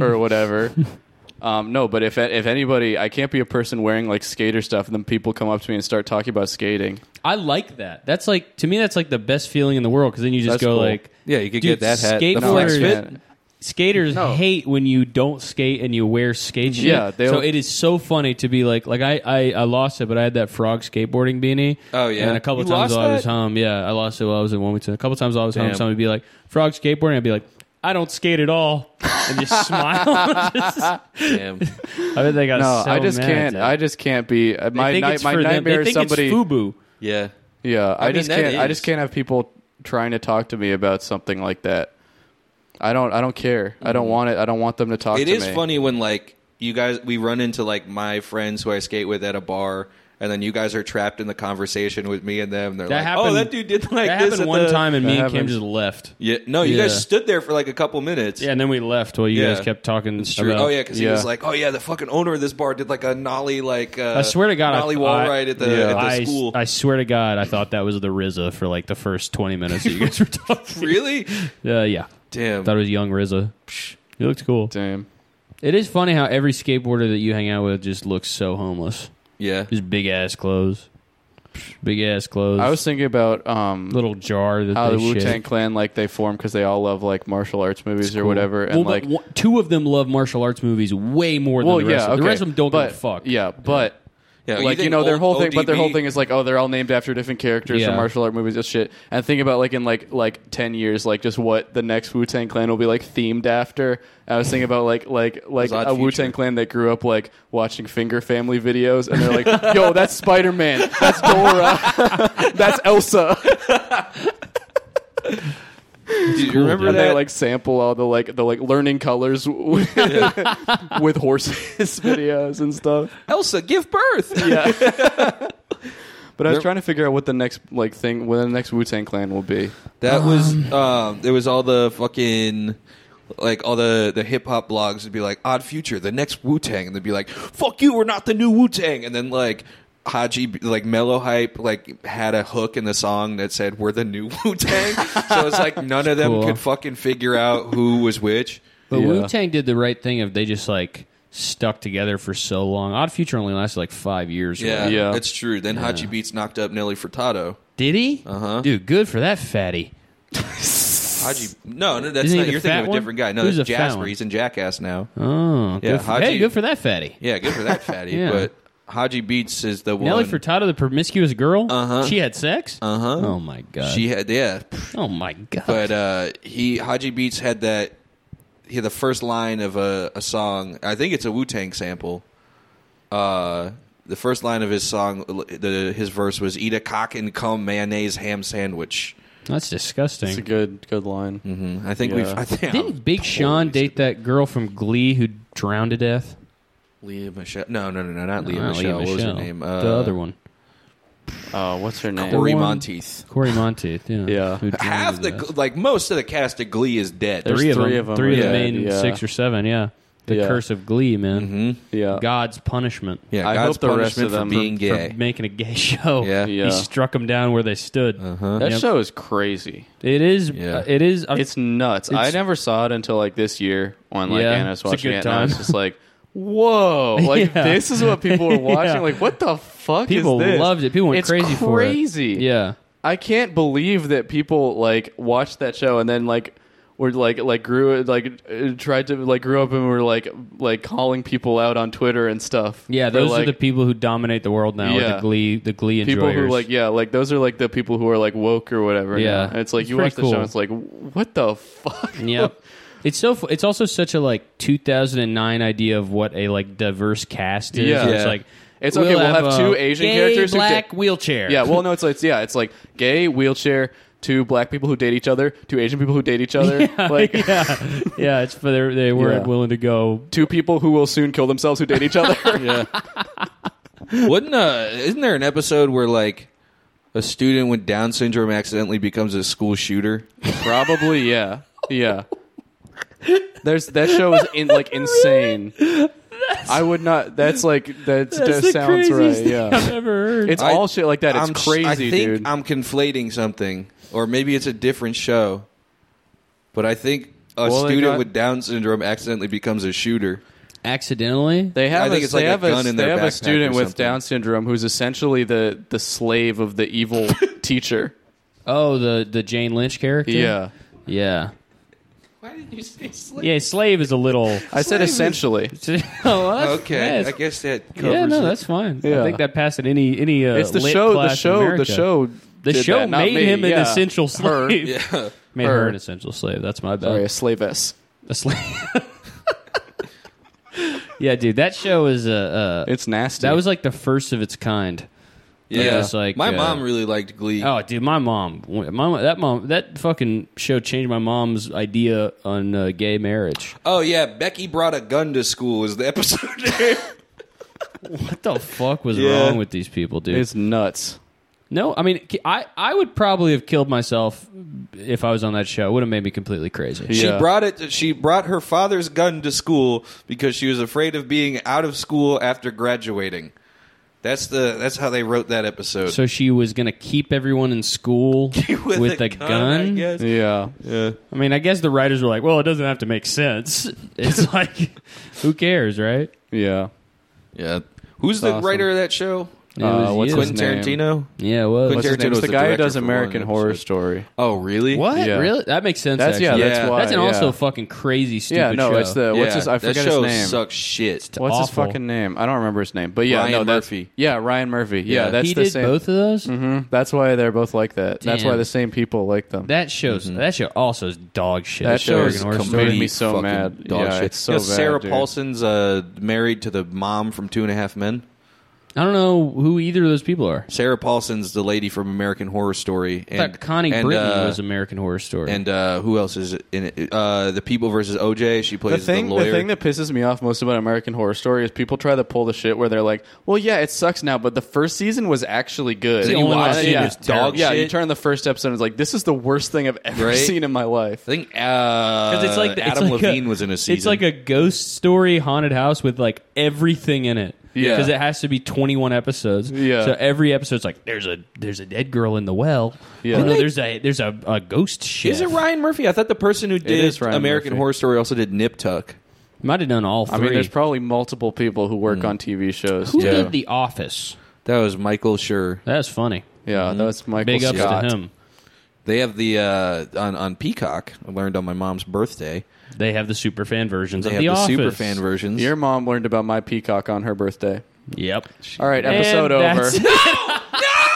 Speaker 4: or whatever. Um, no, but if if anybody, I can't be a person wearing like skater stuff, and then people come up to me and start talking about skating.
Speaker 3: I like that. That's like to me. That's like the best feeling in the world because then you just
Speaker 4: That's
Speaker 3: go
Speaker 4: cool.
Speaker 3: like,
Speaker 2: Yeah, you could
Speaker 3: dude,
Speaker 2: get that hat. The flex
Speaker 3: Skateboarders,
Speaker 2: fit.
Speaker 3: skaters hate when you don't skate and you wear skate shit.
Speaker 4: Yeah, they'll-
Speaker 3: so it is so funny to be like, like I, I, I lost it, but I had that frog skateboarding beanie.
Speaker 2: Oh, yeah.
Speaker 3: and a couple
Speaker 2: You
Speaker 3: times
Speaker 2: lost
Speaker 3: while I was
Speaker 2: that?
Speaker 3: home, yeah, I lost it while I was in Wilmington. A couple times while I was home,
Speaker 2: Damn.
Speaker 3: somebody would be like, frog skateboarding. I'd be like, I don't skate at all, and just smile. [laughs]
Speaker 2: Damn.
Speaker 3: I bet they got
Speaker 4: No,
Speaker 3: so
Speaker 4: I just
Speaker 3: mad at
Speaker 4: can't.
Speaker 3: that.
Speaker 4: I just can't be uh,
Speaker 3: They
Speaker 4: my
Speaker 3: think
Speaker 4: night.
Speaker 3: it's
Speaker 4: My
Speaker 3: for them.
Speaker 4: nightmare
Speaker 3: They
Speaker 4: is
Speaker 3: think
Speaker 4: somebody.
Speaker 3: it's FUBU.
Speaker 2: [laughs] Yeah.
Speaker 4: Yeah, I,
Speaker 2: mean,
Speaker 4: just
Speaker 2: that
Speaker 4: can't. I
Speaker 2: is-
Speaker 4: just can't have people trying to talk to me about something like that. I don't. I don't care. I don't want it. I don't want them to talk.
Speaker 2: Mm-hmm. It
Speaker 4: to
Speaker 2: is
Speaker 4: me.
Speaker 2: funny when like you guys we run into like my friends who I skate with at a bar. And then you guys are trapped in the conversation with me and them. They're
Speaker 3: That
Speaker 2: like, "Oh,
Speaker 3: happened-
Speaker 2: that dude did like
Speaker 3: that
Speaker 2: this
Speaker 3: happened
Speaker 2: at
Speaker 3: one
Speaker 2: the-
Speaker 3: time, and me and
Speaker 4: That
Speaker 3: Kim
Speaker 4: happened.
Speaker 3: just left.
Speaker 2: Yeah, no, you
Speaker 3: Yeah.
Speaker 2: guys stood there for like a couple minutes.
Speaker 3: Yeah, and then we left while you
Speaker 2: Yeah.
Speaker 3: guys kept talking. It's
Speaker 2: True. Oh yeah, because he
Speaker 4: Yeah.
Speaker 2: was like, "Oh yeah, the fucking owner of this bar did like a nollie like uh,
Speaker 3: I swear to God, I-
Speaker 2: nollie wall
Speaker 3: I-
Speaker 2: ride at the, at
Speaker 4: Yeah.
Speaker 2: the
Speaker 3: I,
Speaker 2: school."
Speaker 3: I swear to God, I thought that was the RZA for like the first twenty minutes that you guys were talking.
Speaker 2: [laughs] really?
Speaker 3: Uh, [laughs] yeah,
Speaker 2: Damn.
Speaker 3: thought it was young RZA. Psh, He looked cool.
Speaker 4: Damn.
Speaker 3: It is funny how every skateboarder that you hang out with just looks so homeless.
Speaker 2: yeah.
Speaker 3: Just big ass clothes, big ass clothes.
Speaker 4: I was thinking about um,
Speaker 3: little jar that
Speaker 4: how
Speaker 3: they
Speaker 4: the Wu Tang
Speaker 3: shake.
Speaker 4: Clan like they form because they all love like martial arts movies or whatever, and
Speaker 3: Well,
Speaker 4: like
Speaker 3: but one- two of them love martial arts movies way more than
Speaker 4: well,
Speaker 3: the
Speaker 4: yeah,
Speaker 3: rest. of,
Speaker 4: okay.
Speaker 3: The rest of them don't
Speaker 4: but,
Speaker 3: give a fuck.
Speaker 4: Yeah, but
Speaker 2: Yeah,
Speaker 4: like you,
Speaker 2: think
Speaker 4: know their
Speaker 2: old
Speaker 4: whole thing, but their
Speaker 2: ODB
Speaker 4: whole thing is like oh they're all named after different characters
Speaker 3: Yeah.
Speaker 4: from martial art movies and shit. And think about like in like like ten years, like just what the next Wu Tang Clan will be like themed after. I was thinking about
Speaker 2: [laughs]
Speaker 4: like like like
Speaker 2: Odd
Speaker 4: a Wu
Speaker 2: Future.
Speaker 4: Tang Clan that grew up like watching Finger Family videos, and they're like, yo, that's Spider Man, that's Dora, [laughs] that's Elsa.
Speaker 2: Do you remember
Speaker 4: And they
Speaker 2: that?
Speaker 4: like sample all the like the like learning colors [laughs] w- with horses [laughs] videos and stuff.
Speaker 2: [laughs] Elsa, give birth.
Speaker 4: Yeah. [laughs] but I was
Speaker 2: There-
Speaker 4: trying to figure out what the next like thing, what the next Wu Tang Clan will be.
Speaker 2: That was um there was all the fucking like all the the hip hop blogs would be like Odd Future, the next Wu Tang, and they'd be like, Fuck you, we're not the new Wu Tang and then like Haji like Mellow Hype like had a hook in the song that said we're the new [laughs] Wu Tang. so it's like none of them
Speaker 3: Cool.
Speaker 2: could fucking figure out who was which.
Speaker 3: But
Speaker 4: Yeah.
Speaker 3: Wu Tang did the right thing if they just like stuck together for so long. Odd Future only lasted like five years. or
Speaker 2: Yeah,
Speaker 3: whatever.
Speaker 4: Yeah.
Speaker 2: that's true. Then Haji Beats knocked up Nelly Furtado.
Speaker 3: Did he?
Speaker 2: Uh-huh.
Speaker 3: Dude, good for that fatty.
Speaker 2: Haji, no, no,
Speaker 3: Isn't
Speaker 2: that's
Speaker 3: he
Speaker 2: not.
Speaker 3: the
Speaker 2: You're
Speaker 3: fat
Speaker 2: thinking of a
Speaker 3: one?
Speaker 2: different guy. No,
Speaker 3: Who's
Speaker 2: that's
Speaker 3: the fat
Speaker 2: Jasper.
Speaker 3: one?
Speaker 2: He's in Jackass now.
Speaker 3: Oh,
Speaker 2: Yeah,
Speaker 3: good for,
Speaker 2: Haji-
Speaker 3: hey, good for that fatty.
Speaker 2: Yeah, good for that
Speaker 3: [laughs]
Speaker 2: fatty.
Speaker 3: Yeah.
Speaker 2: But Haji Beats is the one.
Speaker 3: Nelly Furtado, the promiscuous girl.
Speaker 2: Uh-huh.
Speaker 3: She had sex. Uh huh. Oh my god.
Speaker 2: She had yeah,
Speaker 3: oh my god.
Speaker 2: but uh, he Haji Beats had that. He had the first line of a, a song. I think it's a Wu Tang sample. Uh, the first line of his song, the his verse was "Eat a cock and cum mayonnaise ham sandwich."
Speaker 3: That's
Speaker 4: It's a
Speaker 3: disgusting.
Speaker 4: good good line.
Speaker 2: I think we've.
Speaker 4: Yeah.
Speaker 2: I think
Speaker 3: Didn't Big Sean date that girl from Glee who drowned to death?
Speaker 2: Leah Michelle? No, no, no, no, not Leah
Speaker 3: Not Lea
Speaker 2: Michelle. What was her
Speaker 3: Michele.
Speaker 2: name?
Speaker 3: The
Speaker 2: Uh,
Speaker 3: other one,
Speaker 4: Oh, what's her name?
Speaker 2: Corey
Speaker 3: one-
Speaker 2: Monteith.
Speaker 3: Corey Monteith. Yeah.
Speaker 4: Yeah.
Speaker 3: who drowned
Speaker 2: Half
Speaker 3: to
Speaker 2: the
Speaker 3: death.
Speaker 2: like most of the cast of Glee is dead.
Speaker 4: There's
Speaker 3: three of
Speaker 4: three
Speaker 3: them.
Speaker 4: of them
Speaker 3: Three of
Speaker 4: were
Speaker 3: the
Speaker 4: dead,
Speaker 3: main
Speaker 4: yeah.
Speaker 3: six or seven. Yeah. The
Speaker 4: Yeah.
Speaker 3: curse of Glee, man.
Speaker 4: Yeah.
Speaker 3: God's punishment.
Speaker 2: yeah,
Speaker 4: I
Speaker 2: God's
Speaker 4: hope the rest
Speaker 2: punishment
Speaker 4: of
Speaker 2: for
Speaker 4: them-
Speaker 2: being
Speaker 3: for
Speaker 2: gay.
Speaker 3: making a gay [laughs] show.
Speaker 2: Yeah.
Speaker 4: Yeah. Uh-huh.
Speaker 3: He struck them down where they stood.
Speaker 4: That
Speaker 3: Yep.
Speaker 4: show is crazy.
Speaker 3: It is.
Speaker 2: Yeah.
Speaker 3: It is. uh,
Speaker 4: It's nuts. I
Speaker 3: It's-
Speaker 4: never saw it until like this year when like
Speaker 3: Yeah,
Speaker 4: Anna
Speaker 3: it's
Speaker 4: was
Speaker 3: a
Speaker 4: watching
Speaker 3: good
Speaker 4: it, and I was
Speaker 3: time.
Speaker 4: just like, "Whoa!
Speaker 3: [laughs]
Speaker 4: Like
Speaker 3: Yeah.
Speaker 4: this is what people were
Speaker 3: [laughs]
Speaker 4: watching.
Speaker 3: Yeah.
Speaker 4: Like what the fuck
Speaker 3: people
Speaker 4: is this?"
Speaker 3: loved it. People went
Speaker 4: it's
Speaker 3: crazy for it.
Speaker 4: Crazy.
Speaker 3: Yeah.
Speaker 4: I can't believe that people like watched that show and then like were like like grew like uh, tried to like grew up and were like like calling people out on Twitter and stuff.
Speaker 3: Yeah.
Speaker 4: For,
Speaker 3: Those
Speaker 4: like,
Speaker 3: are the people who dominate the world now. are
Speaker 4: Yeah.
Speaker 3: The Glee. The Glee enjoyers.
Speaker 4: people who like yeah like those are like the people who are like woke or whatever.
Speaker 3: Yeah.
Speaker 4: now. and it's like
Speaker 3: It's
Speaker 4: you
Speaker 3: pretty
Speaker 4: watch the show,
Speaker 3: cool.
Speaker 4: and it's like what the fuck.
Speaker 3: Yeah. It's so. fu- It's also such a like 2009 idea of what a like diverse cast is.
Speaker 4: Yeah.
Speaker 3: It's
Speaker 4: Yeah.
Speaker 3: like
Speaker 4: It's okay, we'll have
Speaker 3: uh,
Speaker 4: two Asian
Speaker 3: gay,
Speaker 4: characters who
Speaker 3: Black
Speaker 4: da- [laughs]
Speaker 3: wheelchair.
Speaker 4: Yeah, well, no, it's like yeah, it's like gay wheelchair to black people who date each other to Asian people who date each other.
Speaker 3: [laughs]
Speaker 4: like
Speaker 3: yeah, [laughs] yeah. It's for their, they weren't
Speaker 4: Yeah.
Speaker 3: willing to go.
Speaker 4: two people who will soon kill themselves who date each other.
Speaker 3: [laughs]
Speaker 4: yeah.
Speaker 2: Wouldn't uh isn't there an episode where like a student with Down syndrome accidentally becomes a school shooter?
Speaker 4: Probably, yeah. Yeah. There's that show is
Speaker 3: [laughs]
Speaker 4: in like insane. I would not. That's like that's, that
Speaker 3: the
Speaker 4: sounds right.
Speaker 3: craziest thing
Speaker 4: Yeah,
Speaker 3: I've ever heard.
Speaker 4: it's
Speaker 2: I-
Speaker 4: all shit like that. It's
Speaker 2: I'm sh-
Speaker 4: crazy,
Speaker 2: I think
Speaker 4: dude.
Speaker 2: I'm conflating something, or maybe it's a different show. But I think a
Speaker 4: Well, they
Speaker 2: student
Speaker 4: got-
Speaker 2: with Down syndrome accidentally becomes a shooter.
Speaker 3: Accidentally,
Speaker 4: They have
Speaker 2: I think
Speaker 4: a,
Speaker 2: it's like
Speaker 4: they
Speaker 2: a
Speaker 4: have
Speaker 2: gun in
Speaker 4: they
Speaker 2: their
Speaker 4: have a
Speaker 2: backpack
Speaker 4: student
Speaker 2: or
Speaker 4: with
Speaker 2: something.
Speaker 4: Down syndrome who's essentially the the slave of the
Speaker 3: [laughs]
Speaker 4: evil teacher.
Speaker 3: oh, the the Jane Lynch character.
Speaker 4: Yeah,
Speaker 3: yeah. Why did you say slave? Yeah, slave is a little. [laughs]
Speaker 4: I said essentially.
Speaker 3: Oh, that's-
Speaker 2: Okay,
Speaker 3: yeah,
Speaker 2: I
Speaker 3: it's-
Speaker 2: guess that covers
Speaker 3: yeah, no,
Speaker 2: it.
Speaker 3: that's fine.
Speaker 4: Yeah.
Speaker 3: I think that passed in any any. Uh,
Speaker 4: It's the
Speaker 3: lit
Speaker 4: show. The
Speaker 3: class in
Speaker 4: show. The
Speaker 3: America.
Speaker 4: show.
Speaker 3: The
Speaker 4: did
Speaker 3: show
Speaker 4: that, not
Speaker 3: made
Speaker 4: me.
Speaker 3: him an
Speaker 4: Yeah.
Speaker 3: essential
Speaker 4: [laughs] Her.
Speaker 3: slave.
Speaker 2: Yeah.
Speaker 3: Made her.
Speaker 4: Her.
Speaker 3: an essential slave. That's my bad.
Speaker 4: Sorry, a slavess.
Speaker 3: A slave. [laughs] yeah, dude, that show is Uh, uh,
Speaker 4: It's nasty.
Speaker 3: that was like the first of its kind.
Speaker 2: Yeah,
Speaker 3: It's like,
Speaker 2: my
Speaker 3: uh,
Speaker 2: mom really liked Glee.
Speaker 3: Oh, dude, my mom, my mom- that mom, that fucking show changed my mom's idea on uh, gay marriage.
Speaker 2: Oh yeah, Becky brought a gun to school is the episode [laughs] name.
Speaker 3: What the fuck
Speaker 4: [laughs]
Speaker 3: was
Speaker 2: Yeah.
Speaker 3: wrong with these people, dude?
Speaker 4: It's nuts.
Speaker 3: no, I mean, I I would probably have killed myself if I was on that show. It would have made me completely crazy.
Speaker 2: She
Speaker 4: Yeah.
Speaker 2: brought it. She brought her father's gun to school because she was afraid of being out of school after graduating. That's the. That's how they wrote that episode. [laughs]
Speaker 3: So she was gonna keep everyone in
Speaker 4: [laughs]
Speaker 3: school with, a gun.
Speaker 2: I guess.
Speaker 4: Yeah.
Speaker 3: I mean, I guess the writers were like, "Well, it doesn't have to make [laughs] sense." It's like, who cares, right?
Speaker 4: Yeah.
Speaker 2: Yeah. Who's the
Speaker 4: Awesome.
Speaker 2: writter of that show?
Speaker 3: It
Speaker 4: Uh,
Speaker 3: was
Speaker 4: what's
Speaker 3: you.
Speaker 4: his
Speaker 2: Quentin
Speaker 4: name?
Speaker 2: Tarantino.
Speaker 3: Yeah, it was.
Speaker 2: Quentin
Speaker 4: What's his name?
Speaker 2: Tarantino's
Speaker 4: It's the
Speaker 2: the
Speaker 4: guy who
Speaker 2: director
Speaker 4: does
Speaker 2: for one
Speaker 4: American Horror
Speaker 2: episode.
Speaker 4: Story.
Speaker 2: Oh, really?
Speaker 3: What?
Speaker 4: Yeah.
Speaker 3: Really? That makes sense.
Speaker 4: That's yeah,
Speaker 3: actually.
Speaker 4: That's
Speaker 2: Yeah.
Speaker 4: why.
Speaker 3: That's an also
Speaker 4: yeah.
Speaker 3: fucking crazy stupid
Speaker 4: Yeah. No,
Speaker 3: show.
Speaker 4: it's the what's
Speaker 2: Yeah,
Speaker 4: his? I
Speaker 2: that
Speaker 4: forget
Speaker 2: show
Speaker 4: his name.
Speaker 2: Sucks shit.
Speaker 4: What's his
Speaker 3: Awful.
Speaker 4: fucking name? I don't remember his name. But yeah,
Speaker 2: Ryan
Speaker 4: no, that's
Speaker 2: Murphy.
Speaker 4: yeah, Ryan Murphy. Yeah,
Speaker 2: Yeah.
Speaker 4: that's
Speaker 3: he
Speaker 4: the
Speaker 3: did
Speaker 4: same.
Speaker 3: both of those.
Speaker 4: Mhm. That's why they're both like that. That's
Speaker 3: Damn.
Speaker 4: why the same people like them.
Speaker 3: That shows. That show also is dog shit.
Speaker 4: That show
Speaker 3: American
Speaker 4: is
Speaker 3: Horror
Speaker 4: com-
Speaker 3: Story.
Speaker 4: made me so
Speaker 2: fucking
Speaker 4: mad.
Speaker 2: Dog
Speaker 4: Yeah,
Speaker 2: shit.
Speaker 4: it's so
Speaker 2: You know,
Speaker 4: bad,
Speaker 2: Sarah
Speaker 4: dude.
Speaker 2: Paulson's uh, married to the mom from Two and a Half Men.
Speaker 3: I don't know who either of those people are.
Speaker 2: Sarah Paulson's the lady from American Horror Story.
Speaker 3: I
Speaker 2: And,
Speaker 3: thought Connie
Speaker 2: and,
Speaker 3: Britton
Speaker 2: uh,
Speaker 3: was American Horror Story.
Speaker 2: And uh, who else is in it? Uh, the People versus OJ. She
Speaker 4: the
Speaker 2: plays the,
Speaker 4: thing, the,
Speaker 2: lawyer.
Speaker 4: thing that pisses me off most about American Horror Story is people try to pull the shit where they're like, "Well, yeah, it sucks now, but the first season was actually good."
Speaker 2: Then you
Speaker 3: only
Speaker 2: watch
Speaker 3: one-
Speaker 2: it,
Speaker 3: yeah.
Speaker 2: it's dog
Speaker 4: yeah,
Speaker 2: shit.
Speaker 4: you turn on the first episode and it's like, "This is the worst thing I've ever
Speaker 2: Right?
Speaker 4: seen in my life."
Speaker 2: I think uh,
Speaker 3: it's like
Speaker 2: Adam
Speaker 3: it's like
Speaker 2: Levine
Speaker 3: a,
Speaker 2: was in a season.
Speaker 3: It's like a ghost story haunted house with like everything in it.
Speaker 4: Yeah.
Speaker 3: because it has to be twenty one episodes.
Speaker 4: Yeah.
Speaker 3: so every episode's like there's a there's a dead girl in the well.
Speaker 4: Yeah.
Speaker 3: Yeah, oh, no, there's a there's a, a ghost shit.
Speaker 2: Is it Ryan Murphy? I thought the person who
Speaker 4: is
Speaker 2: did
Speaker 4: Ryan
Speaker 2: American
Speaker 4: Murphy.
Speaker 2: Horror Story also did Nip Tuck.
Speaker 3: Might have done all three.
Speaker 4: I mean, there's probably multiple people who work on TV shows.
Speaker 3: who
Speaker 4: too.
Speaker 3: did The Office?
Speaker 2: That was Michael Schur.
Speaker 3: That's funny.
Speaker 4: Yeah, that's Michael
Speaker 3: Mm-hmm. Big ups
Speaker 4: Scott.
Speaker 3: to him.
Speaker 2: They have the uh, on on Peacock. I learned on my mom's birthday.
Speaker 3: They have the super fan versions
Speaker 2: They
Speaker 3: of The
Speaker 2: have
Speaker 3: Office.
Speaker 2: the, super fan versions.
Speaker 4: Your mom learned about my peacock on her birthday.
Speaker 3: Yep.
Speaker 4: All right, episode
Speaker 3: And
Speaker 4: [laughs] over.
Speaker 3: that's-